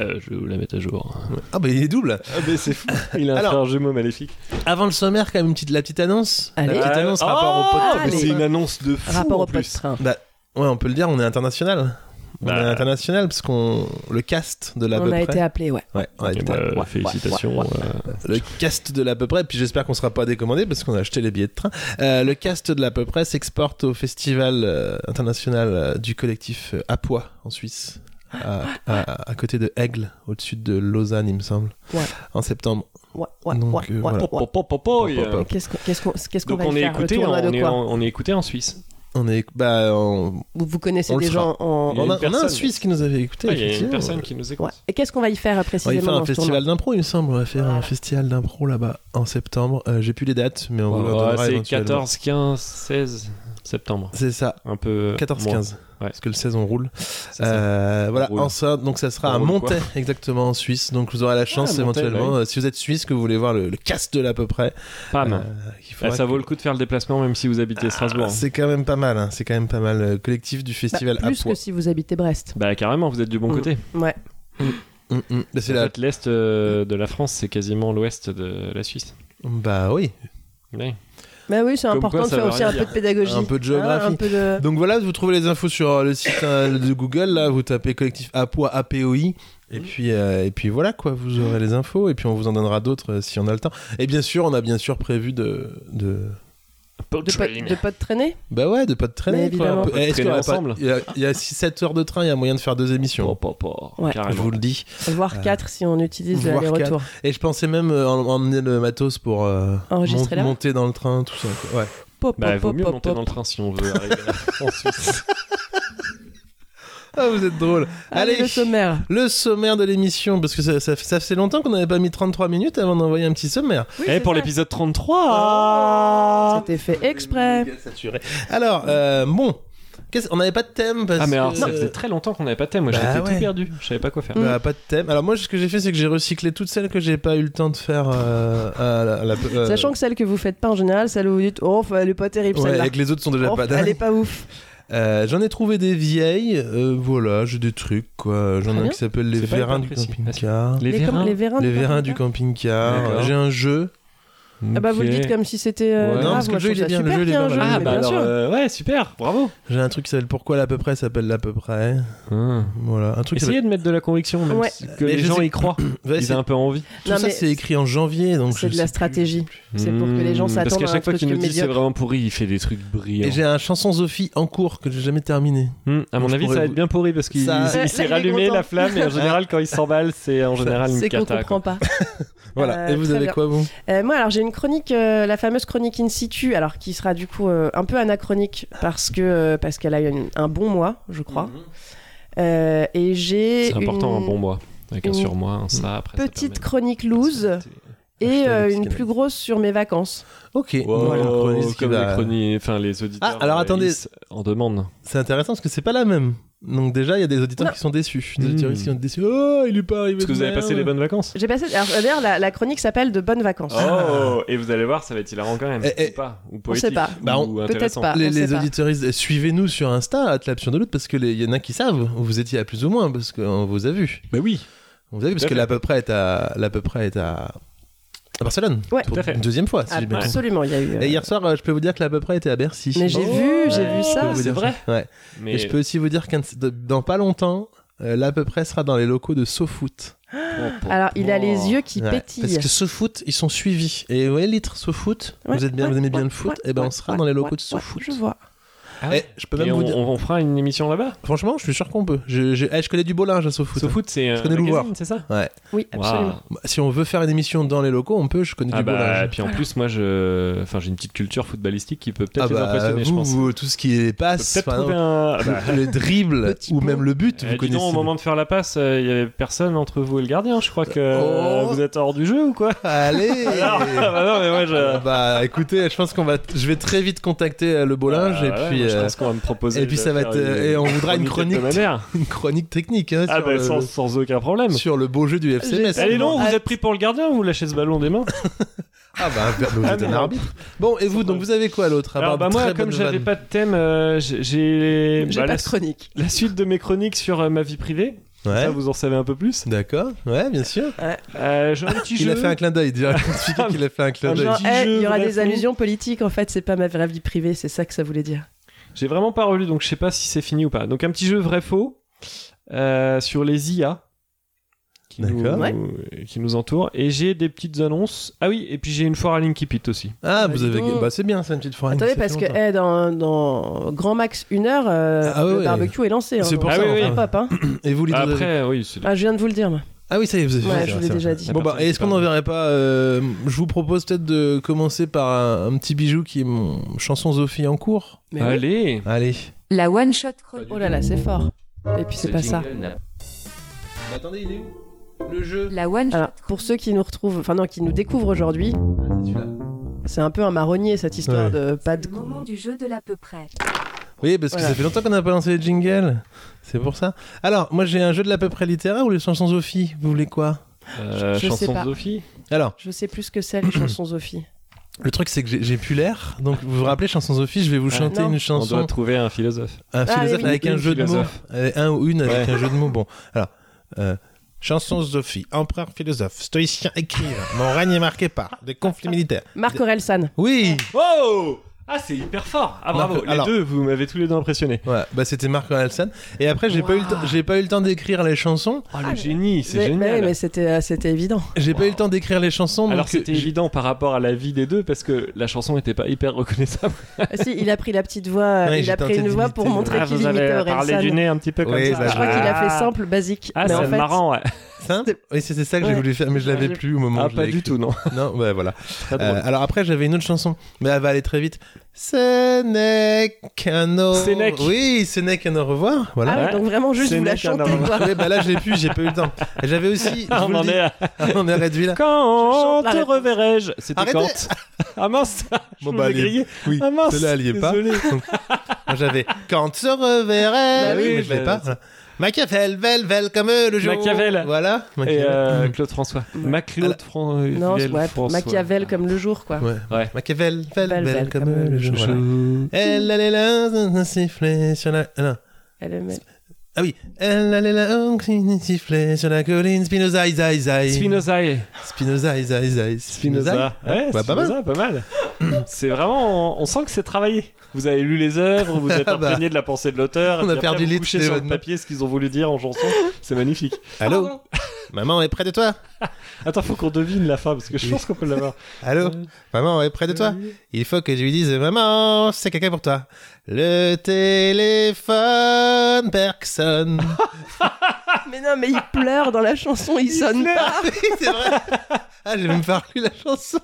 [SPEAKER 3] Euh, Je vais vous la mettre à jour.
[SPEAKER 1] Ah, bah il est double
[SPEAKER 3] Ah, mais c'est fou. Il a un
[SPEAKER 1] Alors-
[SPEAKER 3] frère jumeau maléfique.
[SPEAKER 1] Avant le sommaire, quand même, une petite, la petite annonce.
[SPEAKER 4] Allez.
[SPEAKER 1] La petite
[SPEAKER 3] Ah,
[SPEAKER 1] annonce
[SPEAKER 3] oh,
[SPEAKER 1] rapport au
[SPEAKER 4] podcast.
[SPEAKER 3] mais C'est
[SPEAKER 4] Allez.
[SPEAKER 3] une annonce de fou.
[SPEAKER 4] Rapport
[SPEAKER 3] en
[SPEAKER 4] au pot de
[SPEAKER 3] plus.
[SPEAKER 4] train.
[SPEAKER 1] Bah, ouais, on peut le dire, on est international. On
[SPEAKER 3] Bah.
[SPEAKER 1] est international parce qu'on le cast de l'à
[SPEAKER 4] On
[SPEAKER 1] peu près.
[SPEAKER 4] a été appelé, ouais.
[SPEAKER 1] Ouais, on a
[SPEAKER 3] Eh
[SPEAKER 1] été-
[SPEAKER 3] ben,
[SPEAKER 1] ouais,
[SPEAKER 3] félicitations.
[SPEAKER 1] ouais, ouais.
[SPEAKER 3] euh,
[SPEAKER 1] Le cast de l'à peu près, puis j'espère qu'on sera pas décommandé parce qu'on a acheté les billets de train. Euh, le cast de l'à peu près s'exporte au festival euh, international euh, du collectif euh, Apois en Suisse, à, à- à côté de Aigle, au-dessus de Lausanne, il me semble,
[SPEAKER 4] Ouais.
[SPEAKER 1] en septembre.
[SPEAKER 4] Ouais, ouais,
[SPEAKER 1] Donc,
[SPEAKER 4] ouais,
[SPEAKER 1] euh,
[SPEAKER 4] ouais,
[SPEAKER 1] voilà.
[SPEAKER 4] ouais.
[SPEAKER 3] pop, pop, pop, pop,
[SPEAKER 1] Pop,
[SPEAKER 3] et,
[SPEAKER 1] pop,
[SPEAKER 3] euh,
[SPEAKER 1] pop.
[SPEAKER 4] Qu'est-ce qu'on qu'est-ce qu'on- qu'est-ce qu'on
[SPEAKER 3] Donc
[SPEAKER 4] va
[SPEAKER 3] on
[SPEAKER 4] y
[SPEAKER 3] est
[SPEAKER 4] faire le
[SPEAKER 3] écouté,
[SPEAKER 4] tournoi
[SPEAKER 3] on
[SPEAKER 4] de
[SPEAKER 3] est
[SPEAKER 4] quoi
[SPEAKER 3] en- on est écouté en Suisse.
[SPEAKER 1] On est, bah, on,
[SPEAKER 4] Vous, vous connaissez
[SPEAKER 1] On le
[SPEAKER 4] des
[SPEAKER 1] fera.
[SPEAKER 4] gens
[SPEAKER 1] on a,
[SPEAKER 4] en.
[SPEAKER 3] une
[SPEAKER 1] on a un
[SPEAKER 3] personne.
[SPEAKER 1] Suisse qui nous avait écouté.
[SPEAKER 3] Ah, Il y a une
[SPEAKER 1] effectivement.
[SPEAKER 3] personne qui nous
[SPEAKER 4] Ouais.
[SPEAKER 3] écoute.
[SPEAKER 4] Et qu'est-ce qu'on va y faire euh,
[SPEAKER 1] On va y
[SPEAKER 4] précisément
[SPEAKER 1] faire un
[SPEAKER 4] dans ce tournoi
[SPEAKER 1] festival d'impro, il me semble. On va faire un festival d'impro là-bas en septembre. Euh, J'ai plus les dates, mais on vous leur
[SPEAKER 3] Ouais,
[SPEAKER 1] donnera
[SPEAKER 3] C'est
[SPEAKER 1] éventuellement.
[SPEAKER 3] 14, 15, 16 septembre.
[SPEAKER 1] C'est ça,
[SPEAKER 3] Un peu.
[SPEAKER 1] 14-15.
[SPEAKER 3] Ouais.
[SPEAKER 1] Parce que le 16, on roule.
[SPEAKER 3] C'est ça.
[SPEAKER 1] Euh, voilà,
[SPEAKER 3] roule.
[SPEAKER 1] en ça, donc ça sera
[SPEAKER 3] On
[SPEAKER 1] à
[SPEAKER 3] roule
[SPEAKER 1] Montaigne, exactement, en Suisse. Donc vous aurez la chance
[SPEAKER 3] Ah, Montaigne,
[SPEAKER 1] éventuellement,
[SPEAKER 3] bah
[SPEAKER 1] euh, si vous êtes suisse, que vous voulez voir le, le cast de l'à peu près.
[SPEAKER 3] Pam.
[SPEAKER 1] euh, il
[SPEAKER 3] Ah,
[SPEAKER 1] faudra
[SPEAKER 3] ça
[SPEAKER 1] que- Ah.
[SPEAKER 3] vaut le coup de faire le déplacement même si vous habitez Strasbourg.
[SPEAKER 1] C'est quand même pas mal, hein, c'est quand même pas mal. euh, collectif du
[SPEAKER 4] Bah,
[SPEAKER 1] festival à
[SPEAKER 4] Plus que si vous habitez Brest.
[SPEAKER 3] Bah carrément, vous êtes du bon
[SPEAKER 4] Mm.
[SPEAKER 3] côté.
[SPEAKER 4] Ouais.
[SPEAKER 1] Mm, Bah, C'est
[SPEAKER 3] En
[SPEAKER 1] la...
[SPEAKER 3] fait, l'est euh, de la France, c'est quasiment l'ouest de la Suisse.
[SPEAKER 1] Bah oui.
[SPEAKER 3] Ouais.
[SPEAKER 4] Bah oui, c'est
[SPEAKER 3] Comme
[SPEAKER 4] important
[SPEAKER 3] quoi,
[SPEAKER 4] de
[SPEAKER 3] ça
[SPEAKER 4] faire
[SPEAKER 3] veut
[SPEAKER 4] aussi un
[SPEAKER 3] rien
[SPEAKER 4] peu de pédagogie.
[SPEAKER 1] Un peu de
[SPEAKER 4] Hein,
[SPEAKER 1] géographie.
[SPEAKER 4] un peu de.
[SPEAKER 1] Donc voilà, vous trouvez les infos sur euh, le site euh, de Google. Là, vous tapez collectif APOI, APOI. Et puis, euh, et puis voilà quoi, vous aurez les infos et puis on vous en donnera d'autres euh, si on a le temps. Et bien sûr, on a bien sûr prévu de, de...
[SPEAKER 4] De pas, de pas de traîner
[SPEAKER 1] bah ouais, de pas de
[SPEAKER 4] Mais
[SPEAKER 1] traîner. quoi.
[SPEAKER 4] évidemment.
[SPEAKER 1] Un peu-
[SPEAKER 3] Pas de
[SPEAKER 1] Est-ce qu'il y aurait
[SPEAKER 3] traîner
[SPEAKER 1] pas- Il y a, il y a 6 7 heures de train, il y a moyen de faire deux émissions.
[SPEAKER 3] Oh, oh, oh,
[SPEAKER 4] Ouais.
[SPEAKER 1] Je
[SPEAKER 3] Carrément.
[SPEAKER 1] vous le dis.
[SPEAKER 4] Voire
[SPEAKER 1] Euh,
[SPEAKER 4] 4 si on utilise
[SPEAKER 1] voire
[SPEAKER 4] l'aller-retour.
[SPEAKER 1] Et je pensais même euh, en- emmener le matos pour euh,
[SPEAKER 4] Enregistrer
[SPEAKER 1] mon-
[SPEAKER 4] là
[SPEAKER 1] monter dans le train, tout ça. quoi. Ouais.
[SPEAKER 4] Pop,
[SPEAKER 3] Bah,
[SPEAKER 4] pop,
[SPEAKER 3] vaut
[SPEAKER 4] pop,
[SPEAKER 3] mieux
[SPEAKER 4] pop,
[SPEAKER 3] monter
[SPEAKER 4] pop.
[SPEAKER 3] dans le train si on veut arriver
[SPEAKER 4] *laughs*
[SPEAKER 3] en Suisse.
[SPEAKER 1] Ah, vous êtes drôle.
[SPEAKER 4] Allez, le sommaire.
[SPEAKER 1] le sommaire de l'émission, parce que ça, ça, ça fait longtemps qu'on n'avait pas mis 33 minutes avant d'envoyer un petit sommaire.
[SPEAKER 3] Eh, pour l'épisode hein. 33
[SPEAKER 4] C'était fait exprès.
[SPEAKER 1] Alors, euh, bon, Qu'est-ce- on n'avait pas de thème parce
[SPEAKER 3] Ah, mais alors,
[SPEAKER 1] que-
[SPEAKER 3] ça faisait très longtemps qu'on n'avait pas de thème. Moi,
[SPEAKER 1] Bah,
[SPEAKER 3] j'étais
[SPEAKER 1] ouais.
[SPEAKER 3] tout perdu. Je savais pas quoi faire.
[SPEAKER 1] Bah, pas de thème. Alors moi, ce que j'ai fait, c'est que j'ai recyclé toutes celles que j'ai pas eu le temps de faire. euh, à la- à la- euh,
[SPEAKER 4] Sachant que celle que vous faites pas en général, celle où vous dites Oh, elle est pas terrible
[SPEAKER 1] ouais,
[SPEAKER 4] celle-là.
[SPEAKER 1] et que les autres sont déjà
[SPEAKER 4] Oh,
[SPEAKER 1] pas
[SPEAKER 4] elle est
[SPEAKER 1] dingues.
[SPEAKER 4] pas ouf.
[SPEAKER 1] Euh, J'en ai trouvé des vieilles. euh, voilà, j'ai des trucs quoi. J'en ai un
[SPEAKER 4] bien.
[SPEAKER 1] qui s'appelle les
[SPEAKER 3] C'est pas
[SPEAKER 1] vérins
[SPEAKER 3] hyper
[SPEAKER 1] du
[SPEAKER 3] précis.
[SPEAKER 1] camping-car.
[SPEAKER 3] Les
[SPEAKER 4] com-
[SPEAKER 3] vérins.
[SPEAKER 4] Mm. les vérins,
[SPEAKER 1] Les
[SPEAKER 4] du
[SPEAKER 1] vérins
[SPEAKER 4] camping-car.
[SPEAKER 1] du camping-car.
[SPEAKER 3] D'accord.
[SPEAKER 1] J'ai un jeu.
[SPEAKER 4] Ah bah vous le
[SPEAKER 3] Ok.
[SPEAKER 4] dites comme si c'était euh,
[SPEAKER 3] Ouais.
[SPEAKER 1] Non,
[SPEAKER 4] grave,
[SPEAKER 1] parce que
[SPEAKER 4] moi,
[SPEAKER 1] le jeu,
[SPEAKER 4] je trouve
[SPEAKER 1] il est bien,
[SPEAKER 4] ça
[SPEAKER 1] le
[SPEAKER 4] super
[SPEAKER 1] jeu, il est
[SPEAKER 4] qu'il y ait
[SPEAKER 1] pas
[SPEAKER 4] un
[SPEAKER 3] Ah,
[SPEAKER 1] mal.
[SPEAKER 4] mais
[SPEAKER 3] bah
[SPEAKER 4] bien
[SPEAKER 3] alors,
[SPEAKER 4] sûr.
[SPEAKER 3] euh, ouais, super, bravo.
[SPEAKER 1] J'ai un truc qui s'appelle Pourquoi l'à peu près s'appelle l'à peu près. Voilà, un truc. qui
[SPEAKER 3] Essayez de mettre de la conviction, même
[SPEAKER 4] Ouais.
[SPEAKER 3] si- que
[SPEAKER 1] Mais
[SPEAKER 3] les
[SPEAKER 1] je
[SPEAKER 3] gens
[SPEAKER 1] sais-
[SPEAKER 3] y croient.
[SPEAKER 1] s'appelle- Ouais,
[SPEAKER 3] Ils aient
[SPEAKER 1] c'est-
[SPEAKER 3] un peu envie.
[SPEAKER 1] Tout
[SPEAKER 4] Non,
[SPEAKER 1] ça,
[SPEAKER 4] mais
[SPEAKER 1] c'est écrit en janvier, donc
[SPEAKER 4] C'est
[SPEAKER 1] je
[SPEAKER 4] de
[SPEAKER 1] sais
[SPEAKER 4] la
[SPEAKER 1] plus.
[SPEAKER 4] stratégie. C'est pour que les gens
[SPEAKER 3] Mmh,
[SPEAKER 4] s'attendent
[SPEAKER 3] Parce
[SPEAKER 4] à
[SPEAKER 3] qu'à
[SPEAKER 4] un
[SPEAKER 3] chaque fois
[SPEAKER 4] truc
[SPEAKER 3] qu'ils nous disent c'est
[SPEAKER 4] médiocre.
[SPEAKER 3] vraiment pourri, il fait des trucs brillants.
[SPEAKER 1] Hmm. Et j'ai un chanson Sophie en cours que j'ai jamais terminé.
[SPEAKER 3] Mmh, à mon
[SPEAKER 1] Je
[SPEAKER 3] avis,
[SPEAKER 1] pourrais
[SPEAKER 3] ça va
[SPEAKER 1] vous-
[SPEAKER 3] être bien pourri parce qu'il
[SPEAKER 1] Ça-
[SPEAKER 3] il- il
[SPEAKER 4] Là, *laughs* il
[SPEAKER 3] s'est
[SPEAKER 4] est
[SPEAKER 3] rallumé
[SPEAKER 4] content.
[SPEAKER 3] la flamme et en général, quand il s'emballe, c'est hein. en général une
[SPEAKER 4] C'est qu'on
[SPEAKER 3] cata. quoi.
[SPEAKER 4] comprend pas.
[SPEAKER 1] Voilà.
[SPEAKER 4] Euh,
[SPEAKER 1] Et vous
[SPEAKER 4] très
[SPEAKER 1] avez
[SPEAKER 4] bien.
[SPEAKER 1] quoi vous
[SPEAKER 4] Euh, moi, alors j'ai une chronique, euh, la fameuse chronique in situ, alors qui sera du coup euh, un peu anachronique parce que euh, parce qu'elle a eu une- un bon mois, je crois. Euh, et j'ai
[SPEAKER 3] Mmh. C'est important, un
[SPEAKER 4] une
[SPEAKER 3] bon mois. Avec un
[SPEAKER 4] une
[SPEAKER 3] surmois, un ça, après. ça
[SPEAKER 4] petite
[SPEAKER 3] permet-
[SPEAKER 4] chronique loose et
[SPEAKER 1] Hashtag
[SPEAKER 4] euh, une
[SPEAKER 1] psychanalyse.
[SPEAKER 4] plus grosse sur mes vacances.
[SPEAKER 1] Ok.
[SPEAKER 3] Wow,
[SPEAKER 1] Voilà. Chroniste qui
[SPEAKER 3] comme
[SPEAKER 1] va-
[SPEAKER 3] les chroniques, enfin les auditeurs.
[SPEAKER 1] Ah, alors
[SPEAKER 3] euh,
[SPEAKER 1] attendez.
[SPEAKER 3] ils s- En demande.
[SPEAKER 1] bah, C'est intéressant parce que c'est pas la même. Donc déjà, il y a des auditeurs
[SPEAKER 4] Non.
[SPEAKER 1] qui sont déçus. Des
[SPEAKER 3] Mm.
[SPEAKER 1] auditeurs qui sont déçus. Oh, il est pas arrivé.
[SPEAKER 3] Parce que
[SPEAKER 1] de
[SPEAKER 3] vous avez
[SPEAKER 1] merde.
[SPEAKER 3] passé les bonnes vacances
[SPEAKER 4] J'ai passé. alors, D'ailleurs, la, la chronique s'appelle De bonnes vacances.
[SPEAKER 3] Oh Et vous allez voir, ça va être hilarant quand même.
[SPEAKER 1] Ah. Eh, eh.
[SPEAKER 3] Ou pas. Ou
[SPEAKER 4] On
[SPEAKER 3] poétique.
[SPEAKER 4] sait pas.
[SPEAKER 1] Bah, on-
[SPEAKER 3] ou
[SPEAKER 4] peut-être
[SPEAKER 3] intéressant.
[SPEAKER 4] pas. Ah,
[SPEAKER 1] les
[SPEAKER 4] on sait
[SPEAKER 1] les auditeuristes, suivez-nous sur Insta, Atlaption de l'autre, parce que les- il y en a qui savent. Vous étiez à plus ou moins, parce qu'on vous a vu.
[SPEAKER 3] Bah oui.
[SPEAKER 1] On vous a vu, parce
[SPEAKER 3] Tout à
[SPEAKER 1] que
[SPEAKER 3] fait.
[SPEAKER 1] l'à peu près est à, l'à peu près est à, à Barcelone.
[SPEAKER 4] Ouais.
[SPEAKER 1] Pour
[SPEAKER 3] Tout à fait.
[SPEAKER 1] une deuxième fois, si j'ai bien compris.
[SPEAKER 4] Ah, Absolument, il y a eu. euh,
[SPEAKER 1] Et hier soir, euh, je peux vous dire que l'à peu près était à Bercy.
[SPEAKER 4] Mais j'ai
[SPEAKER 1] Oh.
[SPEAKER 4] vu, j'ai
[SPEAKER 3] Ouais.
[SPEAKER 4] vu
[SPEAKER 1] Je peux
[SPEAKER 4] ça.
[SPEAKER 1] vous
[SPEAKER 3] c'est
[SPEAKER 1] dire
[SPEAKER 3] vrai.
[SPEAKER 1] ça. Ouais.
[SPEAKER 3] Mais
[SPEAKER 1] Et je peux aussi vous dire qu'un de- de- dans pas longtemps, euh, l'à peu près sera dans les locaux de SoFoot.
[SPEAKER 4] Alors, il a
[SPEAKER 3] Oh.
[SPEAKER 4] les yeux qui
[SPEAKER 1] Ouais,
[SPEAKER 4] pétillent.
[SPEAKER 1] Parce que SoFoot, ils sont suivis. Et ouais, litre SoFoot,
[SPEAKER 4] Ouais,
[SPEAKER 1] vous, êtes bien,
[SPEAKER 4] ouais,
[SPEAKER 1] vous aimez bien
[SPEAKER 4] ouais,
[SPEAKER 1] le foot,
[SPEAKER 4] ouais,
[SPEAKER 1] et ben
[SPEAKER 4] ouais,
[SPEAKER 1] on sera
[SPEAKER 4] ouais,
[SPEAKER 1] dans les locaux
[SPEAKER 4] ouais,
[SPEAKER 1] de
[SPEAKER 4] ouais,
[SPEAKER 1] SoFoot.
[SPEAKER 4] Je vois.
[SPEAKER 3] Ah
[SPEAKER 1] Eh,
[SPEAKER 3] ouais.
[SPEAKER 1] je peux
[SPEAKER 3] Et
[SPEAKER 1] même
[SPEAKER 3] on,
[SPEAKER 1] vous dire.
[SPEAKER 3] on- on fera une émission là-bas.
[SPEAKER 1] Franchement, je suis sûr qu'on peut. Je, je- eh, je connais du beau linge à SoFoot. hein.
[SPEAKER 3] SoFoot, c'est euh, un
[SPEAKER 1] connais
[SPEAKER 3] magazine,
[SPEAKER 1] Louvre.
[SPEAKER 3] c'est ça
[SPEAKER 4] Oui, absolument.
[SPEAKER 3] Waouh.
[SPEAKER 1] Bah, Si on veut faire une émission dans les locaux, on peut. Je connais
[SPEAKER 3] Ah
[SPEAKER 1] du beau
[SPEAKER 3] bah, et
[SPEAKER 1] linge.
[SPEAKER 3] puis en plus, moi, je, enfin, j'ai une petite culture footballistique qui peut peut-être
[SPEAKER 1] Ah
[SPEAKER 3] les
[SPEAKER 1] bah,
[SPEAKER 3] impressionner, je
[SPEAKER 1] vous,
[SPEAKER 3] pense.
[SPEAKER 1] vous, tout ce qui est
[SPEAKER 3] On peut
[SPEAKER 1] passe,
[SPEAKER 3] Peut-être
[SPEAKER 1] par
[SPEAKER 3] trouver un. Ah bah,
[SPEAKER 1] exemple, *laughs* le dribble
[SPEAKER 4] *laughs* Petit
[SPEAKER 1] ou
[SPEAKER 4] pont.
[SPEAKER 1] même le but,
[SPEAKER 3] eh,
[SPEAKER 1] vous
[SPEAKER 3] dis
[SPEAKER 1] connaissez.
[SPEAKER 3] donc, au moment de faire la passe, euh, il y avait personne entre vous et le gardien. Je crois que euh,
[SPEAKER 1] Oh.
[SPEAKER 3] vous êtes hors du jeu ou quoi
[SPEAKER 1] Allez.
[SPEAKER 3] *laughs*
[SPEAKER 1] *laughs*
[SPEAKER 3] Alors, bah non, mais moi, je.
[SPEAKER 1] Ah Bah écoutez, je pense qu'on va, je vais très vite contacter euh, le beau linge
[SPEAKER 3] Ah
[SPEAKER 1] et
[SPEAKER 3] ouais,
[SPEAKER 1] puis
[SPEAKER 3] moi, je
[SPEAKER 1] euh,
[SPEAKER 3] pense qu'on va me proposer.
[SPEAKER 1] et puis
[SPEAKER 3] de
[SPEAKER 1] ça va
[SPEAKER 3] faire
[SPEAKER 1] être, euh, et on voudra une
[SPEAKER 3] hebdomadaire.
[SPEAKER 1] une chronique technique hein, *laughs*
[SPEAKER 3] Ah
[SPEAKER 1] sur,
[SPEAKER 3] bah,
[SPEAKER 1] le,
[SPEAKER 3] sans, sans aucun problème.
[SPEAKER 1] sur le beau jeu du FCMS.
[SPEAKER 3] Allez, non, vous êtes pris pour le gardien ou vous lâchez ce ballon des mains
[SPEAKER 1] Ah bah bah, vous êtes
[SPEAKER 3] Ah,
[SPEAKER 1] un
[SPEAKER 3] non.
[SPEAKER 1] arbitre. Bon et vous donc vous avez quoi l'autre à
[SPEAKER 3] Alors,
[SPEAKER 1] part
[SPEAKER 3] bah,
[SPEAKER 1] de
[SPEAKER 3] moi,
[SPEAKER 1] très
[SPEAKER 3] comme
[SPEAKER 1] bonnes
[SPEAKER 3] j'avais
[SPEAKER 1] vannes
[SPEAKER 3] pas de thème, euh, j'ai- j'ai.
[SPEAKER 4] J'ai
[SPEAKER 3] bah,
[SPEAKER 4] pas
[SPEAKER 3] la
[SPEAKER 4] de chronique.
[SPEAKER 3] la suite de mes chroniques sur euh, ma vie privée. Ça,
[SPEAKER 1] Ouais.
[SPEAKER 3] vous en savez un peu plus.
[SPEAKER 1] D'accord. Ouais bien sûr.
[SPEAKER 3] Euh, J'ai un
[SPEAKER 1] *laughs*
[SPEAKER 3] petit
[SPEAKER 1] Il
[SPEAKER 3] jeu.
[SPEAKER 1] a fait un clin d'œil. Dire expliquer qu'il a fait un clin d'œil.
[SPEAKER 4] Genre,
[SPEAKER 3] petit
[SPEAKER 4] eh, il y
[SPEAKER 3] jeu
[SPEAKER 4] aura des
[SPEAKER 3] vrai-faux.
[SPEAKER 4] allusions politiques, en fait, c'est pas ma vraie vie privée, c'est ça que ça voulait dire.
[SPEAKER 3] J'ai vraiment pas relu, donc je sais pas si c'est fini ou pas. Donc un petit jeu vrai-faux euh, sur les IA qui nous,
[SPEAKER 1] D'accord.
[SPEAKER 3] qui nous entourent. Et j'ai des petites annonces. Ah oui, et puis j'ai une foire à Linkipit aussi.
[SPEAKER 1] Ah vous
[SPEAKER 4] dis
[SPEAKER 1] avez.
[SPEAKER 4] donc.
[SPEAKER 1] Bah c'est bien c'est une petite foraine.
[SPEAKER 4] Attendez,
[SPEAKER 1] ça fait
[SPEAKER 4] parce que
[SPEAKER 1] longtemps.
[SPEAKER 4] eh, dans, dans Grand Max 1 heure, euh,
[SPEAKER 1] Ah
[SPEAKER 4] le
[SPEAKER 1] ouais.
[SPEAKER 4] barbecue est lancé. hein,
[SPEAKER 1] C'est pour Ah
[SPEAKER 4] donc
[SPEAKER 3] ça,
[SPEAKER 4] on
[SPEAKER 3] oui,
[SPEAKER 4] fait
[SPEAKER 1] oui.
[SPEAKER 4] pop, hein.
[SPEAKER 1] Et vous les deux avez-
[SPEAKER 3] Après, oui, c'est
[SPEAKER 4] Ah, je viens de vous le dire. moi.
[SPEAKER 1] Ah oui, ça y est, vous avez
[SPEAKER 4] Ouais,
[SPEAKER 1] fait
[SPEAKER 4] je
[SPEAKER 1] ça,
[SPEAKER 4] vous
[SPEAKER 1] c'est
[SPEAKER 4] l'ai déjà
[SPEAKER 1] vrai.
[SPEAKER 4] dit.
[SPEAKER 1] Bon, bah, est-ce qu'on n'enverrait pas. euh, je vous propose peut-être de commencer par un, un petit bijou qui est mon chanson Zophie en cours.
[SPEAKER 4] Mais oui.
[SPEAKER 3] Allez
[SPEAKER 1] Allez.
[SPEAKER 6] La one shot chronique.
[SPEAKER 4] Oh là là, c'est fort. Et puis c'est pas ça.
[SPEAKER 1] attendez, il est où Le jeu
[SPEAKER 6] La one shot
[SPEAKER 4] Alors, pour ceux qui nous retrouvent, enfin non, qui nous découvrent aujourd'hui, c'est un peu un marronnier cette histoire de pas de.
[SPEAKER 6] le moment du jeu de l'à peu près.
[SPEAKER 1] Oui, parce que
[SPEAKER 4] Voilà.
[SPEAKER 1] ça fait longtemps qu'on n'a pas lancé les jingles. C'est pour ça. Alors, moi j'ai un jeu de l'à peu près littéraire ou les chansons Zophie Vous voulez quoi
[SPEAKER 3] Euh,
[SPEAKER 4] Je- je sais
[SPEAKER 3] Chanson
[SPEAKER 4] pas.
[SPEAKER 3] de Sophie
[SPEAKER 1] Alors,
[SPEAKER 4] Je sais plus ce que c'est
[SPEAKER 1] *clears throat*
[SPEAKER 4] les chansons Sophie.
[SPEAKER 1] le truc c'est que j'ai- j'ai plus l'air. Donc, vous vous rappelez chansons Zophie Je vais vous
[SPEAKER 3] Ah,
[SPEAKER 1] chanter
[SPEAKER 4] non. Ah,
[SPEAKER 1] une
[SPEAKER 3] On
[SPEAKER 1] chanson.
[SPEAKER 3] doit trouver un philosophe.
[SPEAKER 1] Un philosophe
[SPEAKER 4] oui, oui.
[SPEAKER 1] avec un
[SPEAKER 3] Une
[SPEAKER 1] jeu de mots.
[SPEAKER 3] philosophe.
[SPEAKER 1] Euh, un ou une avec
[SPEAKER 3] Ouais.
[SPEAKER 1] un jeu de mots. Bon, alors. euh, Chanson Sophie, empereur philosophe, stoïcien écrivain. Mon règne est marqué par des conflits militaires.
[SPEAKER 4] Marc Aurel San.
[SPEAKER 1] Oui
[SPEAKER 3] Oh Ah, c'est hyper fort Ah, bravo
[SPEAKER 1] Marc-
[SPEAKER 3] Les
[SPEAKER 1] alors-
[SPEAKER 3] deux, vous m'avez tous les deux impressionné.
[SPEAKER 1] Ouais, bah c'était Marc Nelson. Et après, j'ai pas eu le temps, j'ai pas eu le temps d'écrire les chansons.
[SPEAKER 3] Oh, le génie, c'est
[SPEAKER 4] Mais-
[SPEAKER 3] génial
[SPEAKER 4] mais oui, mais c'était euh, c'était évident.
[SPEAKER 1] J'ai pas eu le temps d'écrire les chansons.
[SPEAKER 3] Alors
[SPEAKER 1] donc,
[SPEAKER 3] c'était
[SPEAKER 1] j'ai-
[SPEAKER 3] évident par rapport à la vie des deux parce que la chanson n'était pas hyper *laughs* reconnaissable.
[SPEAKER 4] Ah si, il a pris la petite voix,
[SPEAKER 1] Ouais,
[SPEAKER 4] il
[SPEAKER 1] j'ai
[SPEAKER 4] a pris
[SPEAKER 1] tenté
[SPEAKER 4] une voix
[SPEAKER 1] d'imiter,
[SPEAKER 4] pour
[SPEAKER 1] mais-
[SPEAKER 3] Ah,
[SPEAKER 4] montrer qu'il imitait Aurel San.
[SPEAKER 3] nez un petit peu
[SPEAKER 1] Oui, bah,
[SPEAKER 4] Je crois qu'il a fait simple, basique.
[SPEAKER 3] Ah,
[SPEAKER 4] mais
[SPEAKER 3] c'est
[SPEAKER 4] en fait,
[SPEAKER 3] marrant, ouais.
[SPEAKER 1] Simple Oui, c'était ça que j'ai
[SPEAKER 4] Ouais.
[SPEAKER 1] voulu faire, mais je l'avais
[SPEAKER 4] Ouais,
[SPEAKER 1] plus au moment
[SPEAKER 3] Ah,
[SPEAKER 1] où je
[SPEAKER 3] pas
[SPEAKER 1] l'ai
[SPEAKER 3] du
[SPEAKER 1] écrit.
[SPEAKER 3] tout, non.
[SPEAKER 1] Non, bah voilà.
[SPEAKER 3] Très
[SPEAKER 1] Euh,
[SPEAKER 3] drôle.
[SPEAKER 1] alors après, j'avais une autre chanson, mais elle va aller très vite. Ce n'est qu'un au.
[SPEAKER 3] Sénèque.
[SPEAKER 1] Oui, ce n'est qu'un au revoir. Voilà.
[SPEAKER 4] Ah oui,
[SPEAKER 3] Ouais.
[SPEAKER 4] donc vraiment juste
[SPEAKER 3] C'est
[SPEAKER 4] vous la
[SPEAKER 3] né qu'un
[SPEAKER 4] chantez
[SPEAKER 3] homme.
[SPEAKER 4] Ah, quoi.
[SPEAKER 1] Ouais, bah là, je l'ai plus, j'ai pas eu le temps. Et J'avais
[SPEAKER 3] *laughs*
[SPEAKER 1] aussi. je vous
[SPEAKER 3] on
[SPEAKER 1] le
[SPEAKER 3] en
[SPEAKER 1] dis,
[SPEAKER 3] est à-
[SPEAKER 1] *laughs* on est réduit là.
[SPEAKER 3] Quand
[SPEAKER 4] chante la
[SPEAKER 3] te
[SPEAKER 4] réponse.
[SPEAKER 3] reverrai-je C'était
[SPEAKER 1] Arrêtez
[SPEAKER 3] quand Ah mince Je
[SPEAKER 1] Bon,
[SPEAKER 3] vous
[SPEAKER 1] bah,
[SPEAKER 3] ai
[SPEAKER 1] allez.
[SPEAKER 3] grillé.
[SPEAKER 1] Oui,
[SPEAKER 3] Ah mince
[SPEAKER 1] celle-là, elle y est pas.
[SPEAKER 3] Désolé.
[SPEAKER 1] Moi, J'avais quand se reverrai.
[SPEAKER 3] Bah oui,
[SPEAKER 1] mais je l'ai
[SPEAKER 3] bah,
[SPEAKER 1] pas. voilà. Machiavel, vel, vel, comme le jour.
[SPEAKER 3] Machiavel.
[SPEAKER 1] Voilà.
[SPEAKER 3] Et
[SPEAKER 1] Machiavel.
[SPEAKER 3] euh, Claude François. Maclaude Fran- euh,
[SPEAKER 4] Non, c'est-
[SPEAKER 3] Viel-
[SPEAKER 4] ouais,
[SPEAKER 3] François.
[SPEAKER 4] Machiavel comme le jour quoi.
[SPEAKER 1] Ouais.
[SPEAKER 3] Ouais.
[SPEAKER 1] Machiavel, vel, vel,
[SPEAKER 4] Vel, vel,
[SPEAKER 3] Ah,
[SPEAKER 1] comme le jour. Voilà. Elle allait là, un sifflet sur la. ah non.
[SPEAKER 4] Elle aimait-
[SPEAKER 1] Ah oui. Elle allait là, un sifflet sur la colline. Spinoza, Isa, Isa.
[SPEAKER 3] Spinoza.
[SPEAKER 1] Spinoza, Isa, Isa.
[SPEAKER 3] Spinoza. Ouais,
[SPEAKER 1] Bah, pas mal.
[SPEAKER 3] Spinoza, pas mal. *clears throat* C'est vraiment, on, on sent que c'est travaillé. Vous avez lu les œuvres,
[SPEAKER 1] *laughs*
[SPEAKER 3] vous êtes
[SPEAKER 1] Ah bah.
[SPEAKER 3] imprégné de la pensée de l'auteur.
[SPEAKER 1] On
[SPEAKER 3] et
[SPEAKER 1] a
[SPEAKER 3] puis
[SPEAKER 1] perdu
[SPEAKER 3] après, vous
[SPEAKER 1] l'île
[SPEAKER 3] couchez
[SPEAKER 1] des
[SPEAKER 3] sur le
[SPEAKER 1] vêtements.
[SPEAKER 3] papier ce qu'ils ont voulu dire en chanson. C'est magnifique.
[SPEAKER 1] Allô *laughs* Maman est près de toi
[SPEAKER 3] Attends, faut qu'on devine la fin parce que je pense qu'on peut
[SPEAKER 1] *laughs*
[SPEAKER 3] l'avoir.
[SPEAKER 1] Allô Maman est Euh, près de toi Il faut que je lui dise Maman, c'est quelqu'un pour toi. Le téléphone
[SPEAKER 3] *laughs*
[SPEAKER 1] Bergson.
[SPEAKER 4] Ah, Mais non, mais il pleure dans la chanson, il, sonne pas.
[SPEAKER 1] *laughs* Oui, c'est vrai. Ah, j'ai même pas relu la chanson.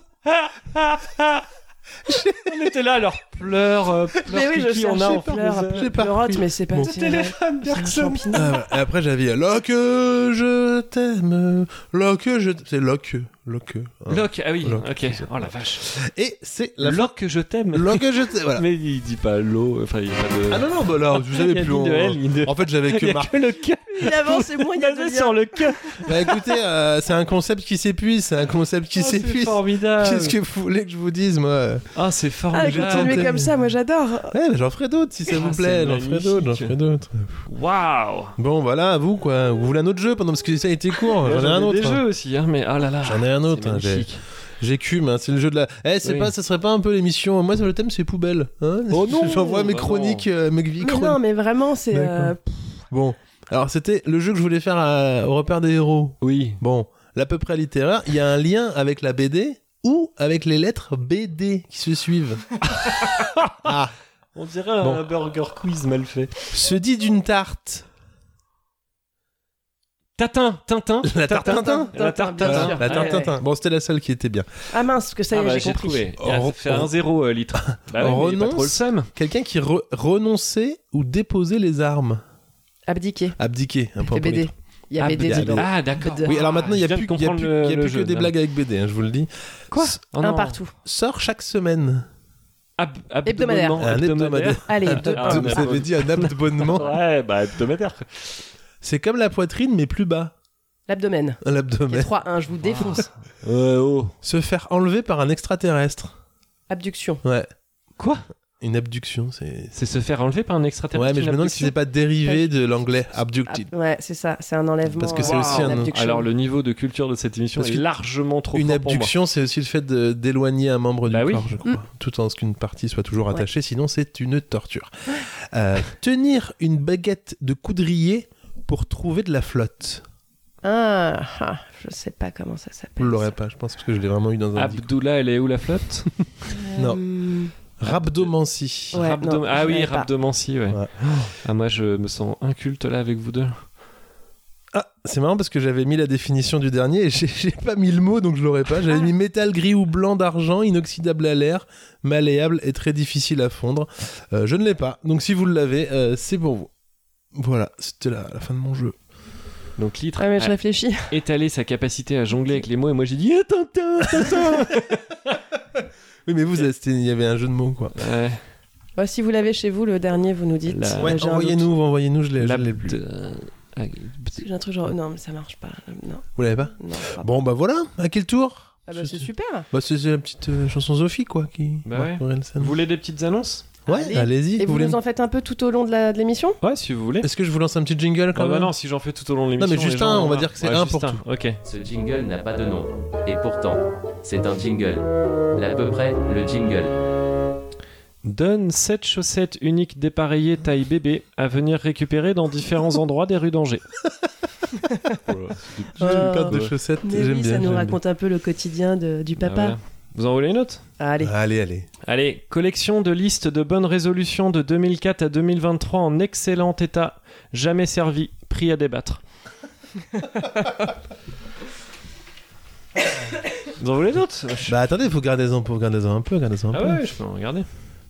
[SPEAKER 3] On était là alors. Pleur, euh,
[SPEAKER 4] Mais
[SPEAKER 3] pleur
[SPEAKER 4] oui, je
[SPEAKER 3] kiki, on a
[SPEAKER 4] cherchais
[SPEAKER 3] en
[SPEAKER 4] pleurs,
[SPEAKER 3] fait des-
[SPEAKER 1] J'ai pas
[SPEAKER 4] pleurote,
[SPEAKER 1] compris.
[SPEAKER 4] mais c'est pas...
[SPEAKER 1] Bon.
[SPEAKER 4] c'est-
[SPEAKER 3] téléphone
[SPEAKER 4] c'est un champignon.
[SPEAKER 1] Ah, ouais. Et après, j'avais là que je t'aime, là que je. t- C'est là que, là que. hein.
[SPEAKER 3] Locke, ah oui,
[SPEAKER 1] Locke,
[SPEAKER 3] ok.
[SPEAKER 1] c'est ça.
[SPEAKER 3] Oh la vache.
[SPEAKER 1] Et c'est la.
[SPEAKER 3] Locke, que je t'aime.
[SPEAKER 1] Là
[SPEAKER 3] *laughs*
[SPEAKER 1] que je t'aime. Voilà.
[SPEAKER 3] Mais il dit pas l'eau, enfin il y a pas de.
[SPEAKER 1] Ah non, non, bah là,
[SPEAKER 3] Il
[SPEAKER 1] vous
[SPEAKER 3] y a
[SPEAKER 1] avez
[SPEAKER 3] ni
[SPEAKER 1] plus.
[SPEAKER 3] de
[SPEAKER 1] on-
[SPEAKER 3] L, ni de-
[SPEAKER 1] En fait, j'avais
[SPEAKER 3] *laughs* Il y
[SPEAKER 1] que
[SPEAKER 3] a
[SPEAKER 1] Marc.
[SPEAKER 3] que le cœur.
[SPEAKER 4] Il avance, c'est moins il y a de
[SPEAKER 3] Basé
[SPEAKER 4] liens.
[SPEAKER 3] sur le cœur.
[SPEAKER 1] Bah écoutez, euh, c'est un concept qui s'épuise, c'est un concept qui
[SPEAKER 3] Oh, c'est
[SPEAKER 1] s'épuise.
[SPEAKER 3] formidable.
[SPEAKER 1] Qu'est-ce que vous voulez que je vous dise, moi
[SPEAKER 3] Ah, c'est
[SPEAKER 4] Ah,
[SPEAKER 3] formidable.
[SPEAKER 1] j'attendais.
[SPEAKER 4] continuez comme ça, moi j'adore.
[SPEAKER 1] Ouais, bah, j'en ferai d'autres si ça
[SPEAKER 3] Ah,
[SPEAKER 1] vous
[SPEAKER 3] c'est
[SPEAKER 1] plaît, j'en ferai d'autres, j'en
[SPEAKER 3] magnifique.
[SPEAKER 1] ferai d'autres.
[SPEAKER 3] Waouh.
[SPEAKER 1] Bon, voilà, à vous quoi. Vous voulez un autre jeu pendant parce que ça a été court. J'en ai un
[SPEAKER 3] Des
[SPEAKER 1] autre. hein.
[SPEAKER 3] jeux aussi, hein, mais ah là là.
[SPEAKER 1] J'en ai un autre,
[SPEAKER 3] C'est
[SPEAKER 1] hein, j'ai-
[SPEAKER 3] magnifique.
[SPEAKER 1] J'écume, hein, c'est le jeu de la. Eh, c'est
[SPEAKER 3] Oui.
[SPEAKER 1] pas, ça serait pas un peu l'émission. Moi, le thème, c'est poubelle. Hein
[SPEAKER 3] Oh non,
[SPEAKER 1] *laughs* J'envoie mes
[SPEAKER 3] bah non.
[SPEAKER 1] chroniques, euh, mes vies
[SPEAKER 4] Mais non, mais vraiment, c'est...
[SPEAKER 1] D'accord.
[SPEAKER 4] euh,
[SPEAKER 1] Bon, alors c'était le jeu que je voulais faire à- au repère des héros.
[SPEAKER 3] Oui.
[SPEAKER 1] Bon, l'à peu près littéraire, il y a un lien avec la BD ou avec les lettres BD qui se suivent. ah,
[SPEAKER 3] On dirait un
[SPEAKER 1] Bon.
[SPEAKER 3] burger quiz mal fait.
[SPEAKER 1] se dit d'une tarte.
[SPEAKER 3] Tatin, Tintin.
[SPEAKER 1] *laughs* La tarte Tintin.
[SPEAKER 3] La tarte
[SPEAKER 4] Bien
[SPEAKER 1] Voilà,
[SPEAKER 3] Tintin.
[SPEAKER 4] sûr.
[SPEAKER 1] la tarte
[SPEAKER 4] Ouais,
[SPEAKER 1] Tintin. Bon, c'était la seule qui était bien.
[SPEAKER 4] Ah mince, parce que ça y
[SPEAKER 3] Ah
[SPEAKER 4] est,
[SPEAKER 3] bah,
[SPEAKER 4] j'ai
[SPEAKER 3] j'ai
[SPEAKER 4] compris.
[SPEAKER 3] trouvé.
[SPEAKER 1] Oh,
[SPEAKER 3] Ah,
[SPEAKER 1] oh,
[SPEAKER 3] ça fait un
[SPEAKER 1] oh.
[SPEAKER 3] zéro euh, litre. Bah
[SPEAKER 1] On
[SPEAKER 3] oui, mais il est pas trop le
[SPEAKER 1] renonce.
[SPEAKER 3] seum.
[SPEAKER 1] Quelqu'un qui re- renonçait ou déposait les armes.
[SPEAKER 4] Abdiquer.
[SPEAKER 1] Abdiquer, un point
[SPEAKER 4] Les
[SPEAKER 1] pour
[SPEAKER 4] BD.
[SPEAKER 1] les-
[SPEAKER 4] Il y a
[SPEAKER 3] Ah,
[SPEAKER 4] BD
[SPEAKER 1] BD.
[SPEAKER 4] dedans.
[SPEAKER 3] Ah d'accord.
[SPEAKER 1] Oui, alors maintenant, il n'y a
[SPEAKER 3] Je
[SPEAKER 1] plus,
[SPEAKER 3] viens de
[SPEAKER 1] il y a
[SPEAKER 3] comprendre
[SPEAKER 1] plus-
[SPEAKER 3] le-
[SPEAKER 1] il y a
[SPEAKER 3] le
[SPEAKER 1] plus que
[SPEAKER 3] jeu,
[SPEAKER 1] des
[SPEAKER 3] là.
[SPEAKER 1] blagues avec BD, hein, je vous le dis.
[SPEAKER 3] Quoi
[SPEAKER 1] S-
[SPEAKER 3] Oh
[SPEAKER 4] Un
[SPEAKER 3] non.
[SPEAKER 4] partout.
[SPEAKER 1] Sort chaque semaine.
[SPEAKER 3] Ab-
[SPEAKER 4] Hebdomadaire.
[SPEAKER 1] Un hebdomadaire.
[SPEAKER 4] Allez, deux.
[SPEAKER 3] Ah,
[SPEAKER 1] Vous
[SPEAKER 3] mais-
[SPEAKER 1] avez dit
[SPEAKER 3] *laughs*
[SPEAKER 1] un abonnement.
[SPEAKER 3] Ouais, bah hebdomadaire. quoi.
[SPEAKER 1] C'est comme la poitrine, mais plus bas.
[SPEAKER 4] L'abdomen.
[SPEAKER 3] Ah,
[SPEAKER 4] Il y a
[SPEAKER 3] bah. *laughs*
[SPEAKER 1] L'abdomen.
[SPEAKER 4] 3-1, je vous défonce.
[SPEAKER 3] Ouais, oh.
[SPEAKER 1] Se faire enlever par un extraterrestre.
[SPEAKER 4] Abduction.
[SPEAKER 1] Ouais.
[SPEAKER 3] Quoi
[SPEAKER 1] Une abduction, c'est.
[SPEAKER 3] C'est se faire enlever par un extraterrestre.
[SPEAKER 1] Ouais, mais je me
[SPEAKER 3] une
[SPEAKER 1] demande si c'est pas
[SPEAKER 3] abduction
[SPEAKER 1] dérivé de l'anglais abducted.
[SPEAKER 4] Ah, ouais, c'est ça, c'est un enlèvement.
[SPEAKER 1] Parce que c'est
[SPEAKER 4] euh,
[SPEAKER 1] aussi un-
[SPEAKER 4] abduction.
[SPEAKER 3] Alors le niveau de culture de cette émission
[SPEAKER 1] Parce
[SPEAKER 3] est
[SPEAKER 1] que-
[SPEAKER 3] largement trop
[SPEAKER 1] Une
[SPEAKER 3] fort pour moi.
[SPEAKER 1] abduction, c'est aussi le fait de- d'éloigner un membre du
[SPEAKER 3] Bah oui.
[SPEAKER 1] corps, je crois, tout en ce qu'une partie soit toujours attachée, sinon c'est une torture. Euh, tenir une baguette de coudrier pour trouver de la flotte.
[SPEAKER 4] Ah, ah, je sais pas comment ça
[SPEAKER 1] Vous
[SPEAKER 4] s'appelle.
[SPEAKER 1] l'aurez pas, je pense, parce que je l'ai vraiment eu dans un. discours.
[SPEAKER 3] Abdullah, elle est où la flotte
[SPEAKER 1] Non.
[SPEAKER 3] Euh,
[SPEAKER 4] Hum,
[SPEAKER 1] Rhabdomancie.
[SPEAKER 4] ouais,
[SPEAKER 3] Rabdom-
[SPEAKER 4] non,
[SPEAKER 3] Ah
[SPEAKER 4] je
[SPEAKER 3] oui,
[SPEAKER 4] l'avais pas.
[SPEAKER 3] Rabdomancy, ouais.
[SPEAKER 1] Ouais.
[SPEAKER 3] Ah, moi je me sens inculte là avec vous deux.
[SPEAKER 1] Ah, c'est marrant parce que j'avais mis la définition du dernier et *laughs* j'ai- j'ai pas mis le mot donc je l'aurais pas.
[SPEAKER 4] Ah.
[SPEAKER 1] J'avais mis métal gris ou blanc d'argent, inoxydable à l'air, malléable et très difficile à fondre. Euh, je ne l'ai pas, donc si vous l'avez, euh, c'est pour vous. Voilà, c'était la, la fin de mon jeu.
[SPEAKER 3] Donc Litre
[SPEAKER 4] Ouais, mais je
[SPEAKER 3] a
[SPEAKER 4] réfléchis.
[SPEAKER 3] étalé sa capacité à jongler avec les mots et moi j'ai dit Eh,
[SPEAKER 1] *laughs*
[SPEAKER 3] Tintin, Tintin
[SPEAKER 1] Oui, mais vous, c'était- il y avait un jeu de mots quoi.
[SPEAKER 3] Ouais,
[SPEAKER 4] Ouais, si vous l'avez chez vous, le dernier, vous nous dites.
[SPEAKER 3] La-
[SPEAKER 4] Euh,
[SPEAKER 1] Ouais,
[SPEAKER 4] j'ai un doute.
[SPEAKER 1] envoyez-nous, envoyez-nous, je l'ai je
[SPEAKER 3] l'abd-
[SPEAKER 1] l'ai plus.
[SPEAKER 3] Ah,
[SPEAKER 4] J'ai un truc genre. Non, mais ça marche pas. Euh, Non,
[SPEAKER 1] Vous l'avez pas
[SPEAKER 4] non. je crois pas.
[SPEAKER 1] Bon, bah voilà, à quel tour
[SPEAKER 4] Ah bah, c'est super.
[SPEAKER 1] Bah, c'est c'est la petite euh, chanson Sophie quoi qui.
[SPEAKER 3] Bah ouais.
[SPEAKER 1] Orelsan.
[SPEAKER 3] Vous voulez des petites annonces
[SPEAKER 1] Ouais,
[SPEAKER 4] Allez.
[SPEAKER 1] allez-y.
[SPEAKER 4] Et
[SPEAKER 1] vous
[SPEAKER 4] vous
[SPEAKER 1] voulez-
[SPEAKER 4] nous en faites un peu tout au long de la- de l'émission
[SPEAKER 3] Ouais, si vous voulez.
[SPEAKER 1] Est-ce que je vous lance un petit jingle quand
[SPEAKER 3] Ah bah
[SPEAKER 1] même
[SPEAKER 3] non, si j'en fais tout au long de
[SPEAKER 1] mais
[SPEAKER 3] l'émission.
[SPEAKER 1] juste
[SPEAKER 3] les gens
[SPEAKER 1] un,
[SPEAKER 3] vont
[SPEAKER 1] on va
[SPEAKER 3] voir.
[SPEAKER 1] dire que c'est
[SPEAKER 3] Ouais,
[SPEAKER 1] un
[SPEAKER 3] juste
[SPEAKER 1] pour
[SPEAKER 3] Ok.
[SPEAKER 8] Ce jingle n'a pas de nom. Et pourtant, c'est un jingle. L'à peu près, le jingle.
[SPEAKER 4] Euh,
[SPEAKER 3] Donne 7 chaussettes uniques dépareillées taille bébé à venir récupérer dans différents endroits des rues d'Angers.
[SPEAKER 1] Une paire de
[SPEAKER 3] Ouais.
[SPEAKER 1] chaussettes,
[SPEAKER 4] Oh. Mais
[SPEAKER 1] j'aime
[SPEAKER 4] oui,
[SPEAKER 1] bien.
[SPEAKER 4] ça nous
[SPEAKER 1] j'aime
[SPEAKER 4] raconte un peu le quotidien de- du
[SPEAKER 3] Ah,
[SPEAKER 4] papa.
[SPEAKER 3] voilà. Vous en voulez une autre
[SPEAKER 4] Ah, allez.
[SPEAKER 1] bien. Allez, allez.
[SPEAKER 3] Allez, collection de listes de bonnes résolutions de 2004 à 2023 en excellent état, jamais servi, prix à débattre. *laughs* Vous en voulez d'autres
[SPEAKER 1] Bah attendez, faut garder-en pour garder-en un peu, garder-en un
[SPEAKER 3] Ah
[SPEAKER 1] peu.
[SPEAKER 3] ouais, je peux en regarder.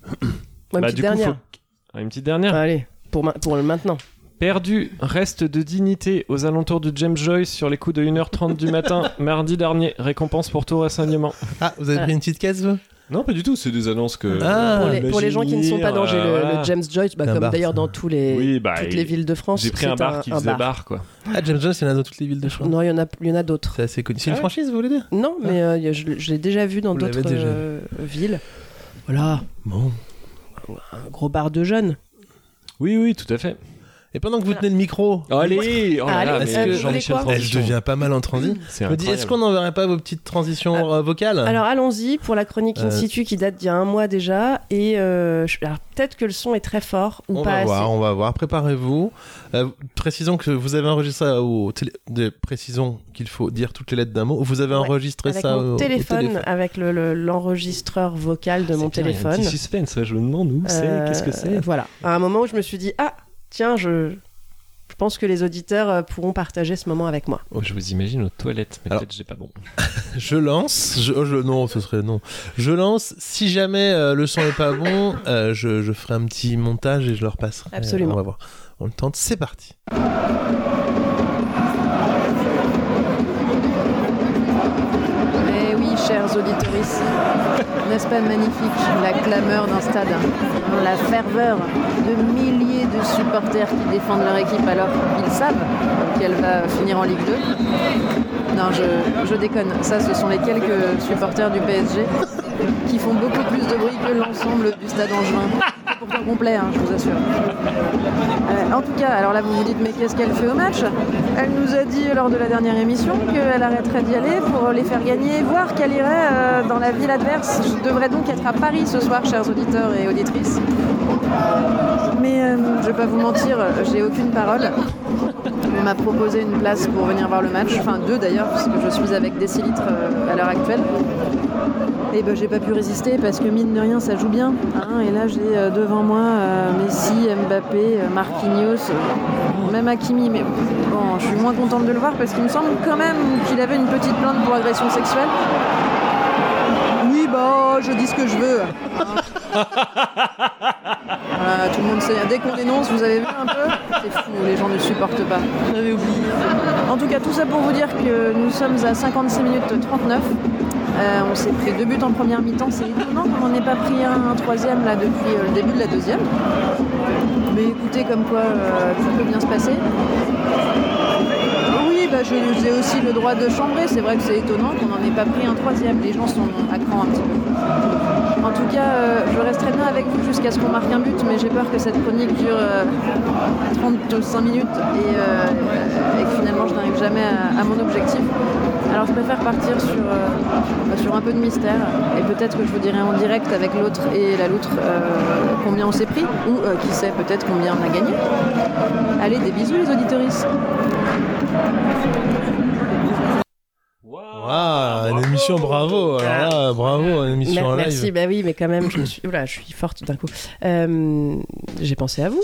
[SPEAKER 4] Ouais, une
[SPEAKER 3] Bah,
[SPEAKER 4] petite
[SPEAKER 3] du coup,
[SPEAKER 4] dernière.
[SPEAKER 3] faut- Ah, Une petite dernière.
[SPEAKER 4] Allez, pour, ma- pour le maintenant.
[SPEAKER 3] Perdu, reste de dignité aux alentours du James Joyce sur les coups de 1h30 du
[SPEAKER 4] *laughs*
[SPEAKER 3] matin, mardi dernier. Récompense pour tout renseignement.
[SPEAKER 1] Ah, vous avez pris une petite caisse, vous
[SPEAKER 3] Non, pas du tout, c'est des annonces que.
[SPEAKER 1] Ah,
[SPEAKER 4] pour, les, pour les gens qui ne sont pas dans
[SPEAKER 3] euh,
[SPEAKER 4] j'ai le, le
[SPEAKER 3] voilà.
[SPEAKER 4] James Joyce, bah,
[SPEAKER 1] Un
[SPEAKER 4] comme
[SPEAKER 1] bar,
[SPEAKER 4] d'ailleurs
[SPEAKER 1] ça.
[SPEAKER 4] dans tous les,
[SPEAKER 3] Oui, bah,
[SPEAKER 4] toutes
[SPEAKER 3] il-
[SPEAKER 4] les villes de France.
[SPEAKER 3] J'ai pris
[SPEAKER 4] c'est
[SPEAKER 3] un bar qui
[SPEAKER 4] un
[SPEAKER 3] faisait bar, quoi.
[SPEAKER 1] Ah, James Jones, il y en a dans toutes les villes de France.
[SPEAKER 4] Non, il y en a, il y en a d'autres.
[SPEAKER 1] C'est assez connu. C'est une
[SPEAKER 3] Ah ouais
[SPEAKER 1] franchise, vous voulez dire
[SPEAKER 4] Non, mais euh, y a- je, l'ai- je l'ai déjà vu dans
[SPEAKER 1] Vous
[SPEAKER 4] d'autres
[SPEAKER 1] l'avez déjà
[SPEAKER 4] euh, villes. Voilà,
[SPEAKER 1] Bon.
[SPEAKER 4] un gros bar de jeunes.
[SPEAKER 3] Oui, oui, tout à fait.
[SPEAKER 1] Et pendant que
[SPEAKER 4] Ah.
[SPEAKER 1] vous tenez le micro,
[SPEAKER 3] Allez, oh là là,
[SPEAKER 4] Allez,
[SPEAKER 3] mais
[SPEAKER 1] euh, vous
[SPEAKER 3] Jean-Michel
[SPEAKER 4] voulez quoi
[SPEAKER 1] elle
[SPEAKER 3] Transition.
[SPEAKER 1] devient pas mal en transit.
[SPEAKER 3] C'est
[SPEAKER 1] Je me dis,
[SPEAKER 3] incroyable.
[SPEAKER 1] est-ce qu'on n'enverrait pas vos petites transitions euh, vocales
[SPEAKER 4] Ah. Alors allons-y pour la chronique in
[SPEAKER 1] Euh.
[SPEAKER 4] situ qui date d'il y a un mois déjà. Et euh, je- alors, peut-être que le son est très fort ou
[SPEAKER 1] on
[SPEAKER 4] pas
[SPEAKER 1] va
[SPEAKER 4] assez.
[SPEAKER 1] voir, on va voir. Préparez-vous. Euh, précisons que vous avez enregistré ça au télé... de- précisons qu'il faut dire toutes les lettres d'un mot. Vous avez
[SPEAKER 4] Ouais,
[SPEAKER 1] enregistré
[SPEAKER 4] Avec
[SPEAKER 1] ça au,
[SPEAKER 4] mon
[SPEAKER 1] au
[SPEAKER 4] téléphone, avec le- le- l'enregistreur vocal de
[SPEAKER 3] Ah, C'est
[SPEAKER 4] mon
[SPEAKER 3] bien, il y a un
[SPEAKER 4] téléphone.
[SPEAKER 3] petit
[SPEAKER 7] hein,
[SPEAKER 3] suspense, ouais, je me demande où c'est,
[SPEAKER 4] Euh,
[SPEAKER 3] qu'est-ce que c'est.
[SPEAKER 4] Voilà. À un moment où je me suis dit, ah, tiens, je,
[SPEAKER 7] Je pense que les auditeurs euh, pourront partager ce moment avec moi.
[SPEAKER 3] Je vous imagine aux toilettes, mais
[SPEAKER 1] Alors-
[SPEAKER 3] peut-être j'ai pas bon.
[SPEAKER 1] Je lance. Je, oh, je- non, ce serait non. Je lance. Si jamais euh, le son est pas bon, euh, je, je ferai un petit montage et je leur passerai.
[SPEAKER 7] Absolument.
[SPEAKER 1] On va voir. On le tente. C'est parti.
[SPEAKER 4] Eh oui, chers auditeurs, n'est-ce pas magnifique La clameur d'un stade, hein. la ferveur de milliers de supporters qui défendent leur équipe alors qu'ils savent qu'elle va finir en Ligue 2. Non, je, je déconne. Ça, ce sont les quelques supporters du PSG qui font beaucoup plus de bruit que l'ensemble du stade angevin. C'est Pour faire complet, hein, je vous assure. Euh, en tout cas, alors là, vous vous dites, mais qu'est-ce qu'elle fait au match Elle nous a dit lors de la dernière émission qu'elle arrêterait d'y aller pour les faire gagner, voire qu'elle irait euh, dans la ville adverse. Je devrais donc être à Paris ce soir, chers auditeurs et auditrices. Mais euh, je vais pas vous mentir, j'ai aucune parole. On m'a proposé une place pour venir voir le match, enfin deux d'ailleurs, puisque je suis avec des litres euh, à l'heure actuelle. Et ben j'ai pas pu résister parce que mine de rien ça joue bien. hein. et là j'ai euh, devant moi euh, Messi, Mbappé, euh, Marquinhos, euh, même Hakimi. Mais bon, je suis moins contente de le voir parce qu'il me semble quand même qu'il avait une petite plainte pour agression sexuelle. Oui bah je dis ce que je veux. hein. *laughs* Voilà, tout le monde sait. Dès qu'on dénonce, vous avez vu un peu C'est fou, les gens ne supportent pas. J'avais oublié. En tout cas, tout ça pour vous dire que nous sommes à 56 minutes 39. Euh, on s'est pris deux buts en première mi-temps, c'est étonnant qu'on n'en ait pas pris un, un troisième là depuis euh, le début de la deuxième. Mais écoutez, comme quoi euh, tout peut bien se passer. Oui, bah, je- j'ai aussi le droit de chambrer, c'est vrai que c'est étonnant qu'on n'en ait pas pris un troisième, les gens sont à cran un petit peu. En tout cas, euh, je resterai bien avec vous jusqu'à ce qu'on marque un but, mais j'ai peur que cette chronique dure euh, 35 minutes et, euh, et que finalement je n'arrive jamais à, à mon objectif. Alors je préfère partir sur, euh, bah, sur un peu de mystère et peut-être que je vous dirai en direct avec l'autre et la loutre euh, combien on s'est pris ou euh, qui sait peut-être combien on a gagné. Allez, des bisous les auditoristes.
[SPEAKER 1] Waouh, une émission bravo. Alors là, bravo, une émission en live.
[SPEAKER 7] Mer- Merci, bah oui, mais quand même, je me suis, oula, je suis forte d'un coup. Euh, j'ai pensé à vous.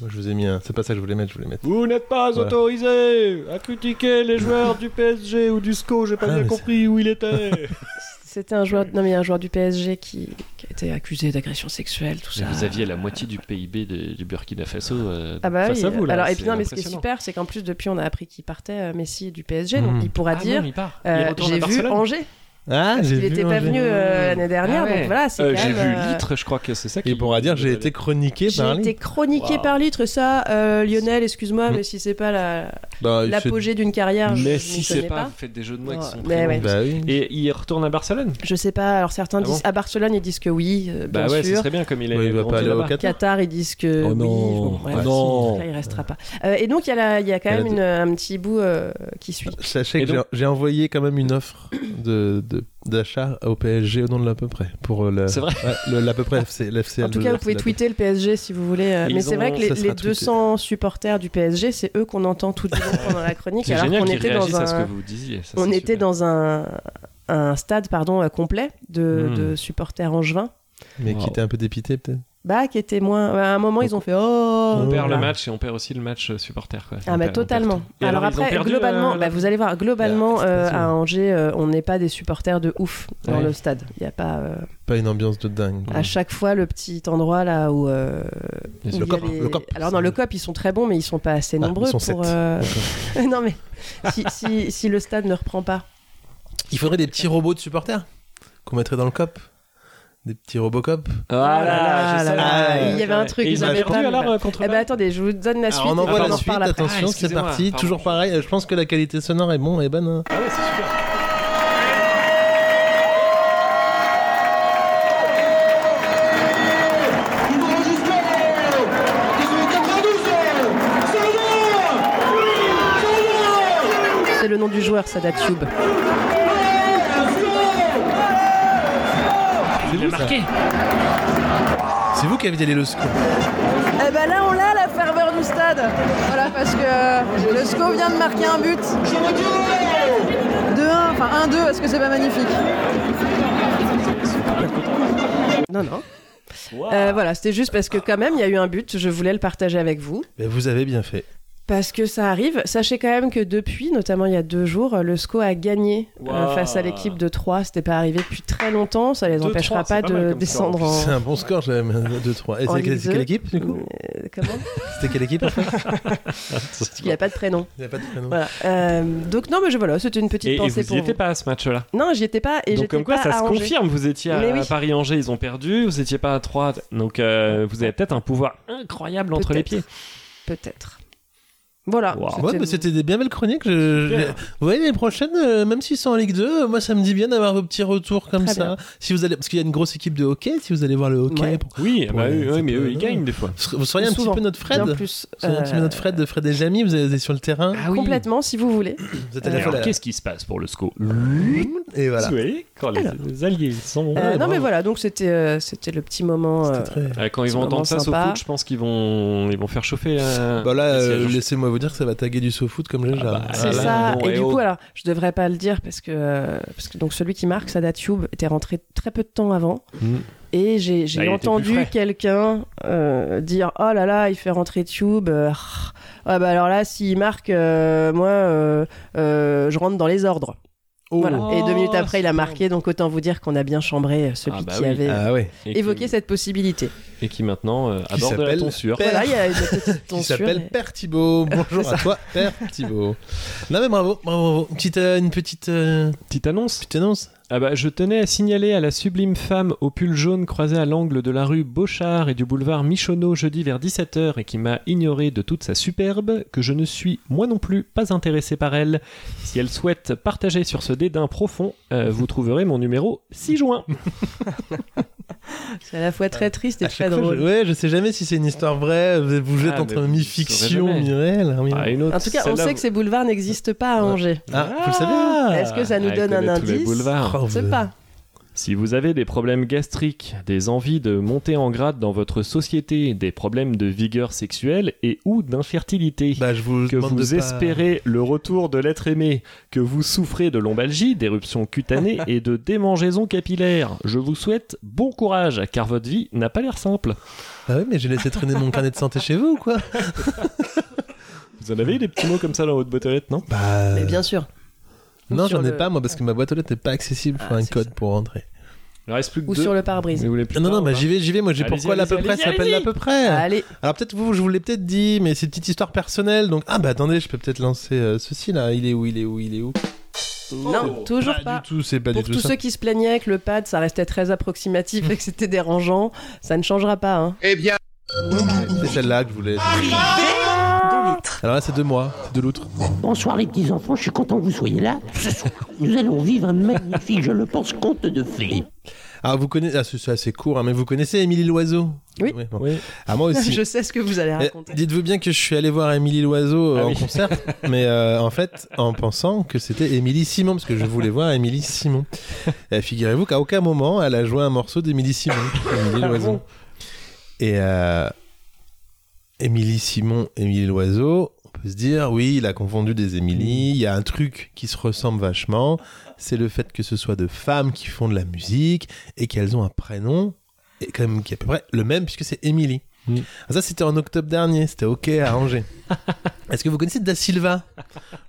[SPEAKER 1] Moi, Je vous ai mis un. C'est pas ça que je voulais mettre, je voulais mettre.
[SPEAKER 3] Vous n'êtes pas
[SPEAKER 1] Voilà.
[SPEAKER 3] autorisé à critiquer les joueurs du PSG ou du SCO, j'ai pas
[SPEAKER 1] Ah, mais
[SPEAKER 3] bien
[SPEAKER 1] c'est-
[SPEAKER 3] compris où il était. *laughs*
[SPEAKER 7] C'était un joueur, non mais un joueur du PSG qui, qui a été accusé d'agression sexuelle, tout ça.
[SPEAKER 3] vous aviez la moitié du PIB de- du Burkina Faso euh,
[SPEAKER 7] Ah bah
[SPEAKER 3] face
[SPEAKER 7] oui.
[SPEAKER 3] à vous là.
[SPEAKER 7] Alors et
[SPEAKER 3] c'est
[SPEAKER 7] puis non, mais ce qui est
[SPEAKER 3] impressionnant.
[SPEAKER 7] super, c'est qu'en plus depuis on a appris qu'il partait euh, Messi du PSG,
[SPEAKER 1] Mm.
[SPEAKER 7] donc il pourra
[SPEAKER 3] Ah non,
[SPEAKER 7] dire.
[SPEAKER 3] il part. Il
[SPEAKER 7] euh,
[SPEAKER 3] retourne à
[SPEAKER 7] j'ai vu
[SPEAKER 3] Barcelone.
[SPEAKER 7] Angers.
[SPEAKER 1] Ah,
[SPEAKER 7] Parce
[SPEAKER 1] j'ai
[SPEAKER 7] qu'il
[SPEAKER 1] vu.
[SPEAKER 7] n'était pas
[SPEAKER 1] hein, j'ai-
[SPEAKER 7] venu euh, l'année dernière,
[SPEAKER 3] Ah ouais.
[SPEAKER 7] donc voilà, c'est
[SPEAKER 3] Euh,
[SPEAKER 7] quand
[SPEAKER 3] J'ai
[SPEAKER 7] même,
[SPEAKER 3] vu
[SPEAKER 7] euh,
[SPEAKER 3] Litre, je crois que c'est ça qui.
[SPEAKER 1] Il pourra dire j'ai été chroniqué
[SPEAKER 7] J'ai
[SPEAKER 1] par lui.
[SPEAKER 7] été chroniqué
[SPEAKER 3] Waouh. Hmm.
[SPEAKER 7] par litre, ça, euh, Lionel, excuse-moi,
[SPEAKER 1] Mm.
[SPEAKER 7] mais si c'est pas la-
[SPEAKER 3] Ah,
[SPEAKER 1] Bah, il fait-
[SPEAKER 7] l'apogée d'une carrière, je
[SPEAKER 3] Mais
[SPEAKER 7] ne
[SPEAKER 3] si c'est
[SPEAKER 7] connais
[SPEAKER 3] pas,
[SPEAKER 7] pas.
[SPEAKER 3] vous faites des jeux de mots avec
[SPEAKER 7] Ouais.
[SPEAKER 3] son
[SPEAKER 7] Mais
[SPEAKER 3] prénom.
[SPEAKER 7] ouais.
[SPEAKER 1] Bah oui.
[SPEAKER 3] Et il retourne à Barcelone
[SPEAKER 7] Je sais pas, alors certains
[SPEAKER 3] Ah
[SPEAKER 7] disent
[SPEAKER 3] bon
[SPEAKER 7] à Barcelone, ils disent que oui, euh,
[SPEAKER 3] Bah
[SPEAKER 7] bien
[SPEAKER 3] ouais, ce
[SPEAKER 7] sûr.
[SPEAKER 3] serait bien comme il est.
[SPEAKER 1] Ouais, il va
[SPEAKER 3] grandi
[SPEAKER 1] pas aller au
[SPEAKER 3] là-bas.
[SPEAKER 1] Qatar.
[SPEAKER 7] Qatar, ils disent que
[SPEAKER 3] Oh
[SPEAKER 7] oui.
[SPEAKER 3] non.
[SPEAKER 7] bon, bref,
[SPEAKER 3] Ah
[SPEAKER 7] si,
[SPEAKER 3] non.
[SPEAKER 7] là, il restera pas. Euh, et donc, il y a, la- il y a quand
[SPEAKER 1] Elle a
[SPEAKER 7] même
[SPEAKER 1] dit-
[SPEAKER 7] une- un petit bout euh, qui suit.
[SPEAKER 1] Sachez
[SPEAKER 3] Et
[SPEAKER 1] que
[SPEAKER 3] donc-
[SPEAKER 1] j'ai- j'ai envoyé quand même une offre de de- d'achat au PSG au nom de l'à peu près pour euh, le.
[SPEAKER 3] C'est vrai
[SPEAKER 1] Ouais, le- l'à peu près FC, le FCL.
[SPEAKER 7] En tout cas, vous pouvez tweeter le PSG si vous voulez. euh,
[SPEAKER 3] Ils
[SPEAKER 7] mais c'est
[SPEAKER 3] ont-
[SPEAKER 7] vrai que les,
[SPEAKER 1] ça sera
[SPEAKER 7] les 200 supporters du PSG, c'est eux qu'on entend tout le long pendant la chronique,
[SPEAKER 3] C'est
[SPEAKER 7] alors
[SPEAKER 3] génial
[SPEAKER 7] qu'on
[SPEAKER 3] qu'il
[SPEAKER 7] était dans
[SPEAKER 3] réagisse à ce
[SPEAKER 7] un-
[SPEAKER 3] que vous disiez. ça,
[SPEAKER 7] on
[SPEAKER 3] c'est
[SPEAKER 7] était
[SPEAKER 3] super.
[SPEAKER 7] dans un, un stade pardon, euh, complet de,
[SPEAKER 3] Mm.
[SPEAKER 7] de supporters angevins.
[SPEAKER 1] Mais qui
[SPEAKER 3] Wow.
[SPEAKER 1] était un peu dépité peut-être.
[SPEAKER 7] Bah, qui était moins. À un moment, ils ont fait Oh
[SPEAKER 3] On perd
[SPEAKER 7] voilà.
[SPEAKER 3] le match et on perd aussi le match euh, supporter. Quoi.
[SPEAKER 7] Ah
[SPEAKER 3] On perd- on
[SPEAKER 7] bah
[SPEAKER 3] perd
[SPEAKER 7] totalement.
[SPEAKER 3] tout. Et
[SPEAKER 7] alors,
[SPEAKER 3] ils ont
[SPEAKER 7] après,
[SPEAKER 3] perdu,
[SPEAKER 7] globalement,
[SPEAKER 3] euh,
[SPEAKER 7] bah, vous allez voir, globalement,
[SPEAKER 1] la prestation.
[SPEAKER 7] euh, à Angers, euh, on n'est pas des supporters de ouf dans
[SPEAKER 3] Ouais.
[SPEAKER 7] le stade. Il n'y a pas euh,
[SPEAKER 1] Pas une ambiance de dingue.
[SPEAKER 7] à chaque fois le petit endroit là où. euh,
[SPEAKER 3] Bien
[SPEAKER 7] où
[SPEAKER 3] sûr.
[SPEAKER 7] il y
[SPEAKER 1] Le
[SPEAKER 7] a
[SPEAKER 1] cop,
[SPEAKER 7] les-
[SPEAKER 1] le cop.
[SPEAKER 7] Alors dans le cop, ils sont très bons, mais ils sont pas assez
[SPEAKER 1] Ah,
[SPEAKER 7] nombreux
[SPEAKER 1] ils sont sept.
[SPEAKER 7] pour. euh, *laughs* non mais si, si, si le stade ne reprend pas.
[SPEAKER 1] Il faudrait des petits robots de supporters qu'on mettrait dans le cop. Des petits robocop.
[SPEAKER 7] Ah là
[SPEAKER 3] je
[SPEAKER 7] là
[SPEAKER 3] sais. Ah,
[SPEAKER 1] là là,
[SPEAKER 7] il y avait un truc,
[SPEAKER 3] Et
[SPEAKER 7] ils
[SPEAKER 3] ils ont
[SPEAKER 7] avaient
[SPEAKER 3] perdu
[SPEAKER 7] pas, mais
[SPEAKER 3] alors
[SPEAKER 7] pas.
[SPEAKER 3] euh, contre.
[SPEAKER 7] Eh ben attendez, je vous donne la suite.
[SPEAKER 1] Alors, on
[SPEAKER 7] et
[SPEAKER 1] envoie
[SPEAKER 7] on
[SPEAKER 1] la
[SPEAKER 7] en
[SPEAKER 1] suite,
[SPEAKER 7] reparle après.
[SPEAKER 1] attention,
[SPEAKER 3] Ah,
[SPEAKER 1] c'est
[SPEAKER 3] excusez-moi,
[SPEAKER 1] parti.
[SPEAKER 3] pardon.
[SPEAKER 1] Toujours pareil, je pense que la qualité sonore est bon et bonne. hein.
[SPEAKER 3] Ah ouais, c'est super.
[SPEAKER 7] C'est le nom du joueur, ça Tube.
[SPEAKER 1] C'est vous, ça C'est vous qui avez allé le score.
[SPEAKER 4] Eh ben là, on l'a la ferveur du stade. Voilà, parce que euh, le SCO vient de marquer un but. 2-1, enfin 1-2, est-ce que c'est pas magnifique
[SPEAKER 7] Non, non. Euh, voilà, c'était juste parce que quand même, il y a eu un but, je voulais le partager avec vous.
[SPEAKER 1] Mais Eh, vous avez bien fait.
[SPEAKER 4] Parce que ça arrive. Sachez quand même que depuis, notamment il y a deux jours, le SCO a gagné euh,
[SPEAKER 3] Waouh.
[SPEAKER 4] face à l'équipe de Troyes. C'était pas arrivé depuis très longtemps. Ça les
[SPEAKER 3] Deux,
[SPEAKER 4] empêchera
[SPEAKER 3] trois,
[SPEAKER 4] pas,
[SPEAKER 3] c'est pas mal
[SPEAKER 4] de
[SPEAKER 3] comme score, en
[SPEAKER 4] descendre en.
[SPEAKER 1] C'est un bon score, j'avais 2-3. Et
[SPEAKER 4] En
[SPEAKER 1] c'est
[SPEAKER 4] Ligue
[SPEAKER 1] quelle, c'est quelle
[SPEAKER 4] deux.
[SPEAKER 1] équipe, du coup
[SPEAKER 4] Euh,
[SPEAKER 3] *laughs*
[SPEAKER 4] comment
[SPEAKER 1] C'était quelle équipe, en fait
[SPEAKER 4] Il n'y a pas de prénom.
[SPEAKER 1] Il n'y a pas de prénom.
[SPEAKER 4] Voilà. Euh, donc non, mais je voilà, c'était une petite
[SPEAKER 3] Et, et
[SPEAKER 4] pensée
[SPEAKER 3] vous
[SPEAKER 4] pour
[SPEAKER 3] n'y
[SPEAKER 4] vous.
[SPEAKER 3] étiez pas à ce match-là.
[SPEAKER 4] Non, j'y étais pas. Et
[SPEAKER 3] Donc
[SPEAKER 4] j'étais
[SPEAKER 3] comme quoi,
[SPEAKER 4] pas
[SPEAKER 3] ça
[SPEAKER 4] à
[SPEAKER 3] se
[SPEAKER 4] Angers.
[SPEAKER 3] confirme. Vous étiez à,
[SPEAKER 4] Mais oui.
[SPEAKER 3] à Paris-Angers, ils ont perdu. Vous étiez pas à 3. Donc euh, vous avez peut-être un pouvoir incroyable entre les pieds.
[SPEAKER 4] Peut-être. Peut-être. Voilà.
[SPEAKER 3] Wow.
[SPEAKER 1] Ah Ouais, mais c'était des bien belles chroniques. je- je-
[SPEAKER 3] Super.
[SPEAKER 1] Vous voyez, les prochaines, euh, même si c'est en Ligue 2, euh, moi ça me dit bien d'avoir vos petits retours comme
[SPEAKER 4] Très
[SPEAKER 1] ça. Si vous allez... Parce qu'il y a une grosse équipe de hockey, si vous allez voir le hockey.
[SPEAKER 4] Ouais.
[SPEAKER 1] pour-
[SPEAKER 3] Oui, bah,
[SPEAKER 1] Ouais,
[SPEAKER 3] oui, oui,
[SPEAKER 1] c'est
[SPEAKER 3] mais
[SPEAKER 1] pas
[SPEAKER 3] eux, ils
[SPEAKER 1] mal.
[SPEAKER 3] gagnent des fois.
[SPEAKER 1] Vous seriez un
[SPEAKER 4] Souvent.
[SPEAKER 1] petit peu notre Fred
[SPEAKER 4] Bien plus.
[SPEAKER 1] Vous seriez un petit peu
[SPEAKER 4] euh,
[SPEAKER 1] notre Fred, Fred et Jamie, vous allez sur le terrain.
[SPEAKER 3] Ah oui.
[SPEAKER 4] Complètement, si vous voulez.
[SPEAKER 1] Vous êtes à
[SPEAKER 4] Euh,
[SPEAKER 1] la
[SPEAKER 3] Alors,
[SPEAKER 1] fois là.
[SPEAKER 3] qu'est-ce qui se passe pour le SCO
[SPEAKER 1] Et voilà.
[SPEAKER 3] Vous voyez, quand les,
[SPEAKER 4] Alors.
[SPEAKER 3] les alliés ils sont
[SPEAKER 4] Euh, non,
[SPEAKER 1] bravo.
[SPEAKER 4] mais voilà, donc c'était euh, c'était le petit moment. euh,
[SPEAKER 1] C'était très-
[SPEAKER 3] Ah, quand ils
[SPEAKER 4] C'est
[SPEAKER 3] vont
[SPEAKER 4] vraiment
[SPEAKER 3] entendre ça sauf
[SPEAKER 4] sympa.
[SPEAKER 3] foot, je pense qu'ils vont ils vont faire chauffer. euh,
[SPEAKER 1] Bah là,
[SPEAKER 3] les
[SPEAKER 1] euh,
[SPEAKER 3] sièges.
[SPEAKER 1] laissez-moi vous dire que ça va taguer du SoFoot comme j'ai
[SPEAKER 3] bah,
[SPEAKER 4] C'est
[SPEAKER 3] Ah là,
[SPEAKER 4] ça.
[SPEAKER 3] bon,
[SPEAKER 4] et
[SPEAKER 3] eh
[SPEAKER 4] du
[SPEAKER 3] oh.
[SPEAKER 4] coup, alors, je devrais pas le dire parce que, euh, parce que donc celui qui marque Sadatube était rentré très peu de temps avant.
[SPEAKER 3] Mm.
[SPEAKER 4] Et j'ai j'ai
[SPEAKER 3] Bah, il était plus
[SPEAKER 4] entendu
[SPEAKER 3] frais.
[SPEAKER 4] quelqu'un euh, dire Oh là là, il fait rentrer Tube. euh, ah bah alors là, s'il marque, euh, moi, euh, euh, je rentre dans les ordres.
[SPEAKER 1] Oh.
[SPEAKER 4] Voilà. Et deux minutes après, il a marqué. Donc autant vous dire qu'on a bien chambré euh, celui
[SPEAKER 3] Ah bah
[SPEAKER 4] qui
[SPEAKER 3] oui.
[SPEAKER 4] avait euh,
[SPEAKER 1] Ah ouais.
[SPEAKER 3] Et qui-
[SPEAKER 4] évoqué cette possibilité.
[SPEAKER 3] et qui maintenant euh,
[SPEAKER 1] Qui
[SPEAKER 3] aborde la
[SPEAKER 1] s'appelle
[SPEAKER 3] tonsure.
[SPEAKER 1] Père.
[SPEAKER 4] Voilà, il y a une
[SPEAKER 1] *laughs*
[SPEAKER 4] petite
[SPEAKER 1] Qui
[SPEAKER 4] tonsure.
[SPEAKER 1] s'appelle
[SPEAKER 4] et-
[SPEAKER 1] Père Thibault. Bonjour à
[SPEAKER 4] *laughs*
[SPEAKER 1] toi, Père Thibault. Non mais bravo, bravo, bravo. Une petite, euh, une petite, euh,
[SPEAKER 3] Petite annonce.
[SPEAKER 1] petite annonce.
[SPEAKER 3] Ah bah, je tenais à signaler à la sublime femme au pull jaune croisée à l'angle de la rue Beauchard et du boulevard Michonneau jeudi vers 17h et qui m'a ignoré de toute sa superbe que je ne suis moi non plus pas intéressé par elle. Si elle souhaite partager sur ce dédain profond, euh, vous trouverez mon numéro 6 juin.
[SPEAKER 4] C'est à la fois très triste et
[SPEAKER 1] À
[SPEAKER 4] très
[SPEAKER 1] chaque fois,
[SPEAKER 4] drôle.
[SPEAKER 1] je... Ouais, je sais jamais si c'est une histoire vraie. Vous vous jetez
[SPEAKER 3] Ah, mais
[SPEAKER 1] entre
[SPEAKER 3] vous
[SPEAKER 1] mi-fiction,
[SPEAKER 3] saurez jamais.
[SPEAKER 1] mi-réel. hein, mi-
[SPEAKER 3] Ah, une autre,
[SPEAKER 4] En tout cas, on
[SPEAKER 3] celle-là,
[SPEAKER 4] sait que ces boulevards n'existent pas à
[SPEAKER 1] Ouais.
[SPEAKER 4] Angers.
[SPEAKER 1] Ah, vous le savez
[SPEAKER 4] Est-ce que ça nous
[SPEAKER 3] Ah, elle
[SPEAKER 4] donne un
[SPEAKER 3] connaît tous les
[SPEAKER 4] indice
[SPEAKER 3] boulevards.
[SPEAKER 1] Oh,
[SPEAKER 4] Je sais
[SPEAKER 1] vous-
[SPEAKER 4] Ah. pas.
[SPEAKER 3] Si vous avez des problèmes gastriques, des envies de monter en grade dans votre société, des problèmes de vigueur sexuelle et ou d'infertilité,
[SPEAKER 1] Bah, je vous
[SPEAKER 3] que
[SPEAKER 1] demande de
[SPEAKER 3] vous
[SPEAKER 1] pas-
[SPEAKER 3] espérez le retour de l'être aimé, que vous souffrez de lombalgie, d'éruptions
[SPEAKER 1] *laughs*
[SPEAKER 3] cutanées et de démangeaisons capillaires, je vous souhaite bon courage car votre vie n'a pas l'air simple.
[SPEAKER 1] Ah ouais, mais j'ai laissé traîner mon carnet de santé chez vous ou
[SPEAKER 4] *laughs*
[SPEAKER 1] quoi
[SPEAKER 3] Vous en avez des petits mots comme ça dans votre bottelette, non
[SPEAKER 1] Bah.
[SPEAKER 4] Mais bien sûr.
[SPEAKER 1] Non,
[SPEAKER 4] Ou sur
[SPEAKER 1] j'en ai
[SPEAKER 4] le-
[SPEAKER 1] pas moi parce que ma boîte aux lettres n'est pas accessible. Faut
[SPEAKER 4] Ah,
[SPEAKER 1] un
[SPEAKER 4] c'est
[SPEAKER 1] code
[SPEAKER 4] ça.
[SPEAKER 1] pour rentrer.
[SPEAKER 3] Il en reste plus que
[SPEAKER 4] Ou
[SPEAKER 3] deux.
[SPEAKER 4] sur le pare-brise.
[SPEAKER 3] Vous voulez plus
[SPEAKER 1] non,
[SPEAKER 3] tard
[SPEAKER 1] non,
[SPEAKER 3] ou
[SPEAKER 1] bah
[SPEAKER 3] pas
[SPEAKER 1] j'y vais, j'y vais. Moi, j'ai
[SPEAKER 3] Allez-y,
[SPEAKER 1] pourquoi l'à peu
[SPEAKER 3] allez-y,
[SPEAKER 1] près
[SPEAKER 3] allez-y,
[SPEAKER 1] s'appelle l'à
[SPEAKER 3] allez-y.
[SPEAKER 1] peu près.
[SPEAKER 4] Allez,
[SPEAKER 1] Alors peut-être vous, je vous l'ai peut-être dit, mais c'est une petite histoire personnelle. Donc ah bah attendez, je peux peut-être lancer euh, ceci là. Il est où Il est où Il est où
[SPEAKER 4] non, toujours pas.
[SPEAKER 1] du tout. C'est pas
[SPEAKER 4] Ah. Pour
[SPEAKER 1] du tout
[SPEAKER 4] tous
[SPEAKER 1] ça.
[SPEAKER 4] ceux qui se plaignaient que le pad, ça restait très approximatif et que c'était dérangeant, ça ne changera pas. hein.
[SPEAKER 1] C'est celle-là que je voulais. Alors là, c'est de moi, c'est de l'outre.
[SPEAKER 2] Bonsoir les petits enfants, je suis content que vous soyez là. Ce soir, nous allons vivre un magnifique, je le pense, conte de fées.
[SPEAKER 1] Ah vous connaissez, ah, c'est c'est assez court, hein, mais vous connaissez Émilie Loiseau
[SPEAKER 4] Oui.
[SPEAKER 1] bon.
[SPEAKER 3] Oui.
[SPEAKER 1] Ah moi aussi.
[SPEAKER 4] *laughs* Je sais ce que vous allez
[SPEAKER 1] Eh,
[SPEAKER 4] raconter.
[SPEAKER 1] Dites-vous bien que je suis allé voir Émilie Loiseau euh,
[SPEAKER 3] Ah
[SPEAKER 1] en
[SPEAKER 3] oui. *laughs*
[SPEAKER 1] concert, mais euh, en fait, en pensant que c'était Émilie Simon, parce que je voulais voir Émilie Simon. Eh, Figurez-vous qu'à aucun moment, elle a joué un morceau d'Émilie
[SPEAKER 3] *laughs*
[SPEAKER 1] Simon.
[SPEAKER 3] Ah
[SPEAKER 1] Émilie Loiseau. Et euh, Émilie Simon, Émilie Loiseau, on peut se dire, oui, il a confondu des Émilie, il y a un truc qui se ressemble vachement, c'est le fait que ce soit de femmes qui font de la musique et qu'elles ont un prénom, et quand même qui est à peu près le même, puisque c'est Émilie. Ah, Ça, c'était en octobre dernier, c'était OK à
[SPEAKER 3] *laughs*
[SPEAKER 1] Angers. Est-ce que vous connaissez Da Silva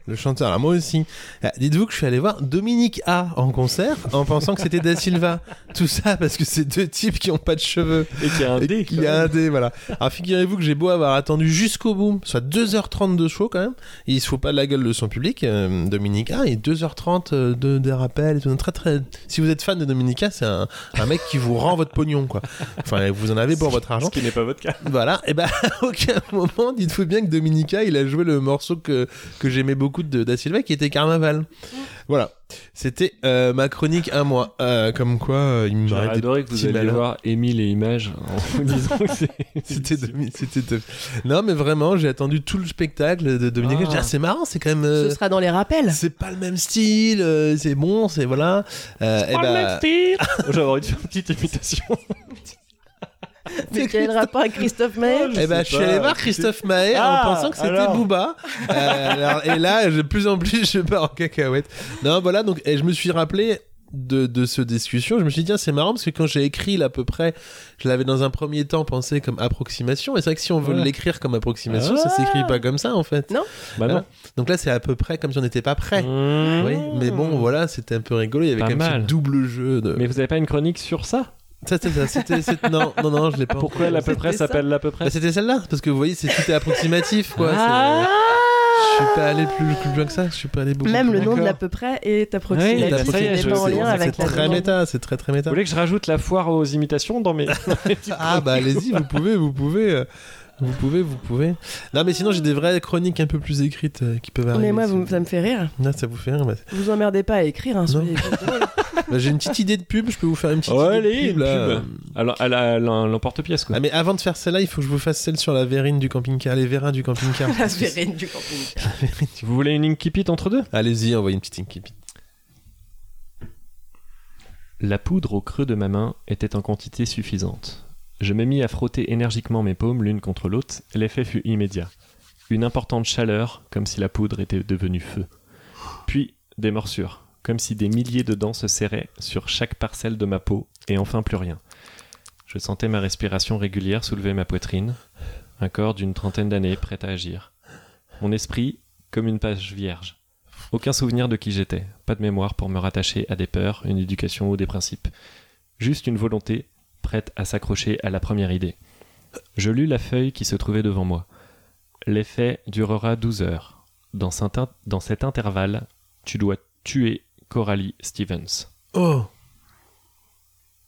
[SPEAKER 1] Le chanteur, alors moi aussi. Ah, Dites-vous que je suis allé voir Dominique A en concert en pensant que c'était Da Silva. Tout ça parce que c'est deux types qui ont pas de cheveux.
[SPEAKER 3] Et qu'il y a un
[SPEAKER 1] Et
[SPEAKER 3] dé.
[SPEAKER 1] qu'il y a un dé, voilà. Alors figurez-vous que j'ai beau avoir attendu jusqu'au bout, soit 2h30 de show quand même, il se fout pas de la gueule de son public, euh, Dominique A, et 2h30 euh, de, de rappel, et tout. Très, très... Si vous êtes fan de Dominique A, c'est un, un mec qui vous rend votre pognon, quoi. Enfin, vous en
[SPEAKER 3] *laughs*
[SPEAKER 1] avez pour votre argent.
[SPEAKER 3] Ce qui n'est pas votre cas.
[SPEAKER 1] Voilà, et ben *laughs* à aucun moment, dites-vous bien que Dominica, il a joué le morceau que, que j'aimais beaucoup de Da Silva, qui était Carnaval. Voilà, c'était euh, ma chronique un mois. Euh, comme quoi, euh, il
[SPEAKER 3] J'aurais
[SPEAKER 1] m'arrête des
[SPEAKER 3] adoré que vous
[SPEAKER 1] petits
[SPEAKER 3] alliez
[SPEAKER 1] malheurs.
[SPEAKER 3] voir Émile et Images en vous disant que c'est-
[SPEAKER 1] *laughs* C'était Domi- c'était Dom- Non, mais vraiment, j'ai attendu tout le spectacle de Dominica.
[SPEAKER 3] Ah.
[SPEAKER 1] Je dis, ah, c'est marrant, c'est quand même. euh,
[SPEAKER 4] Ce sera dans les
[SPEAKER 1] *laughs*
[SPEAKER 4] rappels.
[SPEAKER 1] c'est pas le même style, euh, c'est bon, c'est voilà. Euh, eh ben,
[SPEAKER 3] *laughs* J'aurais envie de faire une petite imitation.
[SPEAKER 1] *laughs*
[SPEAKER 4] Mais quel rapport avec Christophe Maé
[SPEAKER 1] Eh ben, je suis allé voir Christophe Maé
[SPEAKER 3] Ah,
[SPEAKER 1] en pensant que c'était
[SPEAKER 3] alors.
[SPEAKER 1] Booba. *laughs* Euh, alors, et là, de plus en plus, je pars en cacahuète. Non, voilà, donc, et je me suis rappelé de, de ce discussion, je me suis dit, tiens, c'est marrant parce que quand j'ai écrit là, à peu près, je l'avais dans un premier temps pensé comme approximation. Et c'est vrai que si on veut
[SPEAKER 3] Ouais.
[SPEAKER 1] l'écrire comme approximation, ça
[SPEAKER 3] Ah.
[SPEAKER 1] s'écrit pas comme ça en fait.
[SPEAKER 3] Bah non.
[SPEAKER 1] Voilà. Donc là, c'est à peu près comme si on n'était pas prêt. Oui, mais bon, voilà, c'était un peu rigolo. Il y avait
[SPEAKER 3] Mmh. Pas
[SPEAKER 1] quand même
[SPEAKER 3] mal.
[SPEAKER 1] ce double jeu de.
[SPEAKER 3] Mais vous avez pas une chronique sur ça
[SPEAKER 1] Ça, c'était ça, c'était- c'était- Non, non, non, je l'ai pas.
[SPEAKER 3] Pourquoi l'à peu près
[SPEAKER 4] C'était ça.
[SPEAKER 3] s'appelle l'à peu près
[SPEAKER 1] Bah, c'était celle-là, parce que vous voyez, c'est tout est approximatif, quoi. c'est-
[SPEAKER 3] Ah,
[SPEAKER 4] Ah,
[SPEAKER 1] Je suis pas allé plus, plus loin que ça. Je suis pas allé beaucoup.
[SPEAKER 4] Même
[SPEAKER 1] plus
[SPEAKER 4] le
[SPEAKER 1] loin.
[SPEAKER 4] nom de
[SPEAKER 3] d'accord.
[SPEAKER 4] l'à peu près est
[SPEAKER 3] Oui,
[SPEAKER 1] C'est
[SPEAKER 3] bah,
[SPEAKER 4] approximatif.
[SPEAKER 3] ça y est,
[SPEAKER 4] il
[SPEAKER 3] je
[SPEAKER 4] n'est pas en
[SPEAKER 3] sais,
[SPEAKER 4] lien
[SPEAKER 1] c'est-
[SPEAKER 4] avec
[SPEAKER 1] C'est
[SPEAKER 4] la
[SPEAKER 1] très
[SPEAKER 4] demande.
[SPEAKER 1] méta, c'est très très méta.
[SPEAKER 3] Vous voulez que je rajoute la foire aux imitations
[SPEAKER 1] *laughs*
[SPEAKER 3] dans mes.
[SPEAKER 1] Ah bah allez-y, vous pouvez, vous pouvez, euh, vous pouvez, vous pouvez. Non mais sinon j'ai des vraies chroniques un peu plus écrites euh, qui peuvent arriver.
[SPEAKER 4] Mais moi,
[SPEAKER 1] si
[SPEAKER 4] vous- ça me fait rire.
[SPEAKER 1] Ah, ça vous fait rire. bah,
[SPEAKER 4] Vous emmerdez pas à écrire. Hein,
[SPEAKER 1] Non. *laughs*
[SPEAKER 4] soyez-
[SPEAKER 1] bah, j'ai une petite idée de pub, je peux vous faire une petite
[SPEAKER 3] Oh,
[SPEAKER 1] idée
[SPEAKER 3] allez,
[SPEAKER 1] de pub,
[SPEAKER 3] une
[SPEAKER 1] là. euh.
[SPEAKER 3] pub. Alors, à la- à la- l'emporte-pièce, quoi.
[SPEAKER 1] Ah mais avant de faire celle-là, il faut que je vous fasse celle sur la vérine du camping-car, les vérins du camping-car.
[SPEAKER 4] *laughs* la sphérine du camping.
[SPEAKER 3] Vous voulez une incipit entre deux
[SPEAKER 1] Allez-y, envoyez une petite incipit.
[SPEAKER 3] La poudre au creux de ma main était en quantité suffisante. Je me mis à frotter énergiquement mes paumes l'une contre l'autre, l'effet fut immédiat. Une importante chaleur, comme si la poudre était devenue feu. Puis des morsures, comme si des milliers de dents se serraient sur chaque parcelle de ma peau, et enfin plus rien. Je sentais ma respiration régulière soulever ma poitrine, un corps d'une trentaine d'années prêt à agir. Mon esprit, comme une page vierge. Aucun souvenir de qui j'étais, pas de mémoire pour me rattacher à des peurs, une éducation ou des principes. Juste une volonté prête à s'accrocher à la première idée. Je lus la feuille qui se trouvait devant moi. L'effet durera 12 heures. Dans cet, in- dans cet intervalle, tu dois tuer Coralie Stevens.
[SPEAKER 1] Oh,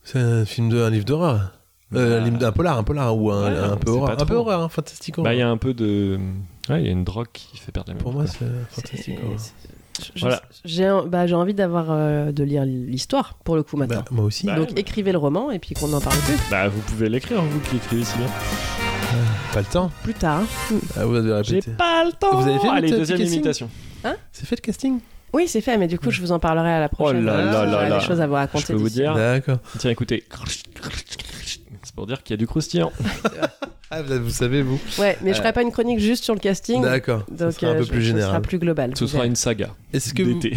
[SPEAKER 1] c'est un film de, un livre d'horreur.
[SPEAKER 3] Bah,
[SPEAKER 1] Euh, un livre- un polar, un polar ou un,
[SPEAKER 3] Ah. Ouais,
[SPEAKER 1] un
[SPEAKER 3] on
[SPEAKER 1] peu
[SPEAKER 3] sait
[SPEAKER 1] horreur,
[SPEAKER 3] pas
[SPEAKER 1] un peu
[SPEAKER 3] trop.
[SPEAKER 1] horreur, hein, fantastique.
[SPEAKER 3] Bah,
[SPEAKER 1] horreur.
[SPEAKER 3] il y a un peu de. Ouais, il y a une drogue qui fait perdre la
[SPEAKER 1] Pour
[SPEAKER 3] mémoire.
[SPEAKER 1] moi, c'est
[SPEAKER 4] C'est-
[SPEAKER 1] fantastique. horreur.
[SPEAKER 4] c'est- je-
[SPEAKER 3] Voilà.
[SPEAKER 4] J'ai un- bah, j'ai envie d'avoir euh, de lire l'histoire pour le coup maintenant.
[SPEAKER 1] Bah, moi aussi.
[SPEAKER 3] Bah,
[SPEAKER 4] Donc
[SPEAKER 3] ouais, bah.
[SPEAKER 4] écrivez le roman et puis qu'on n'en parle plus
[SPEAKER 3] Bah, vous pouvez l'écrire, vous qui écrivez si bien.
[SPEAKER 1] Pas le temps.
[SPEAKER 4] plus tard.
[SPEAKER 1] Ah, vous avez
[SPEAKER 3] J'ai
[SPEAKER 1] répété.
[SPEAKER 3] pas le temps
[SPEAKER 1] Vous avez fait
[SPEAKER 3] Allez,
[SPEAKER 1] votre
[SPEAKER 3] deuxième
[SPEAKER 1] casting
[SPEAKER 3] imitation.
[SPEAKER 1] C'est fait le casting
[SPEAKER 4] Oui, c'est fait, mais du coup, je vous en parlerai à la prochaine.
[SPEAKER 3] là
[SPEAKER 4] euh,
[SPEAKER 1] Oh là
[SPEAKER 4] j'aurai
[SPEAKER 1] là là.
[SPEAKER 4] des choses à vous raconter.
[SPEAKER 3] Je peux vous
[SPEAKER 4] d'ici.
[SPEAKER 3] dire,
[SPEAKER 1] D'accord.
[SPEAKER 3] tiens, écoutez. C'est pour dire qu'il y a du croustillant.
[SPEAKER 1] Ah, vous vous savez, vous.
[SPEAKER 4] Ouais, mais je
[SPEAKER 1] Euh,
[SPEAKER 4] ferai pas une chronique juste sur le casting.
[SPEAKER 1] D'accord.
[SPEAKER 4] Donc,
[SPEAKER 1] Ça sera un
[SPEAKER 4] euh,
[SPEAKER 1] peu
[SPEAKER 4] je-
[SPEAKER 1] plus
[SPEAKER 4] ce
[SPEAKER 1] général.
[SPEAKER 4] sera plus global.
[SPEAKER 3] Ce
[SPEAKER 4] vous
[SPEAKER 3] sera
[SPEAKER 4] verrez.
[SPEAKER 3] une saga
[SPEAKER 1] Est-ce que vous-
[SPEAKER 3] d'été.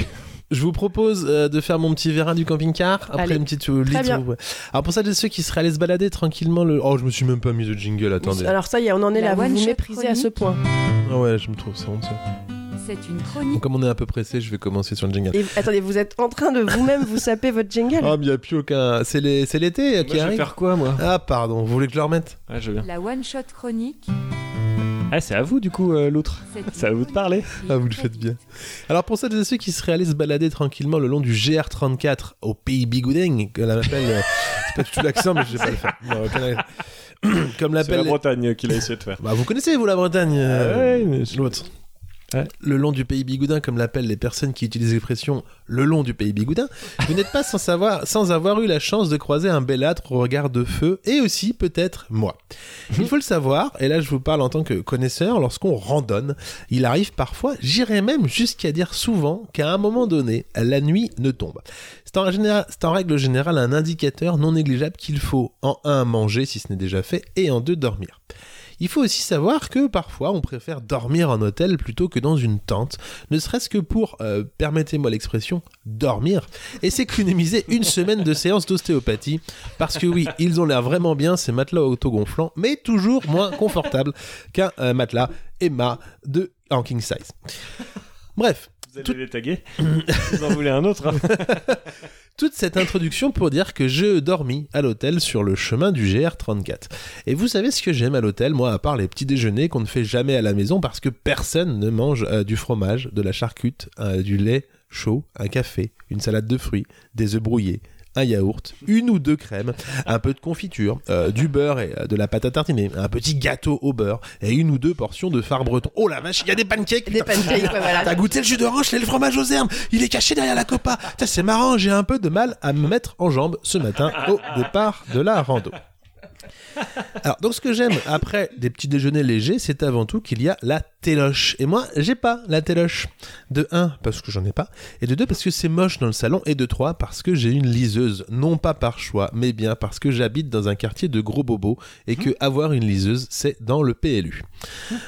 [SPEAKER 1] je vous propose euh, de faire mon petit vérin du camping-car après
[SPEAKER 4] Allez.
[SPEAKER 1] une petite euh,
[SPEAKER 4] Très
[SPEAKER 1] liste,
[SPEAKER 4] bien.
[SPEAKER 1] vous- Alors pour ça, de ceux qui seraient allés se balader tranquillement, le... oh, je me suis même pas mis de jingle. Attendez.
[SPEAKER 4] Alors ça y est, on en est
[SPEAKER 6] La
[SPEAKER 4] là. Vous
[SPEAKER 6] one
[SPEAKER 4] vous
[SPEAKER 6] shot
[SPEAKER 4] méprisez à ce point.
[SPEAKER 1] Ah ouais, je me trouve c'est honteux.
[SPEAKER 6] C'est une
[SPEAKER 1] Bon,
[SPEAKER 6] chronique.
[SPEAKER 1] comme on est un peu pressé, je vais commencer sur le jingle.
[SPEAKER 4] Et attendez, vous êtes en train de vous-même vous saper votre jingle.
[SPEAKER 1] Ah, mais y a plus aucun. C'est les- c'est l'été euh,
[SPEAKER 3] Moi,
[SPEAKER 1] qui
[SPEAKER 3] *laughs* je vais
[SPEAKER 1] arrive.
[SPEAKER 3] faire quoi, moi
[SPEAKER 1] Ah pardon, vous voulez que je le remette
[SPEAKER 3] Ah, je viens.
[SPEAKER 6] La one shot chronique.
[SPEAKER 3] Ah, c'est à vous, du coup, euh, l'autre.
[SPEAKER 6] c'est une
[SPEAKER 3] C'est à vous de
[SPEAKER 6] chronique
[SPEAKER 3] parler.
[SPEAKER 6] écrite
[SPEAKER 1] Ah, vous le faites bien. Alors pour celles et ceux qui seraient allés se balader tranquillement le long du GR34 au pays Bigouding, comme l'appelle, euh, c'est pas du tout l'accent, mais je sais pas le faire. Non, aucun accent. *clears throat* comme
[SPEAKER 3] C'est la
[SPEAKER 1] l'appelle.
[SPEAKER 3] Bretagne qu'il a essayé *laughs* de faire. Ah
[SPEAKER 1] Bah, vous connaissez vous la Bretagne euh,
[SPEAKER 3] ouais, mais je-
[SPEAKER 1] L'autre.
[SPEAKER 3] Ouais.
[SPEAKER 1] Le long du pays bigoudin, comme l'appellent les personnes qui utilisent l'expression le long du pays bigoudin, vous n'êtes pas sans, savoir, sans avoir eu la chance de croiser un belâtre au regard de feu et aussi peut-être moi. Il faut le savoir, et là je vous parle en tant que connaisseur, lorsqu'on randonne, il arrive parfois, j'irais même jusqu'à dire souvent, qu'à un moment donné, la nuit ne tombe. C'est en, général- c'est en règle générale un indicateur non négligeable qu'il faut en un manger si ce n'est déjà fait et en deux dormir. Il faut aussi savoir que parfois on préfère dormir en hôtel plutôt que dans une tente, ne serait-ce que pour, euh, permettez-moi l'expression, dormir, et s'économiser une semaine de séance d'ostéopathie, parce que oui, ils ont l'air vraiment bien ces matelas autogonflants, mais toujours moins confortables qu'un euh, matelas Emma de en king size. Bref,
[SPEAKER 3] Vous allez
[SPEAKER 1] Tout-
[SPEAKER 3] les taguer. Vous en voulez un autre hein
[SPEAKER 1] *laughs* toute cette introduction pour dire que je dormis à l'hôtel sur le chemin du GR34. Et vous savez ce que j'aime à l'hôtel, moi, à part les petits déjeuners qu'on ne fait jamais à la maison parce que personne ne mange euh, du fromage, de la charcute, euh, du lait chaud, un café, une salade de fruits, des œufs brouillés. Un yaourt, une ou deux crèmes, un peu de confiture, euh, du beurre et euh, de la pâte à tartiner, un petit gâteau au beurre et une ou deux portions de phare breton. Oh la vache, il y a des pancakes!
[SPEAKER 4] *laughs* Des
[SPEAKER 1] putain.
[SPEAKER 4] pancakes, ouais, voilà.
[SPEAKER 1] T'as goûté le jus d'orange, et le fromage aux herbes. Il est caché derrière la copa. Putain, C'est marrant, j'ai un peu de mal à me mettre en jambe ce matin au départ de la rando. Alors, donc ce que j'aime après des petits déjeuners légers, c'est avant tout qu'il y a la téloche. Et moi, j'ai pas la téloche. De 1, parce que j'en ai pas. Et de 2, parce que c'est moche dans le salon. Et de 3, parce que j'ai une liseuse. Non pas par choix, mais bien parce que j'habite dans un quartier de gros bobos. Et que avoir une liseuse, c'est dans le PLU.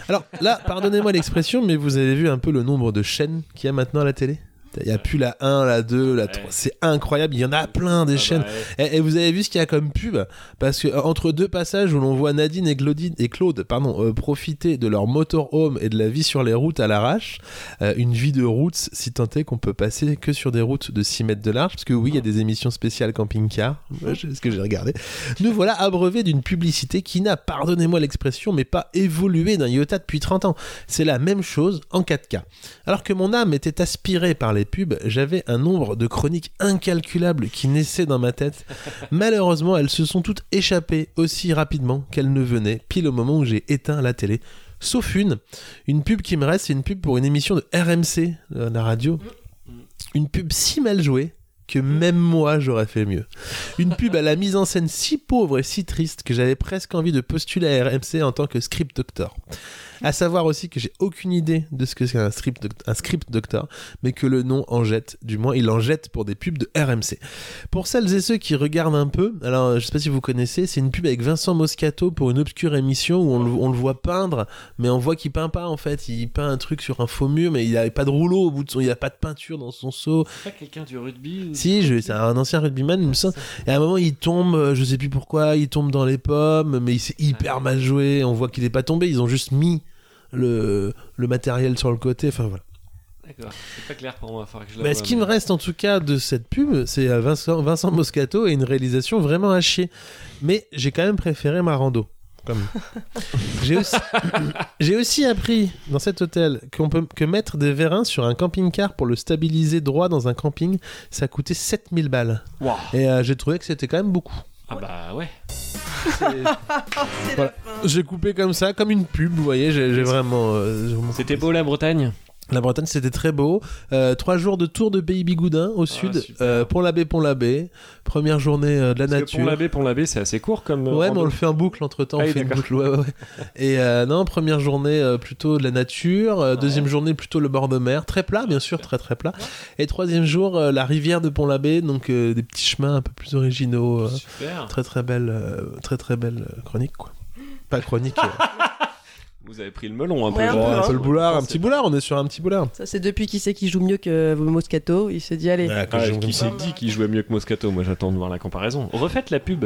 [SPEAKER 1] Alors là, pardonnez-moi l'expression, mais vous avez vu un peu le nombre de chaînes qu'il y a maintenant à la télé Il n'y a plus la 1, la 2, la 3. C'est incroyable. Il y en a plein des chaînes. Et, et vous avez vu ce qu'il y a comme pub Parce que euh, entre deux passages où l'on voit Nadine et, Claudine, et Claude pardon, euh, profiter de leur motorhome et de la vie sur les routes à l'arrache, euh, une vie de route, si tant est qu'on peut passer que sur des routes de 6 mètres de large, parce que oui, il y a des émissions spéciales camping-car, Moi, je- ce que j'ai regardé. Nous voilà abreuvés d'une publicité qui n'a, pardonnez-moi l'expression, mais pas évolué d'un iota depuis 30 ans. C'est la même chose en 4K. Alors que mon âme était aspirée par les pubs, j'avais un nombre de chroniques incalculables qui naissaient dans ma tête. Malheureusement, elles se sont toutes échappées aussi rapidement qu'elles ne venaient, pile au moment où j'ai éteint la télé. Sauf une. Une pub qui me reste, c'est une pub pour une émission de RMC, euh, la radio. Une pub si mal jouée que même moi j'aurais fait mieux. Une pub à la mise en scène si pauvre et si triste que j'avais presque envie de postuler à RMC en tant que script doctor. À savoir aussi que j'ai aucune idée de ce que c'est un script, doc- un script doctor, mais que le nom en jette, du moins il en jette pour des pubs de RMC. Pour celles et ceux qui regardent un peu, alors je sais pas si vous connaissez, c'est une pub avec Vincent Moscato pour une obscure émission où on le, on le voit peindre, mais on voit qu'il peint pas en fait, il peint un truc sur un faux mur, mais il a pas de rouleau au bout de son, il a pas de peinture dans son seau,
[SPEAKER 3] pas quelqu'un du rugby
[SPEAKER 1] si, je- c'est un ancien rugbyman, il me semble. Et à un moment, il tombe, euh, je sais plus pourquoi, il tombe dans les pommes, mais il s'est hyper mal joué. On voit qu'il n'est pas tombé. Ils ont juste mis le, le matériel sur le côté. Enfin voilà.
[SPEAKER 3] D'accord, c'est pas clair pour moi. faudra que je la
[SPEAKER 1] Mais
[SPEAKER 3] voie,
[SPEAKER 1] ce qui me
[SPEAKER 3] mais-
[SPEAKER 1] reste en tout cas de cette pub, c'est euh, Vincent, Vincent Moscato et une réalisation vraiment à chier. Mais j'ai quand même préféré ma rando. quand même. J'ai aussi, *coughs* j'ai aussi appris dans cet hôtel qu'on peut que mettre des vérins sur un camping-car pour le stabiliser droit dans un camping, ça coûtait 7000 balles.
[SPEAKER 3] Waouh.
[SPEAKER 1] Et euh, j'ai trouvé que c'était quand même beaucoup.
[SPEAKER 3] Ah bah ouais.
[SPEAKER 1] Voilà. J'ai coupé comme ça, comme une pub, vous voyez, j'ai j'ai vraiment... euh, j'ai vraiment
[SPEAKER 3] C'était
[SPEAKER 1] coupé.
[SPEAKER 3] beau la Bretagne.
[SPEAKER 1] La Bretagne, c'était très beau. Euh, trois jours de tour de Pays Bigoudin au sud,
[SPEAKER 3] Ah, super.
[SPEAKER 1] euh, Pont-l'Abbé, Pont-l'Abbé. Première journée euh, de la
[SPEAKER 3] Parce que
[SPEAKER 1] nature.
[SPEAKER 3] Pont l'Abbé, Pont l'Abbé, c'est assez court comme. euh,
[SPEAKER 1] Ouais, mais on
[SPEAKER 3] rando.
[SPEAKER 1] le fait en boucle entre temps.
[SPEAKER 3] Ah
[SPEAKER 1] on
[SPEAKER 3] oui,
[SPEAKER 1] fait une
[SPEAKER 3] d'accord.
[SPEAKER 1] boucle, ouais, ouais, ouais. Et euh, non, première journée euh, plutôt de la nature. euh, Deuxième journée plutôt le bord de mer. Très plat, bien sûr, très très plat. Et troisième jour, euh, la rivière de Pont-l'Abbé. Donc euh, des petits chemins un peu plus originaux. euh,
[SPEAKER 3] Super.
[SPEAKER 1] très très belle, euh, très très belle euh, chronique, quoi. Pas *laughs* chronique. euh,
[SPEAKER 3] Vous avez pris le melon un peu.
[SPEAKER 4] Ouais, un
[SPEAKER 3] genre.
[SPEAKER 4] peu, hein.
[SPEAKER 1] un seul boulard, un
[SPEAKER 3] C'est
[SPEAKER 1] petit
[SPEAKER 3] pas-
[SPEAKER 1] boulard, on est sur un petit boulard.
[SPEAKER 4] Ça, c'est depuis qui sait qui joue mieux que Moscato. Il s'est dit, allez.
[SPEAKER 1] que
[SPEAKER 3] Ah,
[SPEAKER 1] je-
[SPEAKER 3] qui s'est dit qu'il jouait mieux que Moscato Moi, j'attends de voir la comparaison. Refaites la pub.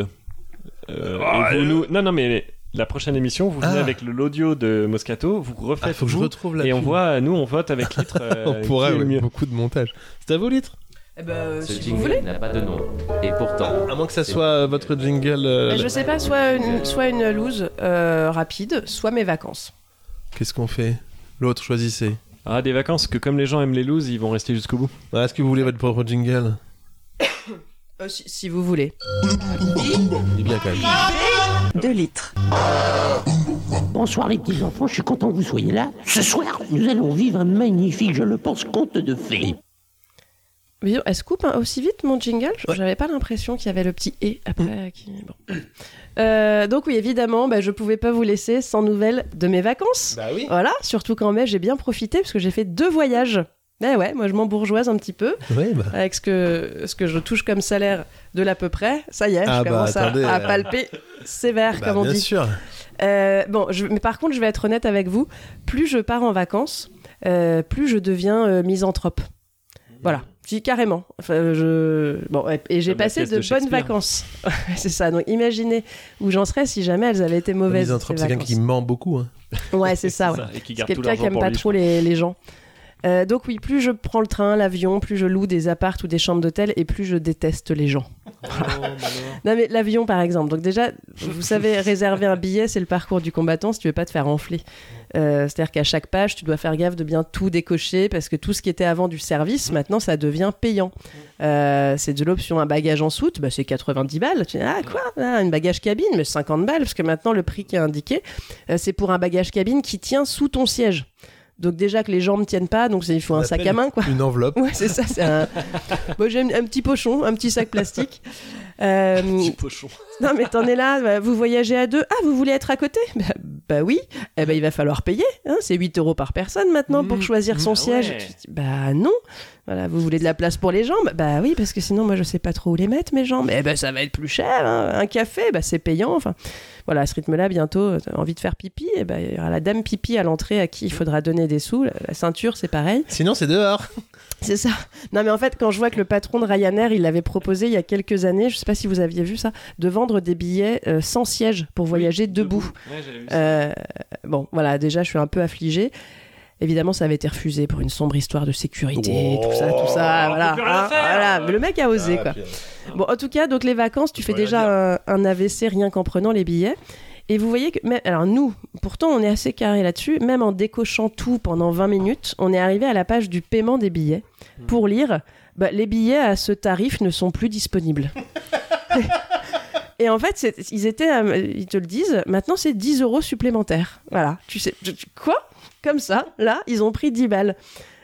[SPEAKER 3] Euh, et vous nous- Non, non, mais la prochaine émission, vous venez
[SPEAKER 1] Ah.
[SPEAKER 3] avec le- l'audio de Moscato, vous refaites.
[SPEAKER 1] Ah, faut que je
[SPEAKER 3] vous,
[SPEAKER 1] retrouve la
[SPEAKER 3] Et on
[SPEAKER 1] pub.
[SPEAKER 3] voit, nous, on vote *laughs* avec Litre. euh,
[SPEAKER 1] on pourrait,
[SPEAKER 3] qui est le
[SPEAKER 1] ouais,
[SPEAKER 3] mieux.
[SPEAKER 1] beaucoup de montage. C'est à vous, Litre
[SPEAKER 4] Eh ben, euh,
[SPEAKER 8] Ce
[SPEAKER 4] si vous voulez.
[SPEAKER 8] jingle n'a pas de nom. Et pourtant,
[SPEAKER 1] À moins que ça soit euh, votre jingle. euh,
[SPEAKER 4] Bah, je sais pas, soit une, soit une loose euh, rapide, soit mes vacances.
[SPEAKER 1] Qu'est-ce qu'on fait L'autre, choisissez.
[SPEAKER 3] Ah, des vacances que comme les gens aiment les loos, ils vont rester jusqu'au bout.
[SPEAKER 1] Ah, Est-ce que vous voulez votre propre jingle
[SPEAKER 4] Euh, si, si vous voulez.
[SPEAKER 1] Il est bien quand même.
[SPEAKER 9] Deux litres.
[SPEAKER 2] Bonsoir les petits enfants, je suis content que vous soyez là. Ce soir, nous allons vivre un magnifique, je le pense, conte de fées.
[SPEAKER 4] Mais dis donc, elle se coupe hein, aussi vite mon jingle Je-
[SPEAKER 1] Ouais. Mm.
[SPEAKER 4] J'avais pas l'impression qu'il y avait le petit et après. euh, qui- bon. Euh, donc, oui, évidemment, bah, je pouvais pas vous laisser sans nouvelles de mes vacances.
[SPEAKER 1] Bah oui.
[SPEAKER 4] Voilà, surtout qu'en mai, j'ai bien profité parce que j'ai fait deux voyages. Eh ouais, moi je m'embourgeoise un petit peu
[SPEAKER 1] Ouais, bah.
[SPEAKER 4] avec ce que, ce que je touche comme salaire de l'à peu près. Ça y est,
[SPEAKER 1] Ah
[SPEAKER 4] je
[SPEAKER 1] bah,
[SPEAKER 4] commence à-
[SPEAKER 1] attendez,
[SPEAKER 4] à,
[SPEAKER 1] euh.
[SPEAKER 4] palper sévère,
[SPEAKER 1] Bah,
[SPEAKER 4] Ah, comme on
[SPEAKER 1] bien
[SPEAKER 4] dit.
[SPEAKER 1] sûr.
[SPEAKER 4] Euh, bon, je- mais par contre, je vais être honnête avec vous. Plus je pars en vacances, euh, plus je deviens euh, misanthrope. Voilà, si carrément. Enfin, je... bon, ouais, et j'ai
[SPEAKER 3] Comme la
[SPEAKER 4] passé
[SPEAKER 3] pièce
[SPEAKER 4] de,
[SPEAKER 3] de
[SPEAKER 4] bonnes
[SPEAKER 3] Shakespeare.
[SPEAKER 4] vacances. *laughs* c'est ça. Donc, imaginez où j'en serais si jamais elles avaient été
[SPEAKER 1] Le
[SPEAKER 4] mauvaises.
[SPEAKER 1] misanthrope,
[SPEAKER 4] ces
[SPEAKER 1] c'est quelqu'un
[SPEAKER 4] vacances.
[SPEAKER 1] qui ment beaucoup. hein.
[SPEAKER 4] Ouais, c'est ça. Ah ouais.
[SPEAKER 3] Et qui
[SPEAKER 4] C'est
[SPEAKER 3] garde tout
[SPEAKER 4] quelqu'un
[SPEAKER 3] l'argent
[SPEAKER 4] qui aime
[SPEAKER 3] pour
[SPEAKER 4] pas
[SPEAKER 3] lui, je
[SPEAKER 4] trop les, les gens. Euh, donc oui, plus je prends le train, l'avion, plus je loue des appartes ou des chambres d'hôtel et plus je déteste les gens. Non mais l'avion par exemple. Donc déjà, vous savez, réserver un billet, c'est le parcours du combattant si tu veux pas te faire enfler. Euh, C'est-à-dire qu'à chaque page, tu dois faire gaffe de bien tout décocher parce que tout ce qui était avant du service, maintenant ça devient payant. Euh, c'est de l'option un bagage en soute, bah, c'est 90 balles. Tu dis, ah quoi Ah, Une bagage cabine, mais 50 balles parce que maintenant le prix qui est indiqué, euh, c'est pour un bagage cabine qui tient sous ton siège. Donc déjà que les jambes tiennent pas, donc c'est- il faut
[SPEAKER 1] On
[SPEAKER 4] un sac à
[SPEAKER 1] appelle
[SPEAKER 4] main quoi. *laughs*
[SPEAKER 1] Une enveloppe.
[SPEAKER 4] Ouais, c'est ça, c'est un. Moi, j'ai un petit pochon, un petit sac plastique.
[SPEAKER 1] *laughs*
[SPEAKER 4] Euh,
[SPEAKER 3] Petit pochon.
[SPEAKER 4] non, mais t'en es là, bah, vous voyagez à deux. Ah, vous voulez être à côté bah, bah oui, eh ben, il va falloir payer. hein, c'est 8 euros par personne maintenant pour
[SPEAKER 1] Mmh,
[SPEAKER 4] choisir son
[SPEAKER 3] ah
[SPEAKER 4] siège.
[SPEAKER 3] ouais.
[SPEAKER 4] Tu te dis, Bah non. Voilà, vous voulez de la place pour les jambes Bah oui, parce que sinon, moi, je sais pas trop où les mettre, mes jambes. Eh ben, ça va être plus cher. hein. Un café, bah, c'est payant. Enfin, voilà, à ce rythme-là, bientôt, euh, t'as envie de faire pipi, eh ben, il y aura la dame pipi à l'entrée à qui il faudra donner des sous. La, la ceinture, c'est pareil.
[SPEAKER 1] Sinon, c'est dehors.
[SPEAKER 4] C'est ça. Non, mais en fait, quand je vois que le patron de Ryanair, il avait proposé il y a quelques années, je sais pas si vous aviez vu ça, de vendre des billets euh, sans siège pour *laughs* voyager debout. Euh, bon, voilà, déjà, je suis un peu affligée. Évidemment, ça avait été refusé pour une sombre histoire de sécurité, tout ça, tout ça. Voilà, hein, voilà. Mais le mec a
[SPEAKER 1] Ah,
[SPEAKER 4] osé, quoi. Bon, en tout cas, donc les vacances, tu fais déjà euh, un, un AVC rien qu'en prenant les billets. Et vous voyez que, même- alors nous, pourtant on est assez carré là-dessus, même en décochant tout pendant 20 minutes, on est arrivé à la page du paiement des billets pour lire bah, les billets à ce tarif ne sont plus disponibles. Et en fait, c'est- ils étaient, euh, ils te le disent, maintenant c'est 10 euros supplémentaires. Voilà. Tu sais, tu- tu- quoi Comme ça, là, ils ont pris 10 balles.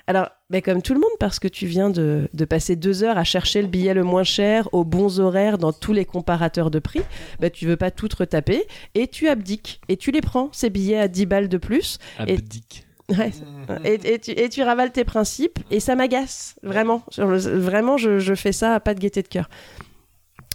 [SPEAKER 4] Alors, ben, comme tout le monde, parce que tu viens de, de passer deux heures à chercher le billet le moins cher aux bons horaires dans tous les comparateurs de prix, ben, tu veux pas tout te retaper et tu abdiques. Et tu les prends, ces billets à 10 balles de plus. Et-
[SPEAKER 3] Abdique.
[SPEAKER 4] Ouais, c'est- et, et tu, et tu ravales tes principes et ça m'agace vraiment Sur le- vraiment je, je fais ça à pas de gaieté de cœur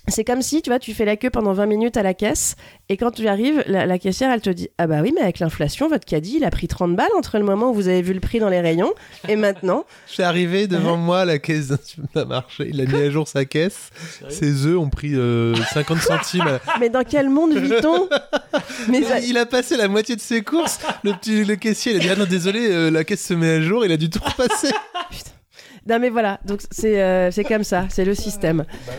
[SPEAKER 4] c'est comme si tu vois tu fais la queue pendant 20 minutes à la caisse et quand tu arrives la, la caissière elle te dit ah bah oui mais avec l'inflation votre caddie il a pris 30 balles entre le moment où vous avez vu le prix dans les rayons et maintenant
[SPEAKER 1] Je suis arrivé devant moi, la caisse d'un supermarché, il a mis à jour sa caisse. Ses œufs ont pris euh, 50 centimes. à-
[SPEAKER 4] mais dans quel monde vit-on mais ça-
[SPEAKER 1] *laughs* Il a passé la moitié de ses courses. Le petit le caissier, il a dit Ah non, désolé, euh, la caisse se met à jour. Il a dû tout *laughs* repasser.
[SPEAKER 4] Non mais voilà, donc c'est euh, c'est comme ça, c'est le système.
[SPEAKER 1] Bah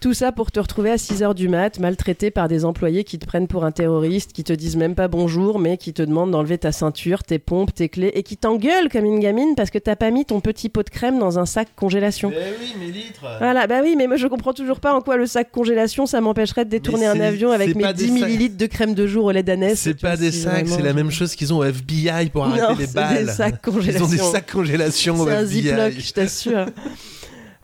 [SPEAKER 4] Tout ça pour te retrouver à 6h du mat, maltraité par des employés qui te prennent pour un terroriste, qui te disent même pas bonjour, mais qui te demandent d'enlever ta ceinture, tes pompes, tes clés, et qui t'engueulent comme une gamine parce que t'as pas mis ton petit pot de crème dans un sac congélation.
[SPEAKER 1] oui, mes litres.
[SPEAKER 4] Voilà, bah oui, mais moi je comprends toujours pas en quoi le sac congélation, ça m'empêcherait de détourner un
[SPEAKER 1] c'est-
[SPEAKER 4] avion
[SPEAKER 1] c'est
[SPEAKER 4] avec
[SPEAKER 1] pas
[SPEAKER 4] mes
[SPEAKER 1] des
[SPEAKER 4] 10
[SPEAKER 1] sacs.
[SPEAKER 4] millilitres de crème de jour au lait d'anès.
[SPEAKER 1] C'est
[SPEAKER 4] tu vois,
[SPEAKER 1] pas des
[SPEAKER 4] si
[SPEAKER 1] sacs,
[SPEAKER 4] vraiment
[SPEAKER 1] c'est la
[SPEAKER 4] je-
[SPEAKER 1] même chose qu'ils ont au FBI pour arrêter
[SPEAKER 4] Non,
[SPEAKER 1] les
[SPEAKER 4] c'est
[SPEAKER 1] balles.
[SPEAKER 4] des sacs
[SPEAKER 1] Ils ont des
[SPEAKER 4] congélation.
[SPEAKER 1] sacs congélation au
[SPEAKER 4] C'est un
[SPEAKER 1] FBI.
[SPEAKER 4] ziploc, je t'assure.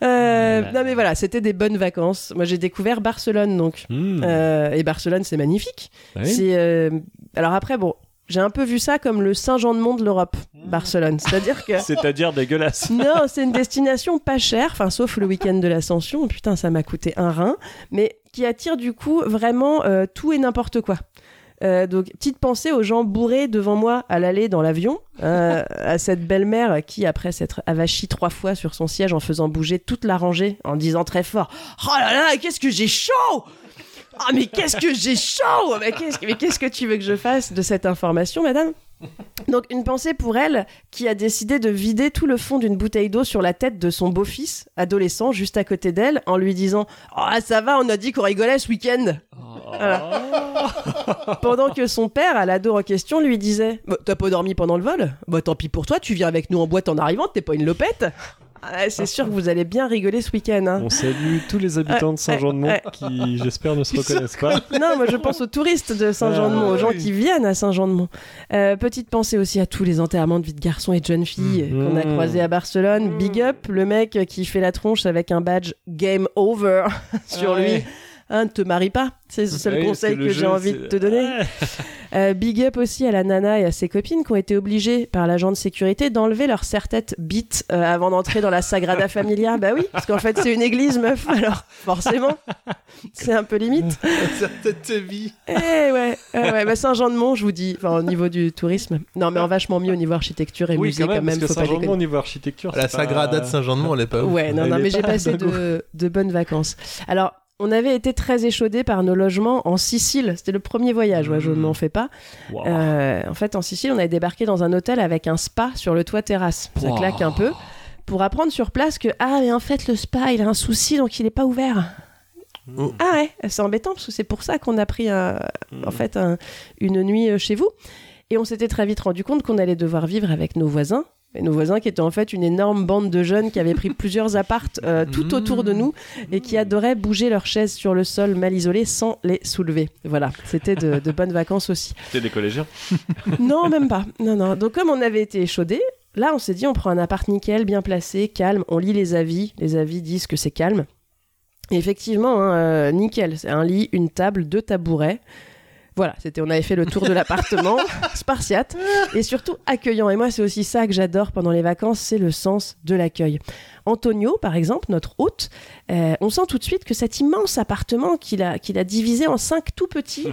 [SPEAKER 4] Euh,
[SPEAKER 3] Voilà.
[SPEAKER 4] non mais voilà, c'était des bonnes vacances. Moi j'ai découvert Barcelone donc.
[SPEAKER 3] Hmm.
[SPEAKER 4] Euh, et Barcelone c'est magnifique.
[SPEAKER 3] bah Ah
[SPEAKER 4] C'est, euh, Alors après bon, j'ai un peu vu ça comme le Saint-Jean-de-Monde de l'Europe, Barcelone. C'est-à-dire que...
[SPEAKER 3] *laughs* C'est-à-dire dégueulasse.
[SPEAKER 4] non, c'est une destination pas chère, enfin sauf le week-end de l'Ascension, putain ça m'a coûté un rein, mais qui attire du coup vraiment euh, tout et n'importe quoi. Euh, donc, petite pensée aux gens bourrés devant moi à l'aller dans l'avion, euh, à cette belle-mère qui, après s'être avachie trois fois sur son siège en faisant bouger toute la rangée, en disant très fort Oh là là, qu'est-ce que j'ai chaud Ah, mais qu'est-ce que j'ai chaud Mais qu'est-ce que- mais qu'est-ce que tu veux que je fasse de cette information, madame donc une pensée pour elle qui a décidé de vider tout le fond d'une bouteille d'eau sur la tête de son beau-fils, adolescent, juste à côté d'elle, en lui disant « Ah ça va, on a dit qu'on rigolait ce week-end Voilà. *laughs* Pendant que son père, à l'ado en question, lui disait Bah, T'as pas dormi pendant le vol Bah tant pis pour toi, tu viens avec nous en boîte en arrivant, t'es pas une lopette Ah, C'est sûr que vous allez bien rigoler ce week-end. hein.
[SPEAKER 3] On salue tous les habitants de Saint-Jean-de-Mont qui, j'espère, ne se reconnaissent pas.
[SPEAKER 4] Non, moi je pense aux touristes de Saint-Jean-de-Mont,
[SPEAKER 3] Ah,
[SPEAKER 4] aux gens qui viennent à Saint-Jean-de-Mont. Euh, petite pensée aussi à tous les enterrements de vie de garçons et de jeunes filles euh,
[SPEAKER 3] Mhm.
[SPEAKER 4] qu'on a croisés à Barcelone. Big up, le mec qui fait la tronche avec un badge Game Over *laughs* sur lui. Hein, ne te marie pas, c'est le seul
[SPEAKER 3] Ah oui, parce
[SPEAKER 4] conseil
[SPEAKER 3] le
[SPEAKER 4] que,
[SPEAKER 3] jeu,
[SPEAKER 4] j'ai envie
[SPEAKER 3] c'est- Ah
[SPEAKER 4] de te donner.
[SPEAKER 3] Ouais.
[SPEAKER 4] Euh, big up aussi à la nana et à ses copines qui ont été obligées par l'agent de sécurité d'enlever leur serre-tête bite euh, avant d'entrer dans la Sagrada Familia. Bah oui, parce qu'en fait c'est une église, meuf, alors forcément, c'est un peu limite.
[SPEAKER 1] *laughs* Certaines te vie.
[SPEAKER 4] Eh ouais, eh ouais. Bah, Saint-Jean-de-Mont, je vous dis, enfin, au niveau du tourisme. Non, mais en vachement mieux au niveau architecture et
[SPEAKER 3] oui,
[SPEAKER 4] musée
[SPEAKER 3] quand même, parce que
[SPEAKER 4] faut pas
[SPEAKER 3] Saint-Jean-de-Mont, au
[SPEAKER 4] déconner.
[SPEAKER 3] niveau architecture,
[SPEAKER 1] La
[SPEAKER 3] c'est pas-
[SPEAKER 1] Sagrada de Saint-Jean-de-Mont, elle est pas ouf.
[SPEAKER 4] Ouais, non,
[SPEAKER 3] Il
[SPEAKER 4] non,
[SPEAKER 3] est
[SPEAKER 4] mais j'ai
[SPEAKER 3] pas
[SPEAKER 4] passé
[SPEAKER 3] dingo.
[SPEAKER 4] de, de bonnes vacances. Alors, on avait été très échaudés par nos logements en Sicile. C'était le premier voyage, ouais, je
[SPEAKER 3] Mmh.
[SPEAKER 4] ne m'en fais pas.
[SPEAKER 3] Wow.
[SPEAKER 4] Euh, en fait, en Sicile, on avait débarqué dans un hôtel avec un spa sur le toit terrasse. Ça
[SPEAKER 3] Wow.
[SPEAKER 4] claque un peu. Pour apprendre sur place que, ah, mais en fait, le spa, il a un souci, donc il n'est pas ouvert.
[SPEAKER 1] Oh.
[SPEAKER 4] Ah ouais, c'est embêtant, parce que c'est pour ça qu'on a pris un- en fait un- une nuit euh, chez vous. Et on s'était très vite rendu compte qu'on allait devoir vivre avec nos voisins. Et nos voisins qui étaient en fait une énorme bande de jeunes qui avaient pris plusieurs appartes euh, tout autour de nous et qui adoraient bouger leurs chaises sur le sol mal isolé sans les soulever. Voilà, c'était de- de bonnes vacances aussi.
[SPEAKER 3] C'était des collégiens.
[SPEAKER 4] *laughs* Non, même pas. Non, non. Donc, comme on avait été échaudés, là, on s'est dit, on prend un appart nickel, bien placé, calme. On lit les avis. Les avis disent que c'est calme. Et effectivement, hein, euh, nickel. C'est un lit, une table, deux tabourets. Voilà, c'était, on avait fait le tour
[SPEAKER 10] *laughs*
[SPEAKER 4] de l'appartement, *laughs* spartiate, et surtout accueillant. Et moi, c'est aussi ça que j'adore pendant les vacances, c'est le sens de l'accueil. Antonio, par exemple, notre hôte, euh, on sent tout de suite que cet immense appartement qu'il a, qu'il a divisé en cinq
[SPEAKER 10] *laughs*
[SPEAKER 4] tout petits,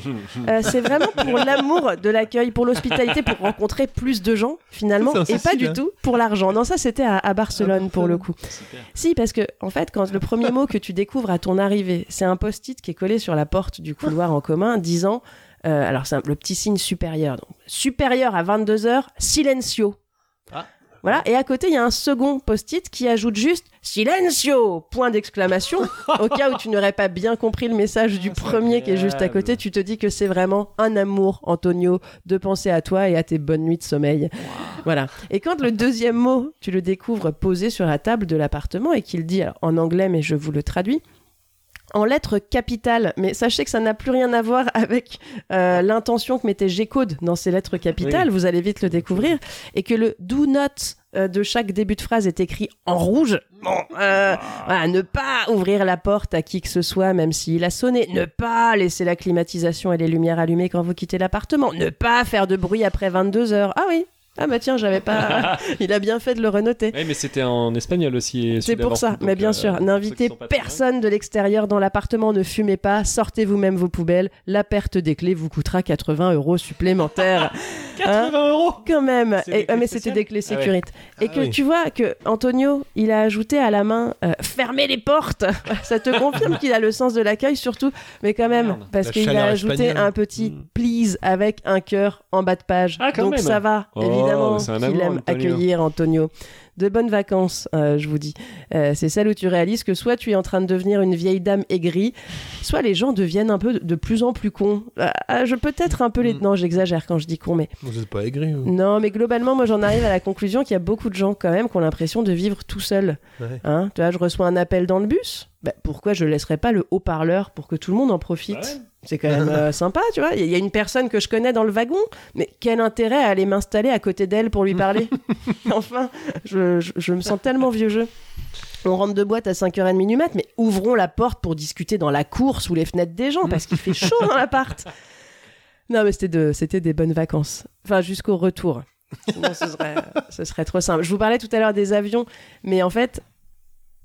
[SPEAKER 4] euh, c'est vraiment pour l'amour de l'accueil, pour l'hospitalité, pour rencontrer plus de gens finalement,
[SPEAKER 10] C'est en
[SPEAKER 4] et pas
[SPEAKER 10] Sicile,
[SPEAKER 4] du
[SPEAKER 10] hein. Ah, bah,
[SPEAKER 4] tout pour l'argent. Non, ça c'était à, à Barcelone pour le coup. Si, parce que en fait, quand le premier mot que tu découvres à ton arrivée, c'est un post-it qui est collé sur la porte du couloir en commun, disant, euh, alors c'est un- le petit signe supérieur, donc supérieur à 22 h silencio. Voilà, et à côté, il y a un second post-it qui ajoute juste Silencio Point d'exclamation. au cas où tu n'aurais pas bien compris le message du premier qui est juste à côté, tu te dis que c'est vraiment un amour, Antonio, de penser à toi et à tes bonnes nuits de sommeil. Voilà. Et quand le deuxième mot, tu le découvres posé sur la table de l'appartement et qu'il dit alors, en anglais, mais je vous le traduis en lettres capitales, mais sachez que ça n'a plus rien à voir avec euh, l'intention que mettait G-Code dans ces lettres capitales,
[SPEAKER 10] Oui.
[SPEAKER 4] vous allez vite le découvrir, et que le do not euh, de chaque début de phrase est écrit en rouge. Bon, euh, voilà, ne pas ouvrir la porte à qui que ce soit, même s'il a sonné. Ne pas laisser la climatisation et les lumières allumées quand vous quittez l'appartement. Ne pas faire de bruit après 22 heures. Ah oui. Ah bah tiens, j'avais pas. *laughs* Il a bien fait de le renoter.
[SPEAKER 3] Ouais, mais c'était en espagnol aussi.
[SPEAKER 4] C'est pour ça, mais
[SPEAKER 3] euh,
[SPEAKER 10] euh,
[SPEAKER 4] bien sûr, n'invitez personne de l'extérieur dans l'appartement, ne fumez pas, sortez vous-même vos poubelles, la perte des clés vous coûtera 80 euros
[SPEAKER 10] *laughs*
[SPEAKER 4] supplémentaires.
[SPEAKER 10] 80
[SPEAKER 4] euros Quand même,
[SPEAKER 10] C'est des
[SPEAKER 4] Et- ah, mais
[SPEAKER 10] clés
[SPEAKER 4] c'était
[SPEAKER 10] spéciales
[SPEAKER 4] des clés
[SPEAKER 10] Ah ouais.
[SPEAKER 4] sécurité. Et
[SPEAKER 10] Ah
[SPEAKER 4] que
[SPEAKER 10] oui.
[SPEAKER 4] tu vois que Antonio, il a ajouté à la main euh, fermez les portes *laughs* Ça te confirme qu'il a le sens de l'accueil surtout, mais quand même, parce
[SPEAKER 10] La
[SPEAKER 4] qu'il a
[SPEAKER 10] chaleur
[SPEAKER 4] ajouté
[SPEAKER 10] espagnole. Hmm.
[SPEAKER 4] un petit please avec un cœur en bas de page.
[SPEAKER 10] quand
[SPEAKER 4] Donc
[SPEAKER 10] même.
[SPEAKER 4] ça va,
[SPEAKER 10] Oh,
[SPEAKER 4] évidemment,
[SPEAKER 10] c'est un
[SPEAKER 4] qu'il
[SPEAKER 10] amour,
[SPEAKER 4] aime
[SPEAKER 10] Antonio.
[SPEAKER 4] accueillir Antonio. De bonnes vacances, euh, je vous dis. Euh, c'est celle où tu réalises que soit tu es en train de devenir une vieille dame aigrie, soit les gens deviennent un peu de, de plus en plus cons. Ah, ah, je peut-être un peu les... Non, j'exagère quand je dis con, mais...
[SPEAKER 1] Vous êtes pas aigri hein. ou...
[SPEAKER 4] Non, mais globalement, moi j'en arrive à la conclusion qu'il y a beaucoup de gens quand même qui ont l'impression de vivre tout seul.
[SPEAKER 1] Ouais.
[SPEAKER 4] Hein tu vois, je reçois un appel dans le bus, bah, pourquoi je laisserais pas le haut-parleur pour que tout le monde en profite
[SPEAKER 10] Bah
[SPEAKER 4] C'est quand même euh, sympa, tu vois. Il y a- il y a une personne que je connais dans le wagon, mais quel intérêt à aller m'installer à côté d'elle pour lui parler *laughs* Enfin, je, je- je me sens tellement vieux jeu. On rentre de boîte à 5h30 du mat, mais ouvrons la porte pour discuter dans la cour sous les fenêtres des gens parce qu'il fait chaud dans l'appart. Non, mais c'était de- c'était des bonnes vacances. Enfin, jusqu'au retour. Sinon, ce serait, ce serait trop simple. Je vous parlais tout à l'heure des avions, mais en fait,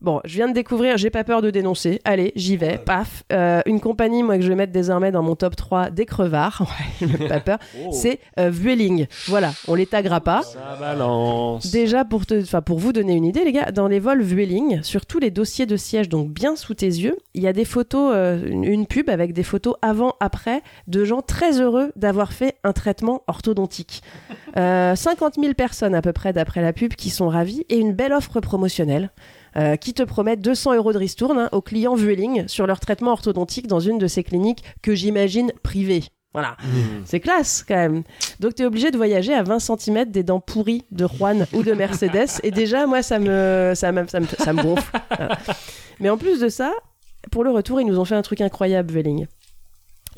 [SPEAKER 4] bon, je viens de découvrir, j'ai pas peur de dénoncer. Allez, j'y vais, paf. Euh, une compagnie, moi, que je vais mettre désormais dans mon top 3 des crevards, *laughs* ouais, j'ai même pas peur,
[SPEAKER 3] Oh.
[SPEAKER 4] c'est euh, Vueling. Voilà, on les taguera pas.
[SPEAKER 3] Ça balance.
[SPEAKER 4] Déjà, pour, te, enfin, pour vous donner une idée, les gars, dans les vols Vueling, sur tous les dossiers de siège, donc bien sous tes yeux, il y a des photos, euh, une, une pub avec des photos avant-après de gens très heureux d'avoir fait un traitement orthodontique. Euh, 50 000 personnes à peu près d'après la pub qui sont ravies et une belle offre promotionnelle. euh, qui te promet 200 euros de ristourne hein, aux clients Vueling sur leur traitement orthodontique dans une de ces cliniques que j'imagine privées. Voilà. C'est classe quand même. Donc tu es obligé de voyager à 20 cm des dents pourries de Juan ou de Mercedes. Et déjà, moi, ça me, ça me, ça me, ça me gonfle. Voilà. Mais en plus de ça, pour le retour, ils nous ont fait un truc incroyable, Vueling.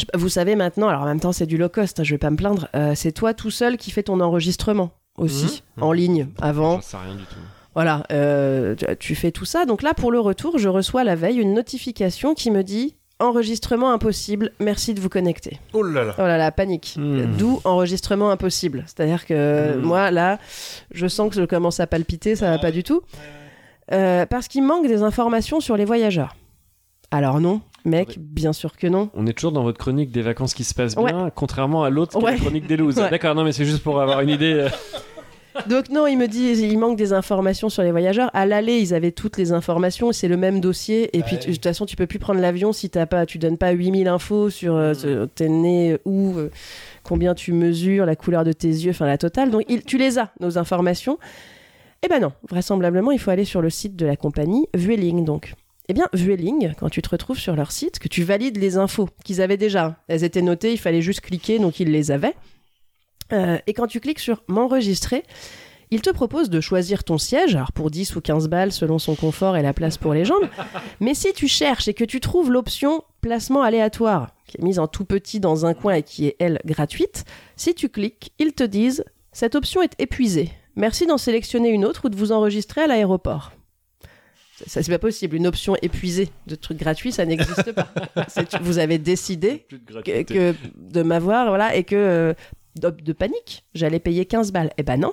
[SPEAKER 4] Je sais pas, Vous savez maintenant, alors en même temps, c'est du low cost, hein, je vais pas me plaindre. euh, c'est toi tout seul qui fais ton enregistrement aussi, en ligne, avant.
[SPEAKER 3] Ça rien du tout.
[SPEAKER 4] Voilà, euh, tu- tu fais tout ça. Donc là, pour le retour, je reçois la veille une notification qui me dit enregistrement impossible, merci de vous connecter.
[SPEAKER 1] Oh là là.
[SPEAKER 4] Oh là là, panique. D'où enregistrement impossible. C'est-à-dire que
[SPEAKER 10] Mm.
[SPEAKER 4] moi, là, je sens que je commence à palpiter, ça va pas du tout. Euh, parce qu'il manque des informations sur les voyageurs. Alors non, mec, bien sûr que non.
[SPEAKER 3] On est toujours dans votre chronique des vacances qui se passent bien, contrairement à l'autre qui est
[SPEAKER 4] Ouais.
[SPEAKER 3] la chronique des
[SPEAKER 4] *laughs*
[SPEAKER 3] looses.
[SPEAKER 4] Ouais.
[SPEAKER 3] D'accord, non, mais c'est juste pour avoir une idée.
[SPEAKER 4] *laughs*
[SPEAKER 3] euh.
[SPEAKER 4] Donc non, il me dit, il manque des informations sur les voyageurs. À l'aller, ils avaient toutes les informations, c'est le même dossier. Et puis, tu- de toute façon, tu peux plus prendre l'avion si t'as pas, tu donnes pas 8000 infos sur euh, ce- t'es né où, euh, combien tu mesures, la couleur de tes yeux, enfin la totale. Donc, il- tu les as, nos informations. Eh ben non, vraisemblablement, il faut aller sur le site de la compagnie Vueling, donc. Eh bien, Vueling, quand tu te retrouves sur leur site, que tu valides les infos qu'ils avaient déjà. Elles étaient notées, il fallait juste cliquer, donc ils les avaient. Euh, et quand tu cliques sur M'enregistrer, il te propose de choisir ton siège, alors pour 10 ou 15 balles selon son confort et la place pour les jambes. Mais si tu cherches et que tu trouves l'option placement aléatoire, qui est mise en tout petit dans un coin et qui est, elle, gratuite, si tu cliques, ils te disent Cette option est épuisée. Merci d'en sélectionner une autre ou de vous enregistrer à l'aéroport. Ça, c'est pas possible. Une option épuisée de trucs gratuits, ça n'existe pas. C'est- vous avez décidé
[SPEAKER 3] Plus de
[SPEAKER 4] que,
[SPEAKER 3] gratuité.
[SPEAKER 4] que de m'avoir, voilà, et que euh, de, de panique, j'allais payer 15 balles. Eh ben non.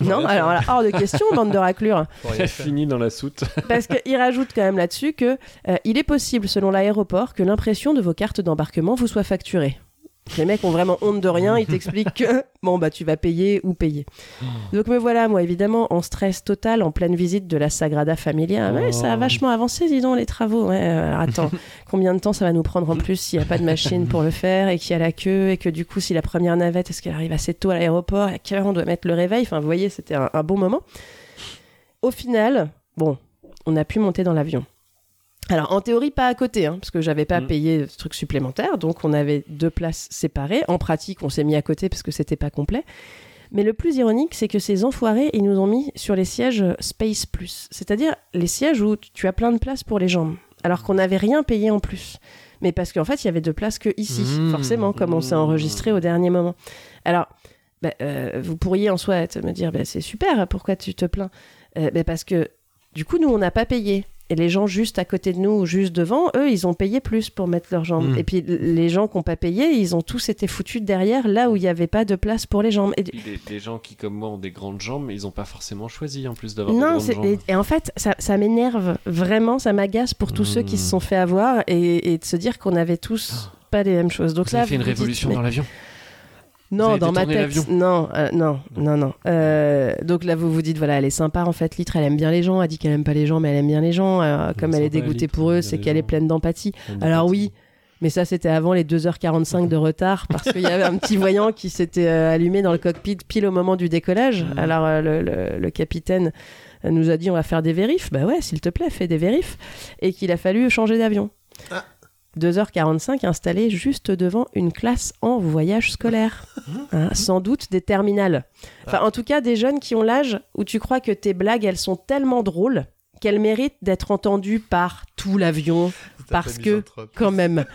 [SPEAKER 4] Non, alors là, hors de question, bande de raclures.
[SPEAKER 3] Elle finit dans la soute.
[SPEAKER 4] Parce qu'il rajoute quand même là-dessus que euh, il est possible, selon l'aéroport, que l'impression de vos cartes d'embarquement vous soit facturée. Les mecs ont vraiment honte de rien, ils t'expliquent que *laughs* bon bah tu vas payer ou payer. Donc me voilà moi évidemment en stress total en pleine visite de la Sagrada Familia. Ouais, ça a vachement avancé dis donc les travaux. Ouais, euh, alors attends, combien de temps ça va nous prendre en plus s'il n'y a pas de machine pour le faire et qu'il y a la queue et que du coup si la première navette est-ce qu'elle arrive assez tôt à l'aéroport et à quelle heure on doit mettre le réveil. Enfin vous voyez c'était un- un bon moment. Au final, bon, on a pu monter dans l'avion. Alors, en théorie, pas à côté, hein, parce que j'avais pas payé de truc supplémentaire, donc on avait deux places séparées. En pratique, on s'est mis à côté parce que c'était pas complet. Mais le plus ironique, c'est que ces enfoirés, ils nous ont mis sur les sièges euh, Space Plus, c'est-à-dire les sièges où tu- tu as plein de places pour les jambes, alors qu'on n'avait rien payé en plus. Mais parce qu'en fait, il y avait deux places que ici,
[SPEAKER 10] Mmh,
[SPEAKER 4] forcément, comme on s'est enregistré au dernier moment. Alors, bah, euh, vous pourriez en soi te- me dire, bah, c'est super, pourquoi tu te plains Euh, bah, Parce que du coup, nous, on n'a pas payé. Et les gens juste à côté de nous, ou juste devant, eux, ils ont payé plus pour mettre leurs jambes.
[SPEAKER 3] Hmm.
[SPEAKER 10] Mm.
[SPEAKER 4] Et puis l- les gens qui n'ont pas payé, ils ont tous été foutus derrière, là où il n'y avait pas de place pour les jambes. Et du-
[SPEAKER 3] Puis des, des gens qui, comme moi, ont des grandes jambes, ils n'ont pas forcément choisi en plus d'avoir des
[SPEAKER 4] Non,
[SPEAKER 3] grandes
[SPEAKER 4] c'est-
[SPEAKER 3] jambes.
[SPEAKER 4] et, et en fait, ça, ça m'énerve vraiment, ça m'agace pour tous ceux
[SPEAKER 3] Hmm.
[SPEAKER 4] qui se sont fait avoir et, et de se dire qu'on avait tous pas les mêmes choses. Donc
[SPEAKER 3] Ah. Vous
[SPEAKER 4] là,
[SPEAKER 3] avez fait une
[SPEAKER 4] vous dites,
[SPEAKER 3] révolution
[SPEAKER 4] mais-
[SPEAKER 3] dans l'avion.
[SPEAKER 4] Non,
[SPEAKER 3] avez
[SPEAKER 4] dans ma
[SPEAKER 3] détourné
[SPEAKER 4] tête.
[SPEAKER 3] l'avion.
[SPEAKER 4] Non, euh, non, non, non. Euh, donc là, vous vous dites, voilà, elle est sympa en fait. Litre, elle aime bien les gens. Elle dit qu'elle aime pas les gens, mais elle aime bien les gens. Euh, comme elle est
[SPEAKER 10] sympa,
[SPEAKER 4] dégoûtée
[SPEAKER 10] Litre,
[SPEAKER 4] pour
[SPEAKER 10] elle
[SPEAKER 4] eux,
[SPEAKER 10] aime
[SPEAKER 4] c'est
[SPEAKER 10] bien
[SPEAKER 4] qu'elle
[SPEAKER 10] les
[SPEAKER 4] est
[SPEAKER 10] gens.
[SPEAKER 4] pleine d'empathie.
[SPEAKER 10] Elle aime
[SPEAKER 4] Alors oui, mais ça, c'était avant les 2h45 de retard parce qu'il y avait un petit voyant qui s'était euh, allumé dans le cockpit pile au moment du décollage. Alors euh, le, le- le capitaine nous a dit, on va faire des vérifs. Bah ouais, s'il te plaît, fais des vérifs. Et qu'il a fallu changer d'avion. 2h45 installé juste devant une classe en voyage scolaire. Hein, sans doute des terminales. Enfin, en tout cas, des jeunes qui ont l'âge où tu crois que tes blagues, elles sont tellement drôles qu'elles méritent d'être entendues par tout l'avion. Parce que, quand même.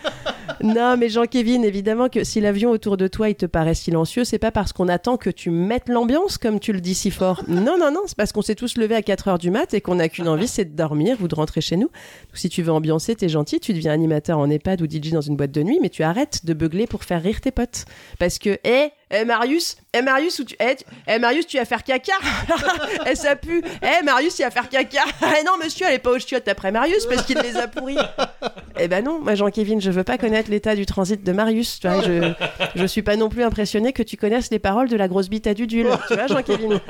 [SPEAKER 4] non, mais Jean-Kévin, évidemment que si l'avion autour de toi, il te paraît silencieux, c'est pas parce qu'on attend que tu mettes l'ambiance comme tu le dis si fort. non, non, non, c'est parce qu'on s'est tous levés à 4h du mat et qu'on n'a qu'une envie, c'est de dormir ou de rentrer chez nous. Donc, si tu veux ambiancer, t'es gentil, tu deviens animateur en EHPAD ou DJ dans une boîte de nuit, mais tu arrêtes de beugler pour faire rire tes potes. Parce que, hé, hé, Marius, hé Marius, où tu, hé, tu- hé, Marius, tu vas faire caca *laughs* Eh, ça pue Hé Marius, il va faire caca Eh non, monsieur, elle est pas aux chiottes après Marius parce qu'il les a pourris eh ben non, moi Jean-Kévin, je veux pas connaître l'état du transit de Marius. Tu vois, je, je suis pas non plus impressionné que tu connaisses les paroles de la grosse bite à Dudule. Tu vois, Jean-Kévin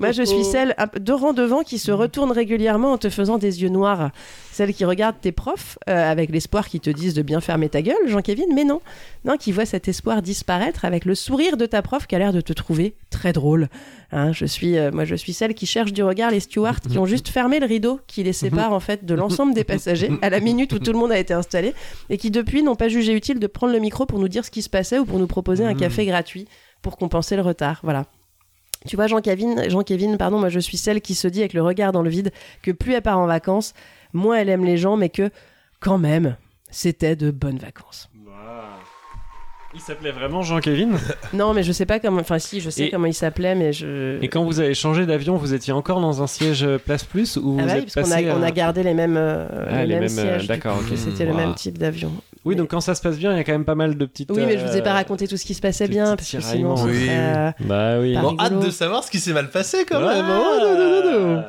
[SPEAKER 4] Moi, je suis celle un peu- deux rangs devant qui se retourne régulièrement en te faisant des yeux noirs. Celle qui regarde tes profs euh, avec l'espoir qu'ils te disent de bien fermer ta gueule, Jean-Kévin, mais non. Non, qui voit cet espoir disparaître avec le sourire de ta prof qui a l'air de te trouver très drôle. Hein, je suis, euh, moi, je suis celle qui cherche du regard les stewards qui ont juste fermé le rideau qui les sépare en fait de l'ensemble des passagers à la minute où tout le monde a été installé et qui depuis n'ont pas jugé utile de prendre le micro pour nous dire ce qui se passait ou pour nous proposer un café gratuit pour compenser le retard. Voilà. Tu vois, Jean-Kévin, Jean-Kévin, pardon, moi je suis celle qui se dit avec le regard dans le vide que plus elle part en vacances, moins elle aime les gens, mais que quand même, c'était de bonnes vacances.
[SPEAKER 3] Il s'appelait vraiment Jean-Kévin
[SPEAKER 4] Non, mais je sais pas comment. Enfin, si, je sais
[SPEAKER 3] Et-
[SPEAKER 4] comment il s'appelait, mais je.
[SPEAKER 3] *laughs* Et quand vous avez changé d'avion, vous étiez encore dans un siège euh, Place Plus ou
[SPEAKER 4] Ah
[SPEAKER 3] vous
[SPEAKER 4] bah oui,
[SPEAKER 3] êtes
[SPEAKER 4] parce qu'on a,
[SPEAKER 3] passé à-
[SPEAKER 4] on a gardé les mêmes, euh,
[SPEAKER 3] Ah,
[SPEAKER 4] les
[SPEAKER 3] les
[SPEAKER 4] mêmes,
[SPEAKER 3] mêmes, euh,
[SPEAKER 4] sièges. du
[SPEAKER 3] d'accord,
[SPEAKER 4] coup,
[SPEAKER 3] ok.
[SPEAKER 4] C'était le
[SPEAKER 3] Waouh.
[SPEAKER 4] même type d'avion.
[SPEAKER 3] Oui, donc quand ça se passe bien, il y a quand même pas mal de petites.
[SPEAKER 4] Oui, mais je vous ai
[SPEAKER 3] euh,
[SPEAKER 4] pas raconté tout ce qui se passait
[SPEAKER 3] des
[SPEAKER 4] bien,
[SPEAKER 3] petits
[SPEAKER 4] parce que sinon,
[SPEAKER 3] tiraillements.
[SPEAKER 4] ce serait, euh,
[SPEAKER 3] Bah oui.
[SPEAKER 4] pas Bon, hâte rigolo. de
[SPEAKER 1] savoir ce qui s'est mal passé quand
[SPEAKER 3] Ouais.
[SPEAKER 1] même. Oh, non, non, non, non.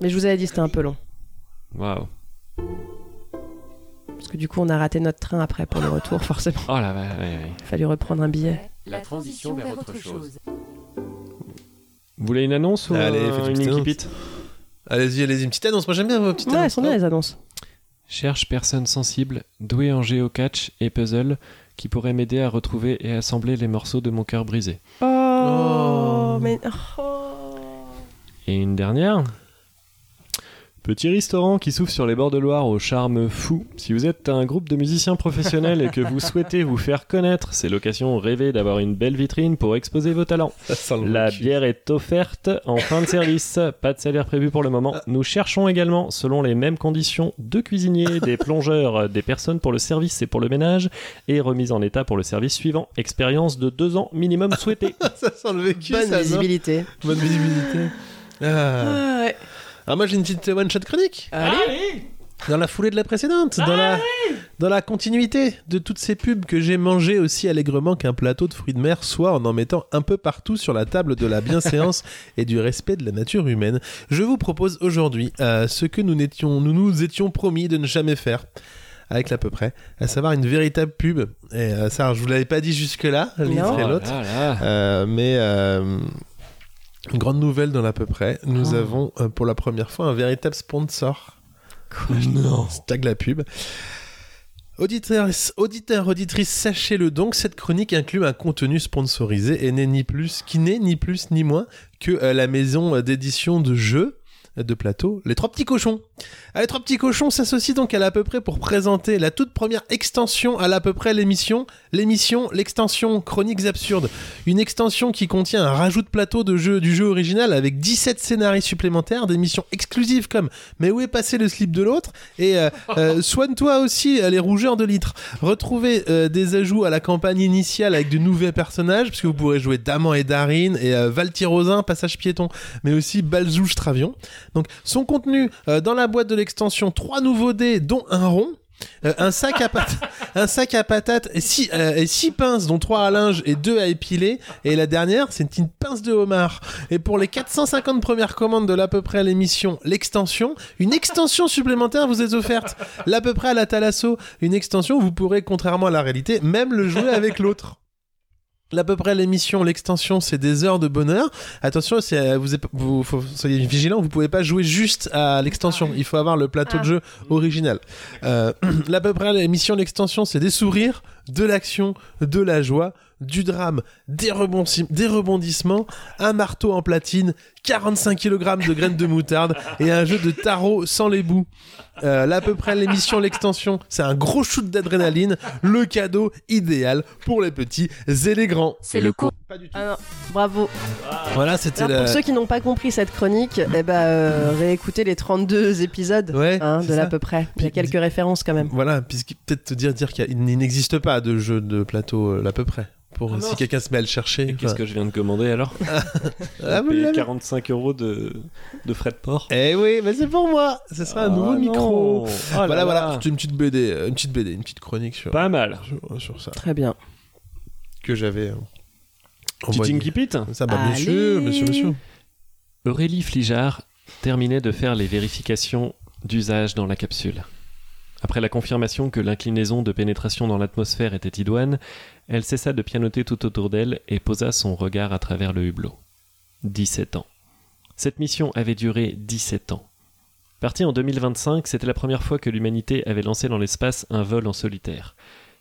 [SPEAKER 4] Mais je vous avais dit c'était un peu long,
[SPEAKER 3] Waouh.
[SPEAKER 4] parce que du coup, on a raté notre train après pour le retour, *laughs* forcément.
[SPEAKER 3] Oh là, ouais, ouais, ouais.
[SPEAKER 4] Il fallu reprendre un billet.
[SPEAKER 8] La transition vers autre chose.
[SPEAKER 3] Vous voulez une annonce ou
[SPEAKER 1] Allez,
[SPEAKER 3] un-
[SPEAKER 1] faites une
[SPEAKER 3] une
[SPEAKER 1] petite
[SPEAKER 3] équipite
[SPEAKER 1] Allez-y, allez-y, une petite annonce. Moi j'aime bien vos petites
[SPEAKER 4] Ouais, elles
[SPEAKER 1] annonces.
[SPEAKER 4] sont bien les annonces.
[SPEAKER 3] Cherche personne sensible, douée en géocatch et puzzle, qui pourrait m'aider à retrouver et assembler les morceaux de mon cœur brisé.
[SPEAKER 4] Oh, mais. oh.
[SPEAKER 3] Et une dernière. Petit restaurant qui s'ouvre sur les bords de Loire au charme fou. Si vous êtes un groupe de musiciens professionnels et que vous souhaitez vous faire connaître, c'est l'occasion rêvée d'avoir une belle vitrine pour exposer vos talents.
[SPEAKER 1] *laughs*
[SPEAKER 3] La bière est offerte en fin de service. Pas de salaire prévu pour le moment. Nous cherchons également, selon les mêmes conditions, deux *laughs* cuisiniers, des plongeurs, euh, des personnes pour le service et pour le ménage, et remise en état pour le service suivant. *laughs* Expérience de deux ans minimum souhaitée.
[SPEAKER 1] Ça sent le vécu,
[SPEAKER 4] Bonne
[SPEAKER 1] ça, non *laughs*
[SPEAKER 4] visibilité.
[SPEAKER 1] Bonne visibilité. Ah.
[SPEAKER 4] ouais.
[SPEAKER 1] Ah, moi j'ai une petite one shot chronique.
[SPEAKER 4] Allez.
[SPEAKER 1] Dans la foulée de la précédente, dans la dans la continuité de toutes ces pubs que j'ai mangées aussi allègrement qu'un plateau de fruits de mer, soit en en mettant un peu partout sur la table de la bienséance et du respect de la nature humaine. Je vous propose aujourd'hui euh, ce que nous n'étions nous nous étions promis de ne jamais faire avec l'à peu près, à savoir une véritable pub. Et euh, ça, je vous l'avais pas dit jusque là, l'un et
[SPEAKER 3] Oh
[SPEAKER 1] l'autre.
[SPEAKER 3] là là.
[SPEAKER 1] Euh, mais euh, une grande nouvelle dans l'à peu près, nous
[SPEAKER 3] Ah.
[SPEAKER 1] avons euh, pour la première fois un véritable sponsor. Non. Tag la pub. Auditeurs, auditeurs, auditrices, sachez-le donc, cette chronique inclut un contenu sponsorisé et n'est ni plus, qui n'est ni plus ni moins que euh, la maison d'édition de jeux de plateau, les trois petits cochons. Ah, les trois petits cochons s'associent donc à l'à peu près pour présenter la toute première extension à l'à peu près l'émission, l'émission, l'extension Chroniques Absurdes. Une extension qui contient un rajout de plateau de jeu, du jeu original avec 17 scénarios supplémentaires, des missions exclusives comme Mais où est passé le slip de l'autre et euh, euh, Soigne-toi aussi euh, les rougeurs de litre. Retrouvez euh, des ajouts à la campagne initiale avec de nouveaux personnages, puisque vous pourrez jouer Daman et Darin et euh, Valtirosin, passage piéton, mais aussi Balzouche Travion. Donc, son contenu euh, dans la boîte de l'extension, trois nouveaux dés, dont un rond. euh, un, sac à pat- un sac à patates et six, euh, et six pinces, dont trois à linge et deux à épiler. Et la dernière, c'est une pince de homard. Et pour les 450 premières commandes de l'à peu près à l'émission, l'extension, une extension supplémentaire vous est offerte. L'à peu près à la Thalasso, une extension où vous pourrez, contrairement à la réalité, même le jouer avec l'autre. Là, à peu près l'émission, l'extension, c'est des heures de bonheur. Attention, c'est, euh, vous, êtes- vous faut- soyez vigilants, vous pouvez pas jouer juste à l'extension. Il faut avoir le plateau de jeu original. Euh, *clears throat* là, à peu près l'émission, l'extension, c'est des sourires, de l'action, de la joie, du drame, des, rebondis- des rebondissements, un marteau en platine, 45 kg de graines de moutarde et un jeu de tarot sans les bouts. Euh, là, à peu près, l'émission L'Extension, c'est un gros shoot d'adrénaline, le cadeau idéal pour les petits et les grands.
[SPEAKER 4] C'est le coup. Ah non, bravo.
[SPEAKER 1] Voilà, c'était
[SPEAKER 4] Alors,
[SPEAKER 1] la-
[SPEAKER 4] Pour ceux qui n'ont pas compris cette chronique, eh ben,
[SPEAKER 3] *laughs*
[SPEAKER 4] euh, réécoutez les 32 épisodes
[SPEAKER 1] Ouais,
[SPEAKER 4] hein,
[SPEAKER 1] c'est
[SPEAKER 4] de là à
[SPEAKER 1] ça.
[SPEAKER 4] peu près. Il y a quelques références quand même.
[SPEAKER 1] Voilà, puisque peut-être te dire, dire qu'il y a- il n'existe pas de jeu de plateau, euh, là, à peu près. Pour
[SPEAKER 3] Ah,
[SPEAKER 1] si
[SPEAKER 3] mince.
[SPEAKER 1] quelqu'un se met à le chercher.
[SPEAKER 3] Qu'est-ce
[SPEAKER 1] enfin.
[SPEAKER 3] que je viens de commander alors
[SPEAKER 1] Ah, vous
[SPEAKER 3] J'ai payé
[SPEAKER 1] l'avez
[SPEAKER 3] 45 euros de, de frais de port.
[SPEAKER 1] Eh oui, mais c'est pour moi. Ce sera Ah, un nouveau
[SPEAKER 3] Ah non.
[SPEAKER 1] micro. Ah
[SPEAKER 3] Oh là
[SPEAKER 1] voilà,
[SPEAKER 3] là.
[SPEAKER 1] voilà. C'est une petite BD, euh, une petite BD, une petite chronique sur.
[SPEAKER 3] Pas mal.
[SPEAKER 1] Sur, sur ça.
[SPEAKER 4] Très bien.
[SPEAKER 1] Que j'avais. euh,
[SPEAKER 3] Petit
[SPEAKER 1] envoyé.
[SPEAKER 3] Tinky Pit
[SPEAKER 1] Ça, bah, bien sûr, bien sûr, bien sûr.
[SPEAKER 3] Aurélie Flijard terminait de faire les vérifications d'usage dans la capsule. Après la confirmation que l'inclinaison de pénétration dans l'atmosphère était idoine, elle cessa de pianoter tout autour d'elle et posa son regard à travers le hublot. 17 ans. Cette mission avait duré 17 ans. Partie en 2025, c'était la première fois que l'humanité avait lancé dans l'espace un vol en solitaire.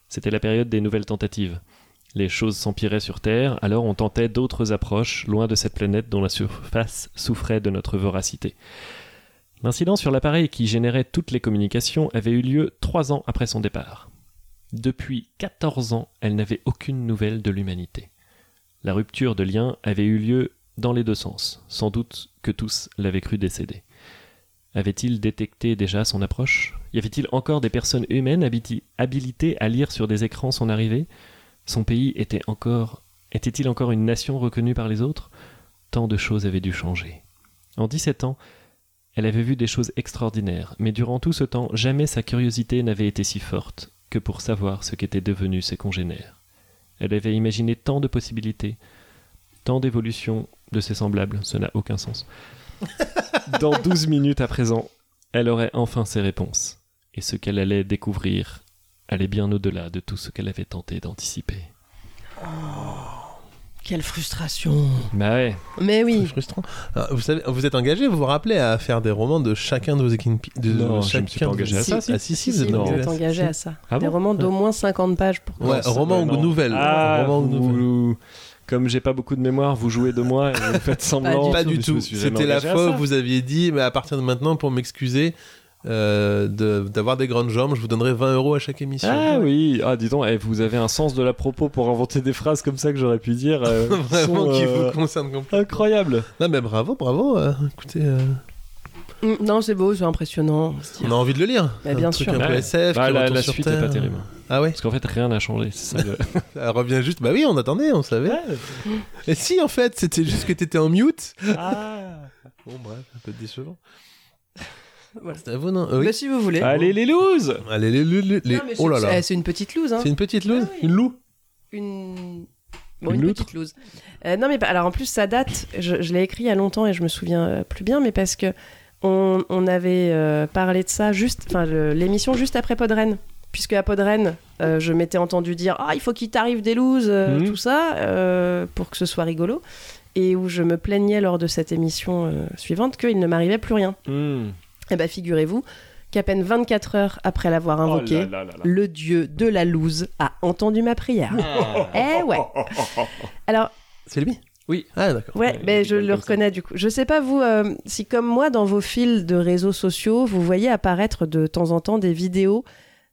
[SPEAKER 3] C'était la période des nouvelles tentatives. Les choses s'empiraient sur Terre, alors on tentait d'autres approches, loin de cette planète dont la surface souffrait de notre voracité. L'incident sur l'appareil qui générait toutes les communications avait eu lieu trois ans après son départ. Depuis 14 ans, elle n'avait aucune nouvelle de l'humanité. La rupture de lien avait eu lieu dans les deux sens, sans doute que tous l'avaient cru décédé. Avait-il détecté déjà son approche Y avait-il encore des personnes humaines habiti- habilitées à lire sur des écrans son arrivée Son pays était encore était-il encore une nation reconnue par les autres Tant de choses avaient dû changer. En 17 ans, elle avait vu des choses extraordinaires, mais durant tout ce temps, jamais sa curiosité n'avait été si forte que pour savoir ce qu'étaient devenus ses congénères. Elle avait imaginé tant de possibilités, tant d'évolutions de ses semblables, ça n'a aucun sens. Dans 12 minutes à présent, elle aurait enfin ses réponses, et ce qu'elle allait découvrir allait bien au-delà de tout ce qu'elle avait tenté d'anticiper.
[SPEAKER 4] Quelle frustration.
[SPEAKER 3] Bah ouais,
[SPEAKER 4] Mais oui.
[SPEAKER 1] frustrant. Alors, vous, savez, vous êtes engagé, vous vous rappelez à faire des romans de chacun de vos équipes. De
[SPEAKER 3] Non, je
[SPEAKER 1] chacun
[SPEAKER 3] me suis pas
[SPEAKER 1] de-
[SPEAKER 3] engagé à ça, si.
[SPEAKER 1] Ah, si, si, vous
[SPEAKER 4] Si,
[SPEAKER 1] êtes
[SPEAKER 4] vous
[SPEAKER 1] engagé
[SPEAKER 4] êtes
[SPEAKER 1] ça.
[SPEAKER 4] engagé à ça.
[SPEAKER 3] Ah
[SPEAKER 4] des
[SPEAKER 3] bon
[SPEAKER 4] romans d'au moins 50 pages pour
[SPEAKER 1] Ouais,
[SPEAKER 3] ça-
[SPEAKER 1] roman
[SPEAKER 3] bah
[SPEAKER 1] ou
[SPEAKER 3] non.
[SPEAKER 1] nouvelle.
[SPEAKER 3] Ah,
[SPEAKER 1] roman ou
[SPEAKER 3] vous-
[SPEAKER 1] nouvelle.
[SPEAKER 3] Comme j'ai pas beaucoup de mémoire, vous jouez de moi et vous faites semblant.
[SPEAKER 1] Pas
[SPEAKER 3] Je
[SPEAKER 1] du
[SPEAKER 3] me
[SPEAKER 1] tout.
[SPEAKER 3] suis jamais
[SPEAKER 1] C'était la
[SPEAKER 3] engagé à
[SPEAKER 1] fois où
[SPEAKER 3] ça.
[SPEAKER 1] vous aviez dit, mais à partir de maintenant, pour m'excuser euh, de- d'avoir des grandes jambes, je vous donnerai 20 euros à chaque émission.
[SPEAKER 3] Ah oui, ah dis donc, eh, vous avez un sens de la propos pour inventer des phrases comme ça que j'aurais pu dire. euh, qui
[SPEAKER 1] *laughs* *laughs* Vraiment
[SPEAKER 3] sont,
[SPEAKER 1] qui
[SPEAKER 3] euh,
[SPEAKER 1] vous concerne complètement.
[SPEAKER 3] Incroyable.
[SPEAKER 1] Non mais bravo, bravo. euh, écoutez, euh,
[SPEAKER 4] Mm, Non, c'est beau, c'est impressionnant.
[SPEAKER 1] on a envie de le lire.
[SPEAKER 4] Bah,
[SPEAKER 1] Un
[SPEAKER 4] bien
[SPEAKER 1] truc
[SPEAKER 4] sûr.
[SPEAKER 1] un peu
[SPEAKER 3] Ouais.
[SPEAKER 1] SF.
[SPEAKER 3] Bah,
[SPEAKER 1] qui
[SPEAKER 3] la,
[SPEAKER 1] retourne
[SPEAKER 3] la
[SPEAKER 1] sur
[SPEAKER 3] suite
[SPEAKER 1] Terre.
[SPEAKER 3] est
[SPEAKER 1] *laughs*
[SPEAKER 3] pas terrible.
[SPEAKER 1] Ah ouais.
[SPEAKER 3] Parce qu'en fait, rien n'a changé. C'est
[SPEAKER 1] *laughs*
[SPEAKER 3] ça le-
[SPEAKER 1] Elle revient juste. Bah oui, on attendait, on savait. Et si en fait, c'était juste que t'étais en mute. Bon, bref, un peu décevant.
[SPEAKER 10] Voilà.
[SPEAKER 1] C'est à vous, non Euh, oui.
[SPEAKER 10] Bah, si vous voulez.
[SPEAKER 3] Allez,
[SPEAKER 1] *laughs*
[SPEAKER 3] les looses
[SPEAKER 1] Allez, les, les, les- les-
[SPEAKER 10] Non, mais
[SPEAKER 1] Oh là
[SPEAKER 10] c'est-
[SPEAKER 1] là.
[SPEAKER 10] eh, C'est une petite loose. Hein.
[SPEAKER 1] C'est une petite loose Une loue
[SPEAKER 4] une bon,
[SPEAKER 1] Une
[SPEAKER 4] une,
[SPEAKER 1] loutre
[SPEAKER 4] petite loose. Euh, non mais pas- alors en plus ça date, je, je l'ai écrit il y a longtemps et je me souviens euh, plus bien, mais parce que on, on avait euh, parlé de ça juste, enfin le- l'émission juste après Podren, puisque à Podren euh, je m'étais entendu dire ah il faut qu'il t'arrive des looses euh,
[SPEAKER 3] Mhm.
[SPEAKER 4] tout ça euh, pour que ce soit rigolo et où je me plaignais lors de cette émission euh, suivante qu'il ne m'arrivait plus rien.
[SPEAKER 3] Hmm.
[SPEAKER 4] Et ben figurez-vous qu'à peine 24 heures après l'avoir
[SPEAKER 11] Oh
[SPEAKER 4] invoqué,
[SPEAKER 3] Oh là là là.
[SPEAKER 4] le dieu de la loose a entendu ma prière. Eh ouais. Alors,
[SPEAKER 1] C'est lui
[SPEAKER 3] Oui.
[SPEAKER 1] Ah, d'accord.
[SPEAKER 4] ouais, ben, je le reconnais du coup. Je sais pas vous, euh, si comme moi, dans vos fils de réseaux sociaux, vous voyez apparaître de temps en temps des vidéos,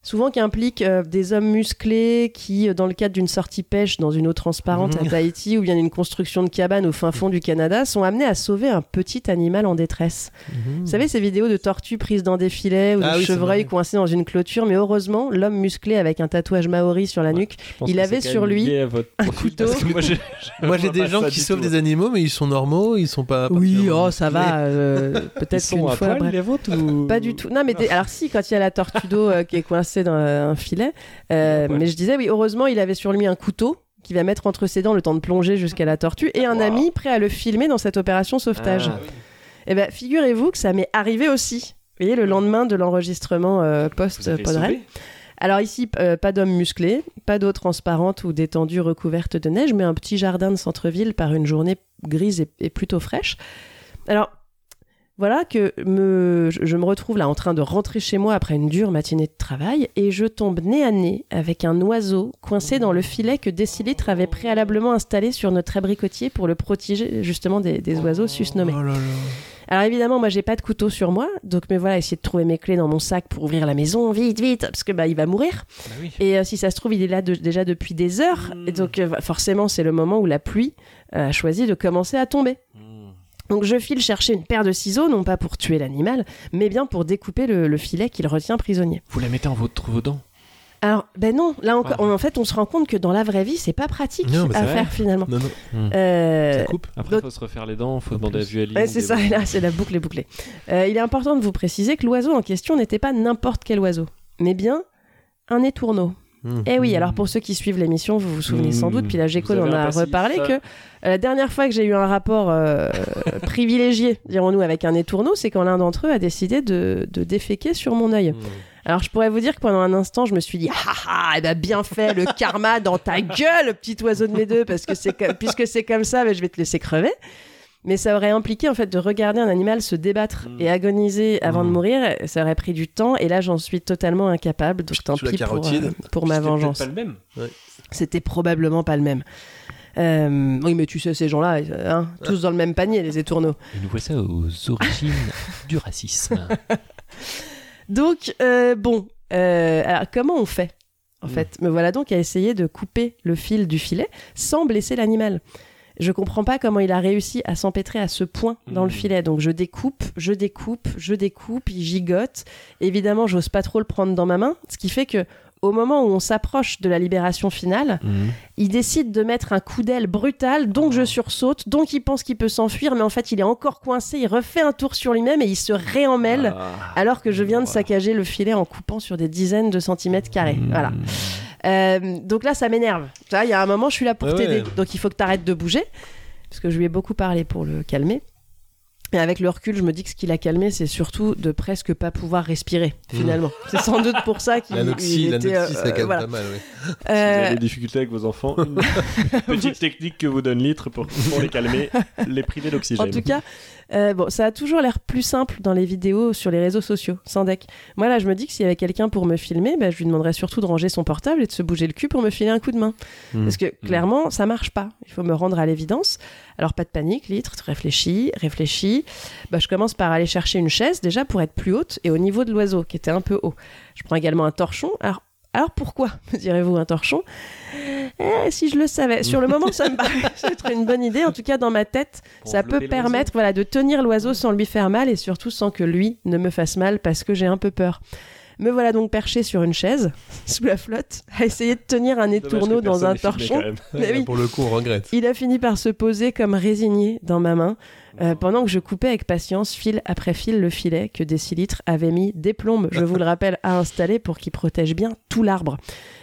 [SPEAKER 4] souvent qui impliquent euh, des hommes musclés qui, euh, dans le cadre d'une sortie pêche dans une eau transparente à
[SPEAKER 10] Mhm.
[SPEAKER 4] Tahiti ou bien d'une construction de cabane au fin fond du Canada, sont amenés à sauver un petit animal en détresse. Vous savez, ces vidéos de tortues prises dans des filets ou de
[SPEAKER 10] Mhm. Ah oui, c'est
[SPEAKER 4] chevreuils
[SPEAKER 10] vrai.
[SPEAKER 4] coincés dans une clôture, mais heureusement, l'homme musclé avec un tatouage maori sur la nuque,
[SPEAKER 3] pense
[SPEAKER 4] il
[SPEAKER 3] que
[SPEAKER 4] avait
[SPEAKER 3] c'est
[SPEAKER 4] sur
[SPEAKER 3] quand même
[SPEAKER 4] lui
[SPEAKER 3] lié à votre
[SPEAKER 4] un
[SPEAKER 3] profil,
[SPEAKER 4] couteau.
[SPEAKER 3] parce que moi, j'ai- je *laughs*
[SPEAKER 1] Moi, j'ai
[SPEAKER 3] vois
[SPEAKER 1] des
[SPEAKER 3] pas
[SPEAKER 1] gens
[SPEAKER 3] ça
[SPEAKER 1] qui
[SPEAKER 3] du
[SPEAKER 1] sauvent
[SPEAKER 3] tout.
[SPEAKER 1] des animaux, mais ils sont normaux, ils sont pas.
[SPEAKER 4] Oui,
[SPEAKER 1] particulièrement
[SPEAKER 4] oh, ça va.
[SPEAKER 1] musclés.
[SPEAKER 4] euh,
[SPEAKER 3] Ils
[SPEAKER 4] Peut-être
[SPEAKER 3] sont
[SPEAKER 4] qu'une
[SPEAKER 3] à
[SPEAKER 4] fois.
[SPEAKER 3] poil,
[SPEAKER 4] bref.
[SPEAKER 3] les vôtres, ou-
[SPEAKER 4] Pas du tout. Non, mais des- alors si, quand il y a la tortue d'eau euh, qui est coincée dans euh, un filet. euh,
[SPEAKER 3] Ah,
[SPEAKER 4] mais je disais, oui, heureusement, il avait sur lui un couteau qui va mettre entre ses dents le temps de plonger jusqu'à la tortue et un ami prêt à le filmer dans cette opération sauvetage.
[SPEAKER 10] Ah.
[SPEAKER 4] Eh ben, figurez-vous que ça m'est arrivé aussi. Vous voyez, le lendemain de l'enregistrement euh,
[SPEAKER 10] avez
[SPEAKER 4] post-podrel.
[SPEAKER 10] sauvé
[SPEAKER 4] Alors ici, p- euh, pas d'hommes musclés, pas d'eau transparente ou d'étendue recouverte de neige, mais un petit jardin de centre-ville par une journée grise et, et plutôt fraîche. Alors, voilà que me, je, je me retrouve là en train de rentrer chez moi après une dure matinée de travail et je tombe nez à nez avec un oiseau coincé dans le filet que Décilitre avait préalablement installé sur notre abricotier pour le protéger justement des, des oiseaux susnommés. Alors évidemment, moi j'ai pas de couteau sur moi, donc mais voilà, essayer de trouver mes clés dans mon sac pour ouvrir la maison, vite, vite, parce que bah il va mourir. Et euh, si ça se trouve, il est là de- déjà depuis des heures, et donc euh, forcément c'est le moment où la pluie euh, a choisi de commencer à tomber.
[SPEAKER 3] Hmm.
[SPEAKER 4] Donc je file chercher une paire de ciseaux, non pas pour tuer l'animal, mais bien pour découper le, le filet qu'il retient prisonnier.
[SPEAKER 3] Vous la mettez en votre vos dents.
[SPEAKER 4] Alors ben non, là encore,
[SPEAKER 3] Ah.
[SPEAKER 4] en fait on se rend compte que dans la vraie vie c'est pas pratique
[SPEAKER 3] Non, mais
[SPEAKER 4] à
[SPEAKER 3] c'est vrai.
[SPEAKER 4] faire finalement.
[SPEAKER 1] Non, non.
[SPEAKER 4] Euh,
[SPEAKER 3] Après, faut se refaire les dents, faut demander à Vueling.
[SPEAKER 4] Ouais, c'est ça, et *laughs* là, c'est la boucle est bouclée. Euh, il est important de vous préciser que l'oiseau en question n'était pas n'importe quel oiseau, mais bien un étourneau.
[SPEAKER 10] Mmh.
[SPEAKER 4] Eh oui, alors pour ceux qui suivent l'émission, vous vous souvenez sans doute,
[SPEAKER 10] Mmh.
[SPEAKER 4] puis la GECO
[SPEAKER 10] Vous avez
[SPEAKER 4] en
[SPEAKER 10] un
[SPEAKER 4] a
[SPEAKER 10] passif,
[SPEAKER 4] reparlé,
[SPEAKER 10] ça.
[SPEAKER 4] que euh, la dernière fois que j'ai eu un rapport euh, *laughs* privilégié, dirons-nous, avec un étourneau, c'est quand l'un d'entre eux a décidé de, de déféquer sur mon œil. Alors je pourrais vous dire que pendant un instant, je me suis dit, ah ah, elle a bien fait le
[SPEAKER 1] *laughs*
[SPEAKER 4] karma dans ta gueule, petit oiseau de mes deux, parce que c'est comme- puisque c'est comme ça, ben, je vais te laisser crever. Mais ça aurait impliqué en fait de regarder un animal se débattre
[SPEAKER 1] Mm.
[SPEAKER 4] et agoniser avant de mourir. Ça aurait pris du temps et là j'en suis totalement incapable. Donc tant
[SPEAKER 1] Sous la
[SPEAKER 4] pis pour, euh,
[SPEAKER 1] carotide.
[SPEAKER 4] pour ma
[SPEAKER 1] C'était peut-être
[SPEAKER 4] vengeance.
[SPEAKER 1] pas le même.
[SPEAKER 4] C'était probablement pas le même. Euh, oui mais tu sais ces gens-là, euh, hein, tous dans le même panier les étourneaux.
[SPEAKER 3] Nous voici aux origines
[SPEAKER 4] *laughs*
[SPEAKER 3] du racisme.
[SPEAKER 4] Donc, euh, bon, euh, alors comment on fait En fait, me voilà donc à essayer de couper le fil du filet sans blesser l'animal. Je comprends pas comment il a réussi à s'empêtrer à ce point dans le filet. Donc je découpe, je découpe, je découpe, il gigote. Évidemment, j'ose pas trop le prendre dans ma main, ce qui fait que au moment où on s'approche de la libération finale, il décide de mettre un coup d'aile brutal, donc
[SPEAKER 3] Oh.
[SPEAKER 4] je sursaute, donc il pense qu'il peut s'enfuir, mais en fait il est encore coincé, il refait un tour sur lui-même et il se réemmêle
[SPEAKER 3] Ah.
[SPEAKER 4] alors que je viens de saccager le filet en coupant sur des dizaines de centimètres carrés.
[SPEAKER 3] Hmm.
[SPEAKER 4] Voilà. Euh, donc là ça m'énerve. Tu vois, Il y a un moment je suis là pour
[SPEAKER 10] Ouais,
[SPEAKER 4] t'aider,
[SPEAKER 10] ouais.
[SPEAKER 4] donc il faut que tu arrêtes de bouger, parce que je lui ai beaucoup parlé pour le calmer. Et avec le recul, je me dis que ce qui l'a calmé, c'est surtout de presque pas pouvoir respirer,
[SPEAKER 3] Hmm.
[SPEAKER 4] finalement. C'est sans doute pour ça
[SPEAKER 3] *laughs*
[SPEAKER 4] qu'il
[SPEAKER 1] L'anoxie,
[SPEAKER 4] il était...
[SPEAKER 1] l'anoxie,
[SPEAKER 4] euh,
[SPEAKER 1] ça calme
[SPEAKER 4] voilà.
[SPEAKER 1] pas mal, oui.
[SPEAKER 3] Si vous
[SPEAKER 4] Euh,
[SPEAKER 3] avez des difficultés avec
[SPEAKER 4] *laughs*
[SPEAKER 3] vos enfants, une petite technique que vous donne Litre pour, pour les
[SPEAKER 4] *laughs*
[SPEAKER 3] calmer, les priver d'oxygène.
[SPEAKER 4] En tout cas, euh, bon, ça a toujours l'air plus simple dans les vidéos sur les réseaux sociaux, sans deck. Moi, là, je me dis que s'il y avait quelqu'un pour me filmer, bah, je lui demanderais surtout de ranger son portable et de se bouger le cul pour me filer un coup de main.
[SPEAKER 10] Mm.
[SPEAKER 4] Parce que clairement, ça marche pas. Il faut me rendre à l'évidence. Alors, pas de panique, litre, tu réfléchis, réfléchis. Bah, je commence par aller chercher une chaise, déjà pour être plus haute et au niveau de l'oiseau, qui était un peu haut. Je prends également un torchon. Alors, alors pourquoi, me direz-vous, un torchon Eh, Si je le savais. Sur le moment, ça me paraît être une bonne idée. En tout cas, dans ma tête, ça peut
[SPEAKER 10] envelopper l'oiseau.
[SPEAKER 4] permettre voilà, de tenir l'oiseau sans lui faire mal et surtout sans que lui ne me fasse mal parce que j'ai un peu peur. Me voilà donc perché sur une chaise, *laughs* sous la flotte, à essayer de tenir un étourneau dans un torchon. Mais oui.
[SPEAKER 1] Pour le coup, on regrette.
[SPEAKER 4] Il a fini par se poser comme résigné dans ma main, euh, pendant que je coupais avec patience, fil après fil, le filet que Décilitre avait mis des plombes, je vous le rappelle, à installer pour qu'il protège bien tout l'arbre.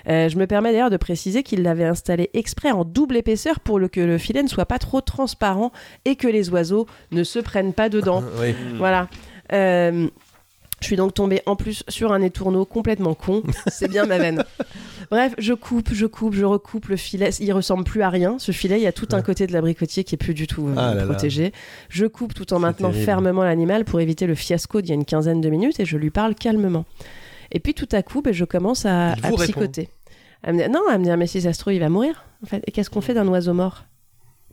[SPEAKER 4] Euh, je me permets d'ailleurs de préciser qu'il l'avait installé exprès en double épaisseur pour le, que le filet ne soit pas trop transparent et que les oiseaux ne se prennent pas dedans.
[SPEAKER 1] Mmh, Oui.
[SPEAKER 4] Voilà. Euh, je suis donc tombée en plus sur un étourneau
[SPEAKER 1] *laughs*
[SPEAKER 4] complètement con. C'est bien ma veine. Bref, je coupe, je coupe, je recoupe le filet. Il ressemble plus à rien. Ce filet, il y a tout un côté de l'abricotier qui est plus du tout euh,
[SPEAKER 1] Ah là là.
[SPEAKER 4] protégé. Je coupe tout en maintenant
[SPEAKER 1] terrible.
[SPEAKER 4] fermement l'animal pour éviter le fiasco d'il y a une quinzaine de minutes et je lui parle calmement. Et puis tout à coup, ben, je commence à,
[SPEAKER 1] Il
[SPEAKER 4] à
[SPEAKER 1] vous répond.
[SPEAKER 4] psychoter. À me dire- non, à me dire, mais si ça se trouve, il va mourir. En fait. Et qu'est-ce qu'on fait d'un oiseau mort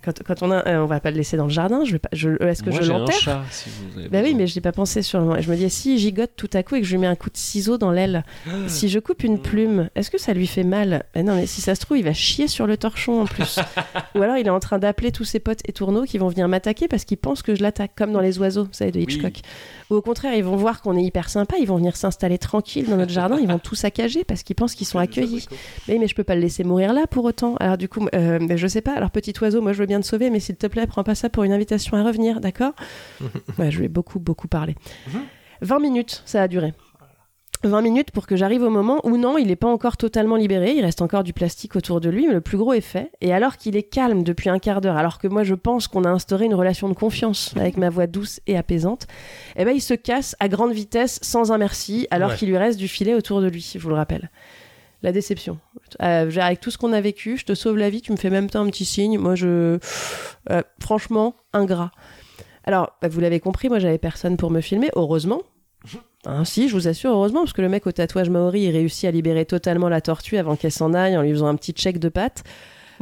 [SPEAKER 4] quand, quand on a, euh, on va pas le laisser dans le jardin. Je vais pas, je- euh, est-ce que
[SPEAKER 3] Moi,
[SPEAKER 4] je
[SPEAKER 3] j'ai un
[SPEAKER 4] l'enterre
[SPEAKER 3] chat, si vous avez
[SPEAKER 4] bah oui,
[SPEAKER 3] besoin.
[SPEAKER 4] mais je n'ai pas pensé sur le moment. Et Je me dis, si il gigote tout à coup et que je lui mets un coup de ciseau dans l'aile, si je coupe une plume, est-ce que ça lui fait mal Bah Non, mais si ça se trouve, il va chier sur le torchon en plus. Ou alors il est en train d'appeler tous ses potes étourneaux qui vont venir m'attaquer parce qu'ils pensent que je l'attaque, comme dans Les Oiseaux, vous savez, de Hitchcock. Ou au contraire, ils vont voir qu'on est hyper sympa, ils vont venir s'installer tranquille dans notre jardin, ils vont tout saccager parce qu'ils pensent
[SPEAKER 11] *laughs*
[SPEAKER 4] qu'ils sont accueillis. Mais, mais je peux pas le laisser mourir là pour autant. Alors du coup, euh, mais je sais pas. Alors petit oiseau, moi je veux bien te sauver, mais s'il te plaît, prends pas ça pour une invitation à revenir, d'accord Ouais, je lui ai beaucoup, beaucoup parlé. 20 minutes, ça a duré. 20 minutes pour que j'arrive au moment où non, il n'est pas encore totalement libéré, il reste encore du plastique autour de lui, mais le plus gros est fait. Et alors qu'il est calme depuis un quart d'heure, alors que moi je pense qu'on a instauré une relation de confiance avec ma voix douce et apaisante, eh ben il se casse à grande vitesse sans un merci, alors
[SPEAKER 11] Ouais.
[SPEAKER 4] qu'il lui reste du filet autour de lui, je vous le rappelle. La déception. Euh, j'ai- avec tout ce qu'on a vécu, je te sauve la vie, tu me fais même temps un petit signe, moi je... euh, franchement, ingrat. Alors, bah, vous l'avez compris, moi j'avais personne pour me filmer, heureusement. Hein, si, je vous assure, heureusement, parce que le mec au tatouage maori, il réussit à libérer totalement la tortue avant qu'elle s'en aille en lui faisant un petit check de patte.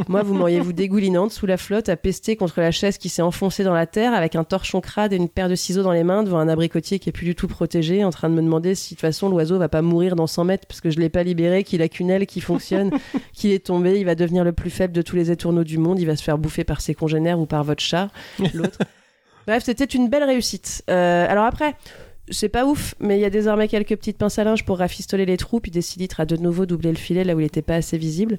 [SPEAKER 4] Moi, vous m'auriez vous dégoulinante sous la flotte à pester contre la chaise qui s'est enfoncée dans la terre avec un torchon crade et une paire de ciseaux dans les mains devant un abricotier qui est plus du tout protégé en train de me demander si de toute façon l'oiseau va pas mourir dans 100 mètres parce que je l'ai pas libéré, qu'il a qu'une aile qui fonctionne, qu'il est tombé, il va devenir le plus faible de tous les étourneaux du monde, il va se faire bouffer par ses congénères ou par votre chat. L'autre. Bref, c'était une belle réussite. Euh, alors après, c'est pas ouf, mais il y a désormais quelques petites pinces à linge pour rafistoler les trous, puis des litres à de nouveau doubler le filet là où il n'était pas assez visible.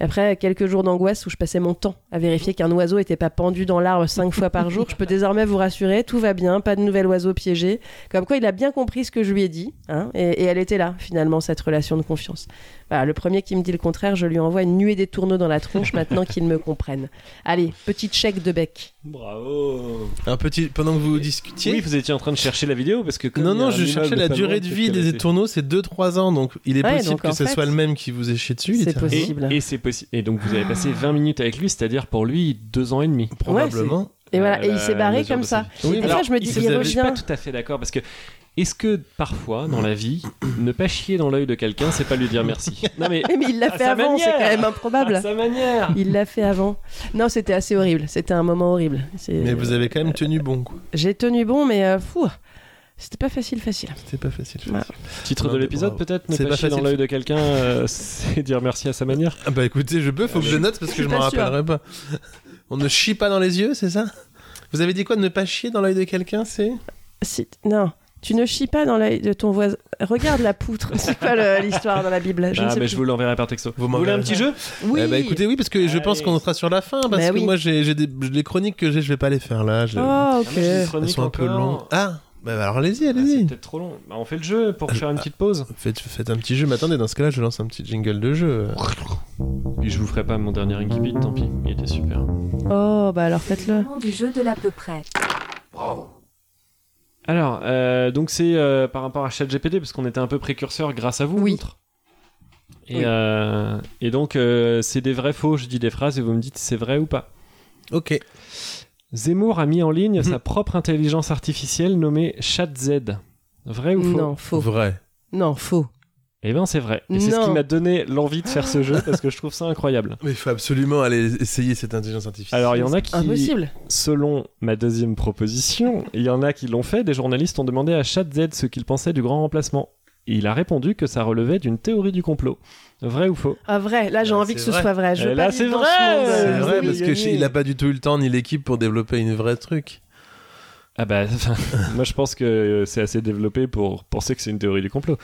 [SPEAKER 4] Après quelques jours d'angoisse où je passais mon temps à vérifier qu'un oiseau n'était pas pendu dans l'arbre cinq fois par jour, je peux désormais vous rassurer, tout va bien, pas de nouvel oiseau piégé. Comme quoi, il a bien compris ce que je lui ai dit, hein, et, et elle était là, finalement, cette relation de confiance. Voilà, le premier qui me dit le contraire, je lui envoie une nuée des tourneaux dans la tronche maintenant qu'il me comprenne. Allez, petit check de bec.
[SPEAKER 3] Bravo.
[SPEAKER 1] Un petit pendant que vous discutiez.
[SPEAKER 3] Oui, vous étiez en train de chercher la vidéo parce que comme
[SPEAKER 1] Non,
[SPEAKER 3] il y a
[SPEAKER 1] non,
[SPEAKER 3] un
[SPEAKER 1] je
[SPEAKER 3] immeuble
[SPEAKER 1] cherchais la
[SPEAKER 3] pas
[SPEAKER 1] durée
[SPEAKER 3] loin,
[SPEAKER 1] de
[SPEAKER 3] peut-être
[SPEAKER 1] vie
[SPEAKER 3] qu'elle a
[SPEAKER 1] des
[SPEAKER 3] été-
[SPEAKER 1] étourneaux, c'est 2-3 ans, donc il est
[SPEAKER 4] Ouais,
[SPEAKER 1] possible
[SPEAKER 4] donc
[SPEAKER 1] que
[SPEAKER 4] en
[SPEAKER 1] ce
[SPEAKER 4] fait,
[SPEAKER 1] soit le même qui vous ait chié dessus.
[SPEAKER 4] c'est
[SPEAKER 1] littéralement.
[SPEAKER 4] possible.
[SPEAKER 3] Et c'est possible. Et donc vous avez passé 20 minutes avec lui, c'est-à-dire pour lui deux ans et demi.
[SPEAKER 1] Probablement.
[SPEAKER 4] Et voilà, et
[SPEAKER 3] Euh,
[SPEAKER 4] il s'est
[SPEAKER 3] la
[SPEAKER 4] barré
[SPEAKER 3] mesure
[SPEAKER 4] comme *laughs*
[SPEAKER 3] de
[SPEAKER 4] ça.
[SPEAKER 3] sa vie.
[SPEAKER 4] et ça, je me dis,
[SPEAKER 3] vous
[SPEAKER 4] il
[SPEAKER 3] avez-
[SPEAKER 4] revient.
[SPEAKER 3] Je suis pas tout à fait d'accord parce que est-ce que parfois dans la vie, *clears throat* ne pas chier dans l'œil de quelqu'un, c'est pas lui dire merci Non
[SPEAKER 4] *laughs*
[SPEAKER 3] mais
[SPEAKER 4] Mais il l'a
[SPEAKER 3] à
[SPEAKER 4] fait
[SPEAKER 3] sa
[SPEAKER 4] avant, c'est
[SPEAKER 3] manière.
[SPEAKER 4] quand même improbable.
[SPEAKER 3] À sa manière.
[SPEAKER 4] Il l'a fait avant. Non, c'était assez horrible. C'était un moment horrible. C'est- euh,
[SPEAKER 1] Mais vous avez quand même tenu bon, quoi.
[SPEAKER 4] J'ai tenu bon, mais euh, fou, c'était pas facile, facile.
[SPEAKER 1] C'était pas facile.
[SPEAKER 3] Titre
[SPEAKER 1] Non,
[SPEAKER 3] de
[SPEAKER 1] mais
[SPEAKER 3] l'épisode
[SPEAKER 1] bravo.
[SPEAKER 3] peut-être, ne
[SPEAKER 1] C'est
[SPEAKER 3] pas,
[SPEAKER 1] pas
[SPEAKER 3] chier dans
[SPEAKER 1] facile.
[SPEAKER 3] l'œil de quelqu'un, euh, *laughs* c'est dire merci à sa manière.
[SPEAKER 1] Ah bah écoutez, je peux, faut que je note parce que je
[SPEAKER 3] suis
[SPEAKER 1] m'en
[SPEAKER 3] pas sûre.
[SPEAKER 1] rappellerai pas. On ne chie pas dans les yeux, c'est ça Vous avez dit quoi Ne pas chier dans l'œil de quelqu'un, c'est
[SPEAKER 4] Si- Non, tu ne chies pas dans l'œil de ton voisin. Regarde la poutre. *laughs* C'est quoi le- l'histoire dans la Bible Je ne
[SPEAKER 3] ah
[SPEAKER 4] sais
[SPEAKER 3] mais
[SPEAKER 4] plus.
[SPEAKER 3] je vous l'enverrai par texto. Vous, voulez
[SPEAKER 1] m'enverrez.
[SPEAKER 3] un petit jeu
[SPEAKER 4] Oui.
[SPEAKER 1] Eh bah écoutez, oui, parce que
[SPEAKER 3] Ah
[SPEAKER 1] je pense qu'on sera sur la fin, parce
[SPEAKER 4] Bah
[SPEAKER 1] que
[SPEAKER 4] oui.
[SPEAKER 1] moi j'ai j'ai des- les chroniques que j'ai, je vais pas les faire là. je-
[SPEAKER 4] Oh, ok. Ah, moi, j'ai des
[SPEAKER 1] Elles
[SPEAKER 3] chroniques
[SPEAKER 1] sont un peu
[SPEAKER 3] encore.
[SPEAKER 1] longues. Ah, bah alors allez-y, allez-y. Ah,
[SPEAKER 3] Peut-être trop long. Bah, on fait le jeu pour faire une petite pause.
[SPEAKER 1] Faites, faites un petit jeu, mais attendez, dans ce cas-là, je lance un petit jingle de jeu.
[SPEAKER 3] Et je vous ferai pas mon dernier Inkibit, tant pis, il était super.
[SPEAKER 4] Oh, bah alors faites-le.
[SPEAKER 6] Du jeu de l'à peu près.
[SPEAKER 3] Alors, euh, donc c'est euh, par rapport à ChatGPT, parce qu'on était un peu précurseur grâce à vous. Oui. Et,
[SPEAKER 1] Oui.
[SPEAKER 3] euh, et donc, euh, c'est des vrais faux. Je dis des phrases et vous me dites si c'est vrai ou pas.
[SPEAKER 1] Ok.
[SPEAKER 3] Zemmour a mis en ligne
[SPEAKER 4] Mhm.
[SPEAKER 3] sa propre intelligence artificielle nommée ChatZ. Vrai ou faux
[SPEAKER 4] Non, faux.
[SPEAKER 1] Vrai.
[SPEAKER 4] Non, faux.
[SPEAKER 3] Eh bien, c'est vrai. Et c'est ce
[SPEAKER 4] Non.
[SPEAKER 3] qui m'a donné l'envie de faire ce jeu parce que je trouve ça incroyable.
[SPEAKER 1] Mais il faut absolument aller essayer cette intelligence artificielle.
[SPEAKER 3] Alors, Ah, il y en a qui,
[SPEAKER 4] Impossible.
[SPEAKER 3] selon ma deuxième proposition, il y en a qui l'ont fait. Des journalistes ont demandé à ChatZ ce qu'il pensait du grand remplacement. Et il a répondu que ça relevait d'une théorie du complot. Vrai ou faux
[SPEAKER 4] Ah vrai, là j'ai envie que ce
[SPEAKER 3] vrai.
[SPEAKER 4] soit vrai. Je
[SPEAKER 3] Et
[SPEAKER 4] veux
[SPEAKER 3] là,
[SPEAKER 4] pas vivre
[SPEAKER 3] c'est
[SPEAKER 4] dans
[SPEAKER 3] vrai.
[SPEAKER 4] ce
[SPEAKER 1] C'est
[SPEAKER 4] monde. euh,
[SPEAKER 1] vrai,
[SPEAKER 3] Euh, oui,
[SPEAKER 1] parce que
[SPEAKER 3] gagné.
[SPEAKER 1] chez- il a pas du tout eu le temps ni l'équipe pour développer une vraie truc.
[SPEAKER 3] *laughs* Ah bah, moi je pense que euh, c'est assez développé pour penser que c'est une théorie du complot.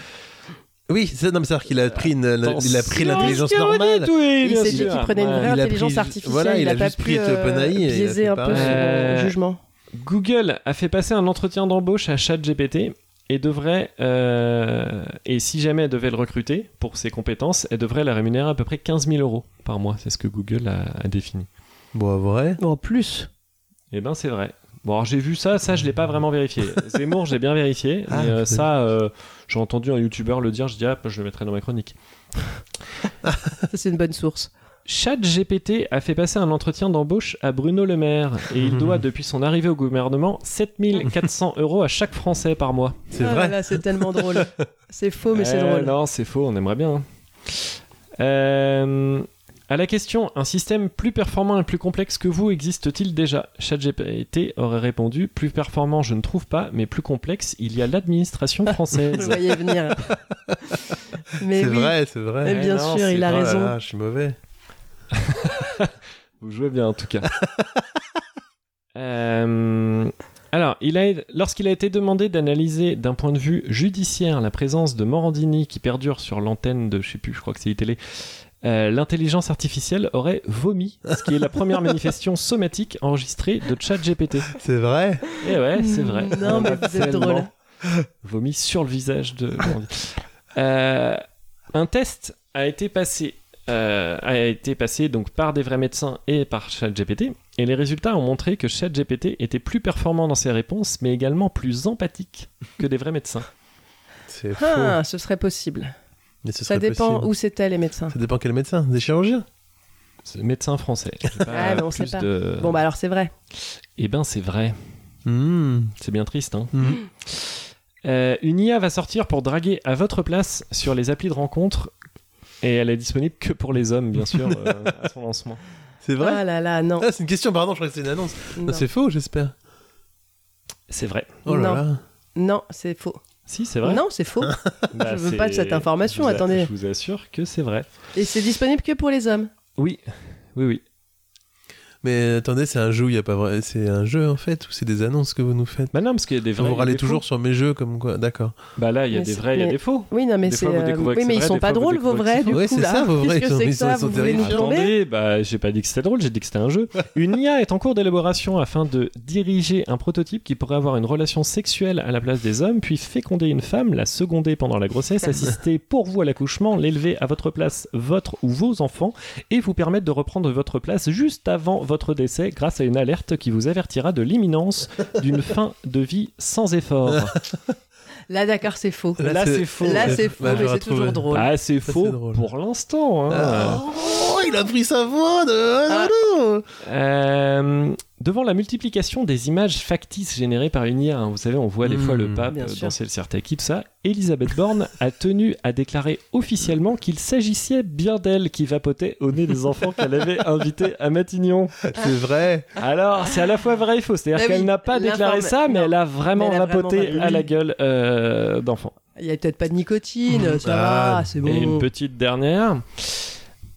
[SPEAKER 1] Oui, c'est ça, non, mais c'est-à-dire qu'il a pris, une- la- il a pris
[SPEAKER 3] Attention,
[SPEAKER 1] l'intelligence
[SPEAKER 3] ce que vous dites,
[SPEAKER 1] normale.
[SPEAKER 3] oui,
[SPEAKER 4] Il bien s'est dit sûr. qu'il prenait une vraie
[SPEAKER 1] Il a
[SPEAKER 4] intelligence
[SPEAKER 1] pris-
[SPEAKER 4] artificielle,
[SPEAKER 1] Voilà, il,
[SPEAKER 4] il
[SPEAKER 1] a,
[SPEAKER 4] a pas
[SPEAKER 1] juste
[SPEAKER 4] pu,
[SPEAKER 1] pris
[SPEAKER 4] euh,
[SPEAKER 1] OpenAI. et il a
[SPEAKER 4] biaiser
[SPEAKER 1] fait
[SPEAKER 4] un peu
[SPEAKER 1] pareil.
[SPEAKER 4] son- Euh, jugement.
[SPEAKER 3] Google a fait passer un entretien d'embauche à ChatGPT et devrait, euh, et si jamais elle devait le recruter pour ses compétences, elle devrait la rémunérer à peu près 15 000 euros par mois. C'est ce que Google a, a défini.
[SPEAKER 1] Bon, vrai
[SPEAKER 4] Bon, plus.
[SPEAKER 3] Eh ben, c'est vrai. Bon, alors j'ai vu ça, ça je l'ai pas vraiment vérifié. Zemmour, j'ai bien vérifié.
[SPEAKER 1] Ah,
[SPEAKER 3] mais, euh,
[SPEAKER 1] putain.
[SPEAKER 3] ça, euh, j'ai entendu un youtubeur le dire, je dis, ah, je le mettrai dans ma chronique.
[SPEAKER 4] Ça, c'est une bonne source.
[SPEAKER 3] ChatGPT a fait passer un entretien d'embauche à Bruno Le Maire et il doit, depuis son arrivée au gouvernement, 7400 euros à chaque Français par mois.
[SPEAKER 1] C'est
[SPEAKER 4] Ah là là, c'est tellement drôle. C'est faux, mais c'est
[SPEAKER 3] Euh,
[SPEAKER 4] drôle.
[SPEAKER 3] Non, c'est faux, on aimerait bien. hein. Euh, à la question, un système plus performant et plus complexe que vous existe-t-il déjà ChatGPT aurait répondu Plus performant, je ne trouve pas, mais plus complexe, il y
[SPEAKER 4] *laughs*
[SPEAKER 3] a l'administration
[SPEAKER 4] Je
[SPEAKER 3] française.
[SPEAKER 4] voyais venir. Mais
[SPEAKER 1] C'est
[SPEAKER 4] oui.
[SPEAKER 1] vrai, c'est vrai.
[SPEAKER 4] Eh bien
[SPEAKER 3] Eh non,
[SPEAKER 4] sûr,
[SPEAKER 3] c'est
[SPEAKER 4] il a
[SPEAKER 1] Oh là
[SPEAKER 4] raison.
[SPEAKER 1] là, je suis mauvais.
[SPEAKER 3] vous jouez bien en tout cas. *laughs* Euh, alors, il a- lorsqu'il a été demandé d'analyser d'un point de vue judiciaire la présence de Morandini qui perdure sur l'antenne de, je sais plus, je crois que c'est iTélé, euh, l'intelligence artificielle aurait vomi, ce qui est la *laughs* première manifestation somatique enregistrée de ChatGPT.
[SPEAKER 1] C'est vrai
[SPEAKER 3] Eh ouais, c'est vrai.
[SPEAKER 4] Mm, Non,
[SPEAKER 3] On
[SPEAKER 4] mais
[SPEAKER 3] a
[SPEAKER 4] vous êtes
[SPEAKER 3] tellement
[SPEAKER 4] drôle.
[SPEAKER 3] Vomi sur le visage de. Euh, un test a été passé, euh, a été passé donc par des vrais médecins et par ChatGPT, et les résultats ont montré que ChatGPT était plus performant dans ses réponses, mais également plus empathique que des vrais médecins.
[SPEAKER 1] C'est faux.
[SPEAKER 4] Ah, ce serait possible.
[SPEAKER 1] Mais ce
[SPEAKER 4] Ça
[SPEAKER 1] serait
[SPEAKER 4] dépend
[SPEAKER 1] possible.
[SPEAKER 4] où c'était les médecins.
[SPEAKER 1] Ça dépend quel médecin Des chirurgiens
[SPEAKER 3] C'est médecin français. J'ai pas
[SPEAKER 4] Ah, mais on sait
[SPEAKER 3] plus
[SPEAKER 4] pas.
[SPEAKER 3] de-
[SPEAKER 4] Bon, bah alors c'est vrai.
[SPEAKER 3] Eh ben, c'est vrai. C'est bien triste, hein.
[SPEAKER 1] Mhm.
[SPEAKER 3] Euh, une IA va sortir pour draguer à votre place sur les applis de rencontre et elle est disponible que pour les hommes, bien sûr,
[SPEAKER 1] *laughs*
[SPEAKER 3] euh, à son lancement.
[SPEAKER 1] *gasps* C'est vrai
[SPEAKER 4] Ah là là, non.
[SPEAKER 1] Ah, c'est une question, pardon, je crois que c'est une annonce. Non,
[SPEAKER 4] Non.
[SPEAKER 1] c'est faux, j'espère.
[SPEAKER 3] C'est vrai.
[SPEAKER 1] Oh là
[SPEAKER 4] Non.
[SPEAKER 1] là.
[SPEAKER 4] Non, c'est faux.
[SPEAKER 3] Si, c'est vrai.
[SPEAKER 4] Non, c'est faux. je
[SPEAKER 3] Bah,
[SPEAKER 4] veux
[SPEAKER 3] c'est-
[SPEAKER 4] pas de cette information,
[SPEAKER 3] je vous a-
[SPEAKER 4] attendez.
[SPEAKER 3] Je vous assure que c'est vrai.
[SPEAKER 4] Et c'est disponible que pour les hommes.
[SPEAKER 3] Oui, oui, oui.
[SPEAKER 1] Mais attendez, c'est un jeu où il y a pas vrai. C'est un jeu en fait ou c'est des annonces que vous nous faites
[SPEAKER 3] Bah non, parce qu'il y a des vrais.
[SPEAKER 1] Vous
[SPEAKER 3] il y a
[SPEAKER 1] râlez
[SPEAKER 3] des
[SPEAKER 1] toujours
[SPEAKER 3] faux.
[SPEAKER 1] sur mes jeux comme quoi D'accord.
[SPEAKER 3] Bah là, il y a
[SPEAKER 4] Mais
[SPEAKER 3] des
[SPEAKER 4] c'est-
[SPEAKER 3] vrais, il y a
[SPEAKER 4] mais-
[SPEAKER 3] des faux.
[SPEAKER 4] Oui, non, mais
[SPEAKER 3] Des
[SPEAKER 4] c'est.
[SPEAKER 3] fois, vous
[SPEAKER 4] euh,
[SPEAKER 3] découvrez que
[SPEAKER 4] Oui, mais
[SPEAKER 3] c'est
[SPEAKER 4] ils
[SPEAKER 3] vrai,
[SPEAKER 4] sont
[SPEAKER 3] des
[SPEAKER 4] pas
[SPEAKER 3] fois, vous
[SPEAKER 4] drôles, vos
[SPEAKER 3] découvrez que
[SPEAKER 4] vrais,
[SPEAKER 3] c'est
[SPEAKER 4] du
[SPEAKER 1] Ouais,
[SPEAKER 4] coup.
[SPEAKER 1] c'est
[SPEAKER 4] là.
[SPEAKER 1] ça, vos vrais,
[SPEAKER 4] Qu'est-ce
[SPEAKER 1] ils
[SPEAKER 4] que
[SPEAKER 1] sont-
[SPEAKER 4] c'est
[SPEAKER 1] ils
[SPEAKER 4] que
[SPEAKER 1] sont-
[SPEAKER 4] ça
[SPEAKER 1] ils sont
[SPEAKER 4] Vous voulez nous
[SPEAKER 1] terrifiants.
[SPEAKER 4] plomber
[SPEAKER 3] Attendez, bah j'ai pas dit que c'était drôle, j'ai dit que c'était un jeu. Une IA est en cours d'élaboration afin de diriger un prototype qui pourrait avoir une relation sexuelle à la place des hommes, puis féconder une femme, la seconder pendant la grossesse, assister pour vous à l'accouchement, l'élever à votre place, votre ou vos enfants, et vous permettre de reprendre votre place juste avant votre décès grâce à une alerte qui vous avertira de l'imminence d'une fin de vie sans effort.
[SPEAKER 4] Là, d'accord, c'est faux.
[SPEAKER 1] Là,
[SPEAKER 3] Là,
[SPEAKER 1] c'est-
[SPEAKER 3] c'est faux.
[SPEAKER 4] Là,
[SPEAKER 1] c'est-
[SPEAKER 4] c'est faux,
[SPEAKER 1] bah,
[SPEAKER 4] mais
[SPEAKER 1] j'aurais
[SPEAKER 4] c'est toujours
[SPEAKER 1] trouvé.
[SPEAKER 4] drôle.
[SPEAKER 3] Ah, c'est
[SPEAKER 1] Ça, c'est
[SPEAKER 3] faux
[SPEAKER 1] drôle.
[SPEAKER 3] pour l'instant. hein.
[SPEAKER 1] Oh, il a pris sa voix de.
[SPEAKER 4] Ah.
[SPEAKER 1] Allô
[SPEAKER 3] Euh, devant la multiplication des images factices générées par une IA, hein, vous savez, on voit des
[SPEAKER 1] Mmh,
[SPEAKER 3] fois le pape
[SPEAKER 4] Hmm, bien
[SPEAKER 3] euh,
[SPEAKER 4] sûr.
[SPEAKER 3] danser le sertaki, tout ça. Elisabeth Borne a tenu à déclarer officiellement qu'il s'agissait bien d'elle qui vapotait au nez des enfants
[SPEAKER 4] *laughs*
[SPEAKER 3] qu'elle avait invités à Matignon.
[SPEAKER 4] Ah.
[SPEAKER 1] C'est vrai.
[SPEAKER 3] Alors, c'est à la fois vrai et faux. C'est-à-dire
[SPEAKER 4] Bah oui,
[SPEAKER 3] qu'elle n'a pas déclaré
[SPEAKER 4] l'informe-
[SPEAKER 3] ça, mais
[SPEAKER 4] non.
[SPEAKER 3] elle a vraiment
[SPEAKER 4] Mais elle a vraiment
[SPEAKER 3] vapoté
[SPEAKER 4] vapoté.
[SPEAKER 3] à la gueule euh, d'enfants.
[SPEAKER 4] Il y a peut-être pas de nicotine, ça
[SPEAKER 1] Ah,
[SPEAKER 4] va, c'est
[SPEAKER 3] Et une
[SPEAKER 4] bon.
[SPEAKER 3] petite dernière.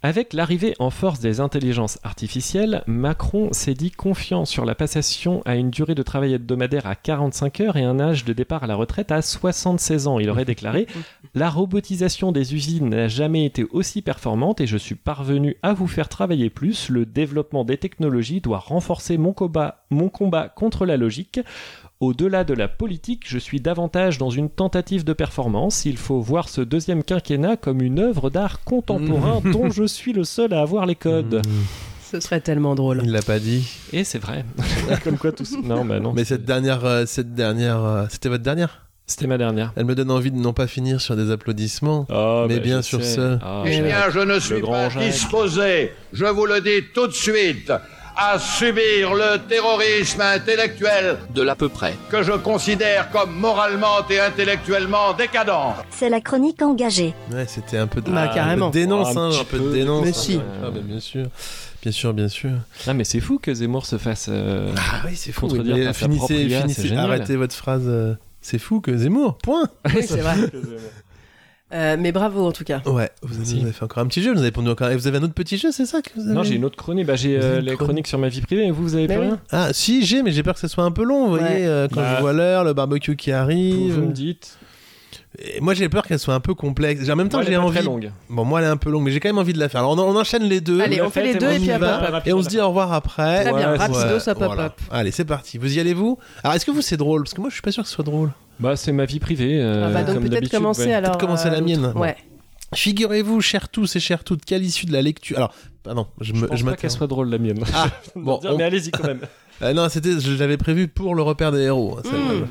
[SPEAKER 3] Avec l'arrivée en force des intelligences artificielles, Macron s'est dit confiant sur la passation à une durée de travail hebdomadaire à 45 heures et un âge de départ à la retraite à 76 ans. Il aurait
[SPEAKER 4] *laughs*
[SPEAKER 3] déclaré La robotisation des usines n'a jamais été aussi performante et je suis parvenu à vous faire travailler plus. Le développement des technologies doit renforcer mon combat, mon combat contre la logique. Au-delà de la politique, je suis davantage dans une tentative de performance. Il faut voir ce deuxième quinquennat comme une œuvre d'art contemporain
[SPEAKER 1] Mmh.
[SPEAKER 3] dont je suis le seul à avoir les codes.
[SPEAKER 4] Ce serait tellement drôle.
[SPEAKER 1] Il l'a pas dit.
[SPEAKER 3] Et c'est vrai. *laughs* comme quoi tout ça- Non, bah non.
[SPEAKER 1] Mais cette dernière, euh, cette dernière, euh, c'était votre dernière.
[SPEAKER 3] C'était ma dernière.
[SPEAKER 1] Elle me donne envie de non pas finir sur des applaudissements.
[SPEAKER 3] Ah,
[SPEAKER 1] Mais
[SPEAKER 3] bah,
[SPEAKER 1] bien
[SPEAKER 3] je
[SPEAKER 1] sûr,
[SPEAKER 3] sais.
[SPEAKER 1] ce-
[SPEAKER 3] Ah,
[SPEAKER 11] Eh
[SPEAKER 3] Jacques.
[SPEAKER 11] bien, je ne suis
[SPEAKER 3] grand
[SPEAKER 11] pas
[SPEAKER 3] Jacques.
[SPEAKER 11] disposé, je vous le dis tout de suite, à subir le terrorisme intellectuel
[SPEAKER 8] De l'à peu près.
[SPEAKER 11] que je considère comme moralement et intellectuellement décadent.
[SPEAKER 9] C'est la chronique engagée.
[SPEAKER 1] Ouais, c'était un peu de.
[SPEAKER 4] Bah,
[SPEAKER 1] un
[SPEAKER 4] carrément.
[SPEAKER 1] peu de dénonce,
[SPEAKER 3] Oh, un
[SPEAKER 1] hein,
[SPEAKER 3] petit
[SPEAKER 1] un peu
[SPEAKER 3] peu.
[SPEAKER 1] de dénonce.
[SPEAKER 4] Mais
[SPEAKER 1] hein.
[SPEAKER 4] si.
[SPEAKER 1] Ah, bah, bien sûr. Bien sûr, bien sûr.
[SPEAKER 3] Ah, mais c'est fou que Zemmour se fasse. euh,
[SPEAKER 1] Ah oui, c'est fou.
[SPEAKER 3] Contredire
[SPEAKER 1] Mais
[SPEAKER 3] par sa propre
[SPEAKER 1] finissez,
[SPEAKER 3] IA, c'est
[SPEAKER 1] finissez,
[SPEAKER 3] génial.
[SPEAKER 1] arrêtez votre phrase. euh, C'est fou que Zemmour. Point.
[SPEAKER 4] Oui, c'est vrai. Euh, mais bravo en tout cas.
[SPEAKER 1] Ouais, vous avez,
[SPEAKER 3] Merci.
[SPEAKER 1] vous avez fait encore un petit jeu, vous avez répondu encore. Et vous avez un autre petit jeu, c'est ça que vous avez
[SPEAKER 3] Non, j'ai une autre chronique. Bah, j'ai
[SPEAKER 1] Vous avez
[SPEAKER 3] euh,
[SPEAKER 1] une
[SPEAKER 3] les
[SPEAKER 1] chronique.
[SPEAKER 3] chroniques sur ma vie privée, mais vous, vous avez
[SPEAKER 4] Mais
[SPEAKER 3] pas
[SPEAKER 4] oui.
[SPEAKER 3] rien
[SPEAKER 1] Ah, si, j'ai, mais j'ai peur que ce soit un peu long, vous
[SPEAKER 4] Ouais.
[SPEAKER 1] voyez, euh, quand
[SPEAKER 3] Bah.
[SPEAKER 1] je vois l'heure, le barbecue qui
[SPEAKER 3] Vous
[SPEAKER 1] arrive.
[SPEAKER 3] vous me dites.
[SPEAKER 1] Et moi, j'ai peur qu'elle soit un peu complexe. En même temps,
[SPEAKER 3] Moi, elle
[SPEAKER 1] j'ai
[SPEAKER 3] est pas
[SPEAKER 1] envie.
[SPEAKER 3] très longue.
[SPEAKER 1] Bon, moi, elle est un peu longue, mais j'ai quand même envie de la faire. Alors, on, en- on enchaîne les deux.
[SPEAKER 10] Allez, on fait les deux et
[SPEAKER 1] y
[SPEAKER 10] puis hop,
[SPEAKER 1] va.
[SPEAKER 10] hop, hop.
[SPEAKER 1] Et on se dit au revoir après.
[SPEAKER 10] Très bien, rapido, ça pop, hop.
[SPEAKER 1] Ah, Allez, c'est parti. Vous y allez, vous Alors, est-ce que vous, c'est drôle Parce que moi, je suis pas sûr que ce soit drôle.
[SPEAKER 3] Bah, c'est ma vie privée. euh,
[SPEAKER 1] Ah bah, donc
[SPEAKER 3] comme
[SPEAKER 1] peut-être
[SPEAKER 3] d'habitude,
[SPEAKER 1] commencer,
[SPEAKER 3] ouais.
[SPEAKER 1] alors, Peut-être commencer euh, la mienne. l'autre.
[SPEAKER 4] Ouais.
[SPEAKER 1] Figurez-vous, chers tous et chères toutes, qu'à l'issue de la lecture. Alors, pardon, je me.
[SPEAKER 3] pense
[SPEAKER 1] Je
[SPEAKER 3] pas
[SPEAKER 1] m'interromps.
[SPEAKER 3] qu'elle soit drôle la mienne.
[SPEAKER 1] Ah,
[SPEAKER 3] bon, mais allez-y quand même.
[SPEAKER 1] Euh, non, c'était, je l'avais prévu pour le repère des héros. hein, celle-là.
[SPEAKER 3] Mm.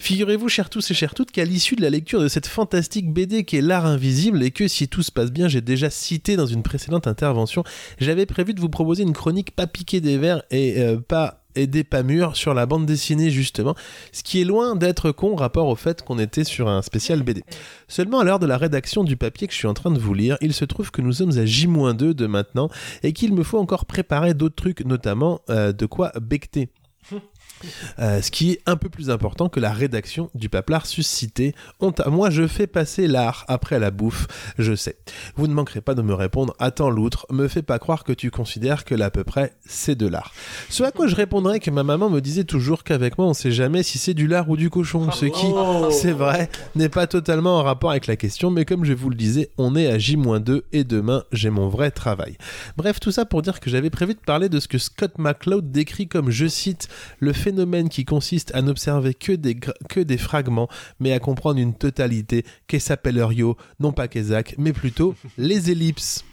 [SPEAKER 1] Figurez-vous, chers tous et chères toutes, qu'à l'issue de la lecture de cette fantastique BD qui est L'Art Invisible, et que si tout se passe bien, j'ai déjà cité dans une précédente intervention, j'avais prévu de vous proposer une chronique pas piquée des verres et euh, pas et des pas mûrs sur la bande dessinée justement, ce qui est loin d'être con rapport au fait qu'on était sur un spécial BD. Seulement à l'heure de la rédaction du papier que je suis en train de vous lire, il se trouve que nous sommes à J-2 de maintenant et qu'il me faut encore préparer d'autres trucs, notamment euh, de quoi becter. Euh, ce qui est un peu plus important que la rédaction du paplard suscité. Honte à moi, je fais passer l'art après la bouffe, je sais. Vous ne manquerez pas de me répondre, attends l'outre, me fais pas croire que tu considères que l'à peu près c'est de l'art. Ce à quoi je répondrais que ma maman me disait toujours qu'avec moi on sait jamais si c'est du lard ou du cochon, ce qui, c'est vrai, n'est pas totalement en rapport avec la question, mais comme je vous le disais, on est à J-2 et demain j'ai mon vrai travail. Bref, tout ça pour dire que j'avais prévu de parler de ce que Scott McCloud décrit comme, je cite, le phénomène qui consiste à n'observer que des, gra- que des fragments, mais à comprendre une totalité, qu'est Sapellerio, non pas Kézak, mais plutôt les ellipses.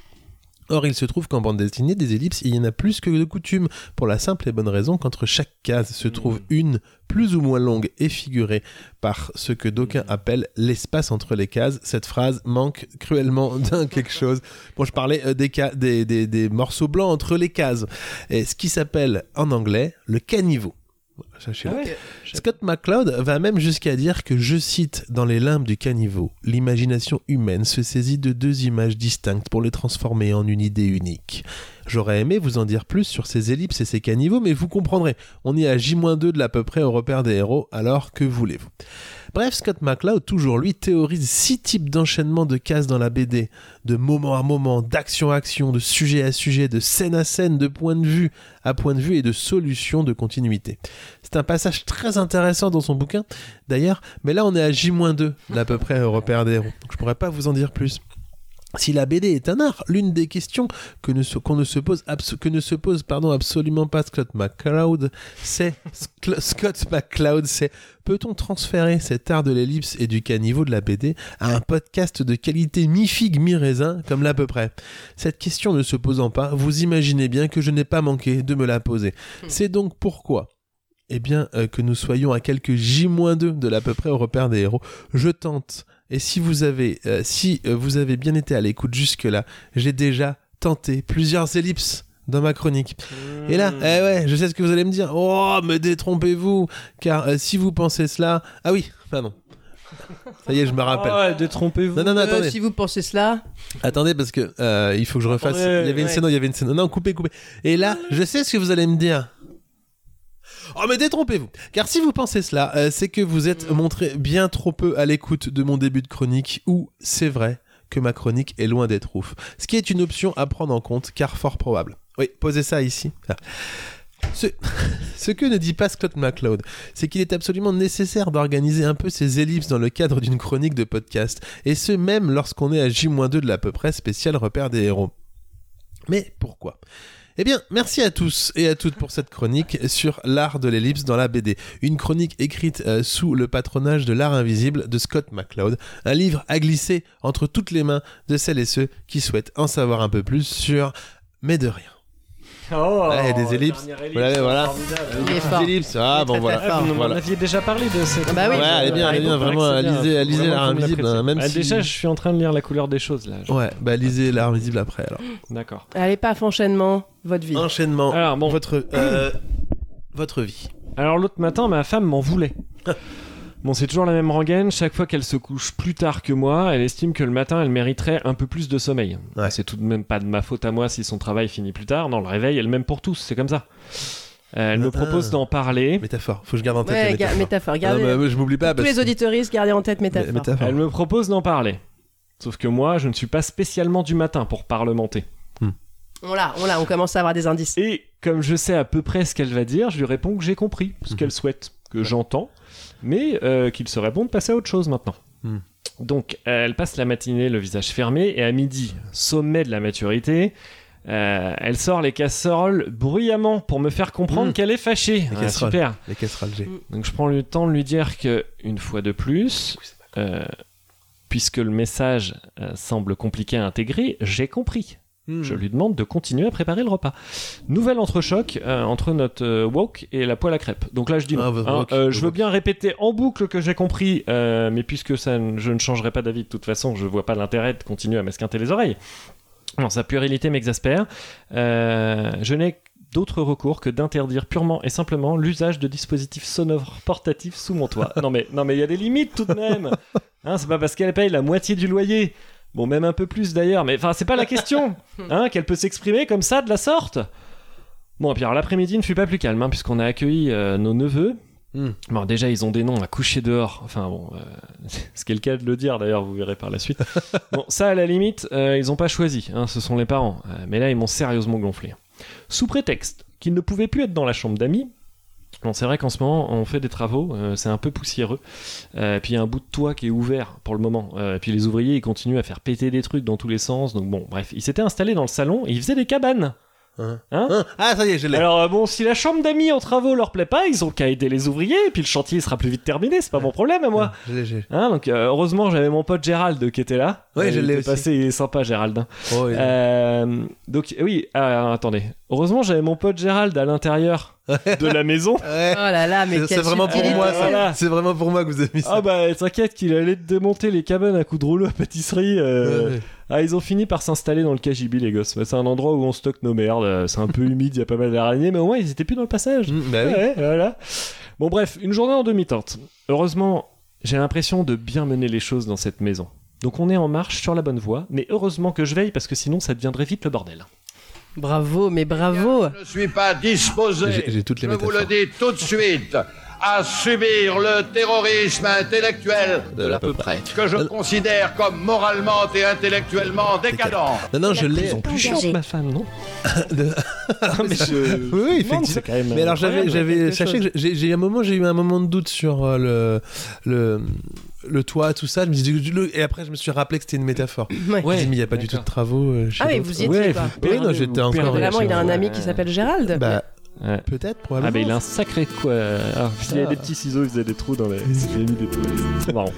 [SPEAKER 1] Or, il se trouve qu'en bande dessinée, des ellipses, il y en a plus que de coutume, pour la simple et bonne raison qu'entre chaque case se trouve une plus ou moins longue et figurée par ce que d'aucuns appellent l'espace entre les cases. Cette phrase manque cruellement d'un quelque chose. Bon, je parlais euh, des, ca- des, des- des morceaux blancs entre les cases, et ce qui s'appelle en anglais le caniveau. Voilà, Sachez-le.
[SPEAKER 3] Ah ouais.
[SPEAKER 1] Scott McCloud va même jusqu'à dire que, je cite, dans les limbes du caniveau, l'imagination humaine se saisit de deux images distinctes pour les transformer en une idée unique. J'aurais aimé vous en dire plus sur ces ellipses et ces caniveaux, mais vous comprendrez, on est à J-2 de l'à peu près au repère des héros, alors que voulez-vous Bref, Scott McCloud, toujours lui, théorise six types d'enchaînement de cases dans la BD, de moment à moment, d'action à action, de sujet à sujet, de scène à scène, de point de vue à point de vue et de solution de continuité. C'est un passage très intéressant dans son bouquin, d'ailleurs, mais là on est à J-2, d'à peu près au repère des héros, donc je pourrais pas vous en dire plus. Si la BD est un art, l'une des questions que ne se, qu'on ne se pose, abso- que ne se pose pardon, absolument pas Scott McCloud, c'est Scl- Scott McCloud, c'est peut-on transférer cet art de l'ellipse et du caniveau de la BD à un podcast de qualité mi-figue mi-raisin comme là à peu près Cette question ne se posant pas, vous imaginez bien que je n'ai pas manqué de me la poser. C'est donc pourquoi eh bien, euh, que nous soyons à quelques J-2 de l'à peu près au repère des héros, je tente. Et si vous avez, euh, si euh, vous avez bien été à l'écoute jusque-là, j'ai déjà tenté plusieurs ellipses dans ma chronique. Et là, eh ouais, je sais ce que vous allez me dire. Oh, me détrompez-vous, car euh, si vous pensez cela, ah oui, pardon. Ça y est, je me rappelle.
[SPEAKER 3] Ah ouais, détrompez-vous.
[SPEAKER 1] Non, non, non,
[SPEAKER 4] Euh,
[SPEAKER 1] attendez.
[SPEAKER 4] si vous pensez cela,
[SPEAKER 1] Attendez parce que euh, il faut que je refasse.
[SPEAKER 4] Attendez,
[SPEAKER 1] il y avait une
[SPEAKER 4] ouais.
[SPEAKER 1] scène, où il y avait une scène. Non, coupez, coupez. Et là, je sais ce que vous allez me dire. Oh mais détrompez-vous, car si vous pensez cela, euh, c'est que vous êtes
[SPEAKER 4] Mm.
[SPEAKER 1] montré bien trop peu à l'écoute de mon début de chronique, où c'est vrai que ma chronique est loin d'être ouf. Ce qui est une option à prendre en compte, car fort probable. Oui, posez ça ici. Ah. Ce, *laughs* ce que ne dit pas Scott McCloud, c'est qu'il est absolument nécessaire d'organiser un peu ces ellipses dans le cadre d'une chronique de podcast, et ce même lorsqu'on est à J-2 de l'à peu près spécial repère des héros. Mais pourquoi eh bien, merci à tous et à toutes pour cette chronique sur l'art de l'ellipse dans la BD. Une chronique écrite euh, sous le patronage de l'art invisible de Scott McCloud. Un livre à glisser entre toutes les mains de celles et ceux qui souhaitent en savoir un peu plus sur Mais de rien.
[SPEAKER 12] Oh,
[SPEAKER 1] Voilà, il y a eh, des ellipses.
[SPEAKER 12] dernière
[SPEAKER 1] Vous l'avez, voilà.
[SPEAKER 12] Il est
[SPEAKER 1] Des
[SPEAKER 12] fort.
[SPEAKER 1] ellipses. Ah bon, voilà.
[SPEAKER 12] Ah, vous
[SPEAKER 1] Voilà.
[SPEAKER 12] m'en aviez déjà parlé de cette.
[SPEAKER 1] bah oui. Ouais, elle est bien, elle est bien, vraiment,
[SPEAKER 3] C'est bien,
[SPEAKER 1] lisez-
[SPEAKER 3] faut
[SPEAKER 1] lisez
[SPEAKER 3] vraiment
[SPEAKER 1] l'art
[SPEAKER 3] qu'on
[SPEAKER 1] invisible,
[SPEAKER 3] l'apprécie.
[SPEAKER 1] hein, même
[SPEAKER 3] Ah,
[SPEAKER 1] si-
[SPEAKER 3] Déjà, je suis en train de lire la couleur des choses là.
[SPEAKER 1] Ouais, bah lisez l'art invisible après alors.
[SPEAKER 3] D'accord.
[SPEAKER 4] allez paf, enchaînement, votre vie.
[SPEAKER 1] Enchaînement.
[SPEAKER 3] Alors bon,
[SPEAKER 1] votre euh, votre vie.
[SPEAKER 3] Alors l'autre matin, ma femme m'en voulait.
[SPEAKER 1] *laughs*
[SPEAKER 3] Bon, c'est toujours la même rengaine. Chaque fois qu'elle se couche plus tard que moi, elle estime que le matin, elle mériterait un peu plus de sommeil. C'est tout de même pas de ma faute à moi si son travail finit plus tard. Non, le réveil, elle même pour tous. C'est comme ça. Euh,
[SPEAKER 1] Ah.
[SPEAKER 3] Elle me propose d'en parler.
[SPEAKER 1] Métaphore. Faut que je garde en
[SPEAKER 4] tête Ouais, la ga- métaphore. métaphore, Ah non, gardez-la. mais
[SPEAKER 1] je m'oublie pas.
[SPEAKER 4] Tous les auditoristes, gardez en tête métaphore.
[SPEAKER 3] Elle me propose d'en parler. Sauf que moi, je ne suis pas spécialement du matin pour parlementer.
[SPEAKER 4] On l'a, on l'a, on commence à avoir des indices.
[SPEAKER 3] Et comme je sais à peu près ce qu'elle va dire, je lui réponds que j'ai
[SPEAKER 1] Mhm. Hmm.
[SPEAKER 3] compris ce qu'elle souhaite, que j'entends, mais euh, qu'il se répond de passer à autre chose maintenant. Donc, euh, elle passe la matinée le visage fermé et à midi, sommet de la maturité, euh, elle sort les casseroles bruyamment pour me faire comprendre
[SPEAKER 1] Mmh.
[SPEAKER 3] qu'elle est fâchée.
[SPEAKER 1] Les
[SPEAKER 3] Ah,
[SPEAKER 1] casseroles.
[SPEAKER 3] super.
[SPEAKER 1] Les casseroles, j'ai.
[SPEAKER 3] Donc je prends le temps de lui dire que une fois de plus, euh, puisque le message euh, semble compliqué à intégrer, j'ai compris.
[SPEAKER 12] Hmm.
[SPEAKER 3] Je lui demande de continuer à préparer le repas. Nouvel entrechoc euh, entre notre euh, wok et la poêle à crêpes. Donc là, je dis, non,
[SPEAKER 1] Ah, votre
[SPEAKER 3] hein,
[SPEAKER 1] wok,
[SPEAKER 3] euh,
[SPEAKER 1] votre
[SPEAKER 3] je veux bien répéter en boucle que j'ai compris, euh, mais puisque ça, ne- je ne changerai pas d'avis de toute façon, je vois pas l'intérêt de continuer à m'esquinter les oreilles. Non, sa puérilité m'exaspère. Euh, je n'ai d'autre recours que d'interdire purement et simplement l'usage de dispositifs sonores portatifs sous
[SPEAKER 1] *laughs*
[SPEAKER 3] mon toit. non mais non mais il y a des limites tout de même. Hein, c'est pas parce qu'elle paye la moitié du loyer. Bon, même un peu plus d'ailleurs, mais enfin, c'est pas la question hein, qu'elle peut s'exprimer comme ça de la sorte. Bon, et puis alors l'après-midi ne fut pas plus calme, hein, puisqu'on a accueilli euh, nos neveux. Bon, déjà, ils ont des noms à coucher dehors. Enfin, bon, euh, *laughs* ce qui est le cas de le dire d'ailleurs, vous verrez par la suite. bon, ça, à la limite, euh, ils n'ont pas choisi, hein, ce sont les parents. Euh, mais là, ils m'ont sérieusement gonflé. Sous prétexte qu'ils ne pouvaient plus être dans la chambre d'amis, Bon, c'est vrai qu'en ce moment, on fait des travaux, euh, c'est un peu poussiéreux. Euh, puis il y a un bout de toit qui est ouvert pour le moment. Euh, puis les ouvriers, ils continuent à faire péter des trucs dans tous les sens. Donc bon, bref, ils s'étaient installés dans le salon et ils faisaient des cabanes. Hein
[SPEAKER 1] Ah, ça y est, je l'ai.
[SPEAKER 3] Alors euh, bon, si la chambre d'amis en travaux leur plaît pas, ils ont qu'à aider les ouvriers et puis le chantier sera plus vite terminé, c'est pas mon problème à moi.
[SPEAKER 1] Je l'ai, je l'ai.
[SPEAKER 3] Hein, donc euh, heureusement j'avais mon pote Gérald qui était là.
[SPEAKER 1] Ouais,
[SPEAKER 3] Euh,
[SPEAKER 1] je
[SPEAKER 3] il
[SPEAKER 1] l'ai
[SPEAKER 3] était
[SPEAKER 1] aussi.
[SPEAKER 3] Passé, il est sympa Gérald. hein.
[SPEAKER 1] Oh, il est-
[SPEAKER 3] Euh, donc oui, ah, attendez. Heureusement j'avais mon pote Gérald à l'intérieur de la maison.
[SPEAKER 1] Oh
[SPEAKER 10] là là, mais
[SPEAKER 1] C'est- c'est vraiment pour moi, ça. *laughs* C'est vraiment pour moi que vous avez mis ça.
[SPEAKER 3] Ah bah t'inquiète qu'il allait te démonter les cabanes à coups de rouleau à pâtisserie. euh,
[SPEAKER 1] Ouais.
[SPEAKER 3] Ah ils ont fini par s'installer dans le KGB les gosses. Bah, c'est un endroit où on stocke nos merdes. euh, C'est un peu humide, il y a pas mal d'araignées, mais au moins ils étaient plus dans le passage.
[SPEAKER 1] Hmm, bah oui.
[SPEAKER 3] Ouais, voilà. Bon bref, une journée en demi-tente. Heureusement, j'ai l'impression de bien mener les choses dans cette maison. Donc on est en marche sur la bonne voie, mais heureusement que je veille parce que sinon ça deviendrait vite le bordel.
[SPEAKER 10] Bravo, mais bravo.
[SPEAKER 11] Je ne suis pas disposé,
[SPEAKER 1] J'ai- j'ai toutes les
[SPEAKER 11] je vous
[SPEAKER 1] métaphores.
[SPEAKER 11] le dis tout de suite, à subir le terrorisme intellectuel
[SPEAKER 1] De l'à peu près.
[SPEAKER 11] que
[SPEAKER 3] Euh,
[SPEAKER 11] je considère comme moralement et intellectuellement décadent.
[SPEAKER 1] Non, non, je l'ai.
[SPEAKER 3] ma femme, non
[SPEAKER 1] De- *laughs* Oui,
[SPEAKER 3] mais je-
[SPEAKER 1] oui,
[SPEAKER 3] je demande,
[SPEAKER 1] effectivement.
[SPEAKER 3] c'est quand même
[SPEAKER 1] mais alors j'avais,
[SPEAKER 3] incroyable,
[SPEAKER 1] j'avais,
[SPEAKER 3] quelque
[SPEAKER 1] sachez
[SPEAKER 3] chose.
[SPEAKER 1] que j'ai, j'ai eu un moment, j'ai eu un moment de doute sur euh, le, le, le toit, tout ça. Je me suis dit, le- et après, je me suis rappelé que c'était une métaphore.
[SPEAKER 10] Ouais.
[SPEAKER 1] Je me suis dit, mais il n'y a pas du tout de travaux. euh, chez
[SPEAKER 10] Ah oui,
[SPEAKER 1] l'autre.
[SPEAKER 10] vous y étiez,
[SPEAKER 1] Ouais,
[SPEAKER 10] quoi.
[SPEAKER 1] vous- Oui, non, j'étais
[SPEAKER 3] Vous
[SPEAKER 1] encore.
[SPEAKER 3] perdez la
[SPEAKER 10] Vraiment, il a un
[SPEAKER 3] Ouais.
[SPEAKER 10] ami qui s'appelle Gérald.
[SPEAKER 1] Bah,
[SPEAKER 3] Ouais.
[SPEAKER 1] peut-être,
[SPEAKER 3] Ah bah
[SPEAKER 1] probablement.
[SPEAKER 3] il a un sacré quoi. Ah, il y avait des petits ciseaux, il faisait des trous dans les. Il a mis des trous. C'est marrant.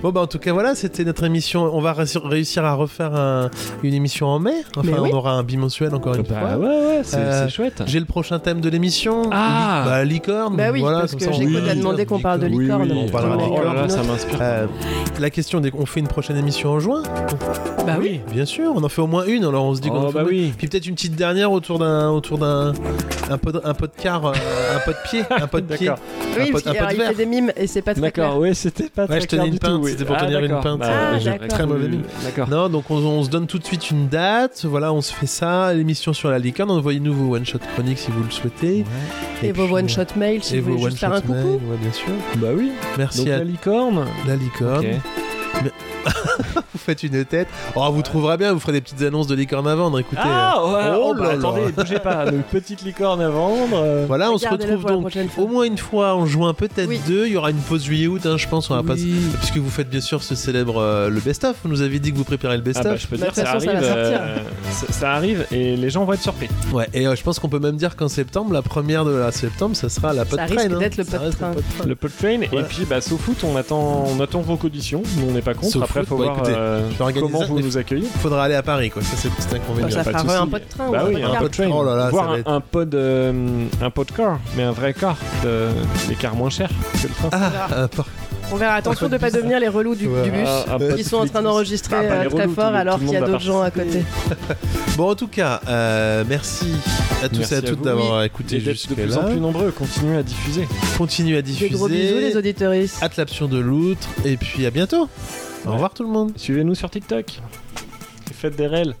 [SPEAKER 1] Bon, bah, en tout cas, voilà, c'était notre émission. On va réussir- réussir à refaire un- une émission en mai. Enfin,
[SPEAKER 3] Mais oui.
[SPEAKER 1] on aura un bimensuel encore une
[SPEAKER 3] Bah
[SPEAKER 1] fois.
[SPEAKER 3] ouais, ouais, c'est
[SPEAKER 1] Euh,
[SPEAKER 3] c'est chouette.
[SPEAKER 1] J'ai le prochain thème de l'émission.
[SPEAKER 3] Ah.
[SPEAKER 1] Li- bah, licorne.
[SPEAKER 10] Bah oui,
[SPEAKER 1] voilà,
[SPEAKER 10] parce
[SPEAKER 1] comme
[SPEAKER 10] que
[SPEAKER 1] ça, on-
[SPEAKER 10] j'ai
[SPEAKER 1] Oui,
[SPEAKER 10] t'as demandé qu'on parle de
[SPEAKER 1] licorne.
[SPEAKER 10] licorne.
[SPEAKER 1] On parlera de
[SPEAKER 10] Oh
[SPEAKER 1] licorne.
[SPEAKER 10] là là, ça
[SPEAKER 3] m'inspire.
[SPEAKER 1] Euh, la question, dès qu'on fait une prochaine émission en juin,
[SPEAKER 10] Bah oui.
[SPEAKER 1] bien sûr, on en fait au moins une. Alors on se dit qu'on
[SPEAKER 3] Oh,
[SPEAKER 1] en fait
[SPEAKER 3] bah
[SPEAKER 1] au moins-
[SPEAKER 3] oui.
[SPEAKER 1] Puis peut-être une petite dernière autour d'un, autour d'un, un pot, de- un pot de quart, euh, un pot de pied, un
[SPEAKER 10] *laughs*
[SPEAKER 1] pot de pied,
[SPEAKER 3] D'accord.
[SPEAKER 1] un
[SPEAKER 10] Oui,
[SPEAKER 1] pot,
[SPEAKER 10] parce
[SPEAKER 1] un
[SPEAKER 10] qu'il alors,
[SPEAKER 1] pot de
[SPEAKER 10] il fait
[SPEAKER 1] verre.
[SPEAKER 10] des mimes et c'est pas très clair.
[SPEAKER 3] *laughs* D'accord, ouais, c'était pas
[SPEAKER 1] Ouais,
[SPEAKER 3] très
[SPEAKER 1] je
[SPEAKER 3] clair
[SPEAKER 1] tenais une
[SPEAKER 3] du
[SPEAKER 1] pinte,
[SPEAKER 3] tout, oui.
[SPEAKER 1] c'était pour
[SPEAKER 3] Ah,
[SPEAKER 1] tenir une
[SPEAKER 3] d'accord.
[SPEAKER 1] pinte.
[SPEAKER 3] Bah,
[SPEAKER 10] Ah,
[SPEAKER 3] ouais, je-
[SPEAKER 10] d'accord.
[SPEAKER 1] Très mauvais mine.
[SPEAKER 3] D'accord.
[SPEAKER 1] Non, donc on, on se donne tout de suite une date. Voilà, on se fait ça. L'émission sur la licorne. Envoyez-nous vos one-shot chroniques si vous le souhaitez.
[SPEAKER 10] Et vos
[SPEAKER 1] puis, euh,
[SPEAKER 10] one-shot mails,
[SPEAKER 1] et
[SPEAKER 10] si vous
[SPEAKER 1] vos
[SPEAKER 10] voulez juste faire un
[SPEAKER 1] one-shot
[SPEAKER 10] coucou.
[SPEAKER 1] mails, ouais, bien sûr.
[SPEAKER 3] Bah oui.
[SPEAKER 1] Merci
[SPEAKER 3] Donc
[SPEAKER 1] à
[SPEAKER 3] la licorne.
[SPEAKER 1] la licorne.
[SPEAKER 3] Ok.
[SPEAKER 1] Mais- vous faites une tête. Oh, vous trouverez bien, vous ferez des petites annonces de licorne à vendre. Écoutez.
[SPEAKER 3] Ah ouais,
[SPEAKER 1] Oh
[SPEAKER 3] oh, bah,
[SPEAKER 1] là là.
[SPEAKER 3] attendez, bougez *laughs* pas, donc petite licorne à vendre. euh,
[SPEAKER 1] Voilà, on se
[SPEAKER 10] Regardez-le
[SPEAKER 1] retrouve
[SPEAKER 10] pour la
[SPEAKER 1] donc
[SPEAKER 10] prochaine fois.
[SPEAKER 1] au moins une fois en juin, peut-être
[SPEAKER 10] Oui.
[SPEAKER 1] deux. Il y aura une pause juillet-août, hein, je pense. On va
[SPEAKER 3] Oui.
[SPEAKER 1] passer. Puisque vous faites bien sûr ce célèbre euh, le best-of. Vous nous avez dit que vous préparez le
[SPEAKER 3] Ah
[SPEAKER 1] best-of.
[SPEAKER 3] bah, je peux
[SPEAKER 10] Bah,
[SPEAKER 3] dire,
[SPEAKER 10] de
[SPEAKER 3] ça
[SPEAKER 10] toute façon,
[SPEAKER 3] arrive,
[SPEAKER 10] ça va
[SPEAKER 3] euh, ça- ça arrive et les gens vont être surpris.
[SPEAKER 1] Ouais, et euh, je pense qu'on peut même dire qu'en septembre, la première de la septembre, ça sera la pot
[SPEAKER 10] Ça
[SPEAKER 1] train.
[SPEAKER 10] risque
[SPEAKER 1] hein.
[SPEAKER 10] d'être le
[SPEAKER 1] Ça
[SPEAKER 10] pot de
[SPEAKER 1] reste
[SPEAKER 10] train.
[SPEAKER 1] pot de train.
[SPEAKER 3] Le pot train et puis bah sauf foot, on attend, on attend vos conditions. Nous on n'est pas contre.
[SPEAKER 1] Sauf
[SPEAKER 3] Après,
[SPEAKER 1] foot,
[SPEAKER 3] faut
[SPEAKER 1] bah,
[SPEAKER 3] voir
[SPEAKER 1] écoutez,
[SPEAKER 3] euh,
[SPEAKER 1] je vais organiser
[SPEAKER 3] comment
[SPEAKER 1] ça,
[SPEAKER 3] vous
[SPEAKER 1] mais-
[SPEAKER 3] nous accueillez.
[SPEAKER 1] Faudra aller à Paris, quoi. Ça, c'est le petit inconvénient.
[SPEAKER 10] ça
[SPEAKER 3] Bah, Pas de
[SPEAKER 10] fera un
[SPEAKER 3] souci.
[SPEAKER 10] pot de train. ou
[SPEAKER 3] Bah
[SPEAKER 10] un
[SPEAKER 3] oui,
[SPEAKER 10] pot de
[SPEAKER 3] un
[SPEAKER 10] car.
[SPEAKER 3] pot train.
[SPEAKER 1] Oh là là, ça
[SPEAKER 3] Voir
[SPEAKER 1] va
[SPEAKER 3] un,
[SPEAKER 1] être-
[SPEAKER 3] un pod, euh, un pod car, mais un vrai car, euh, les cars moins chers que le train.
[SPEAKER 1] Ah, euh, par-
[SPEAKER 10] On verra, attention de pas devenir les relous du,
[SPEAKER 1] Ouais.
[SPEAKER 10] du bus.
[SPEAKER 3] Ah, un pot
[SPEAKER 10] Ils sont en train d'enregistrer
[SPEAKER 3] Bah, bah,
[SPEAKER 10] euh,
[SPEAKER 3] les
[SPEAKER 10] très
[SPEAKER 3] relous, tout
[SPEAKER 10] fort
[SPEAKER 3] le-
[SPEAKER 10] alors
[SPEAKER 3] tout le
[SPEAKER 10] qu'il y a
[SPEAKER 3] monde va
[SPEAKER 10] d'autres gens à
[SPEAKER 3] participer.
[SPEAKER 10] côté.
[SPEAKER 1] Bon, en tout cas, euh, merci à tous
[SPEAKER 3] Merci
[SPEAKER 1] et à
[SPEAKER 3] à
[SPEAKER 1] toutes
[SPEAKER 3] vous.
[SPEAKER 1] d'avoir
[SPEAKER 3] Et
[SPEAKER 1] écouté
[SPEAKER 3] d'être de plus
[SPEAKER 1] jusque-là.
[SPEAKER 3] en plus nombreux, continuez à diffuser.
[SPEAKER 1] Continuez à
[SPEAKER 10] Des
[SPEAKER 1] diffuser.
[SPEAKER 10] gros bisous, les auditeuristes.
[SPEAKER 1] Atlapsion de l'outre. Et puis à bientôt. Au revoir tout le monde.
[SPEAKER 3] Suivez-nous sur TikTok. Faites des rêles.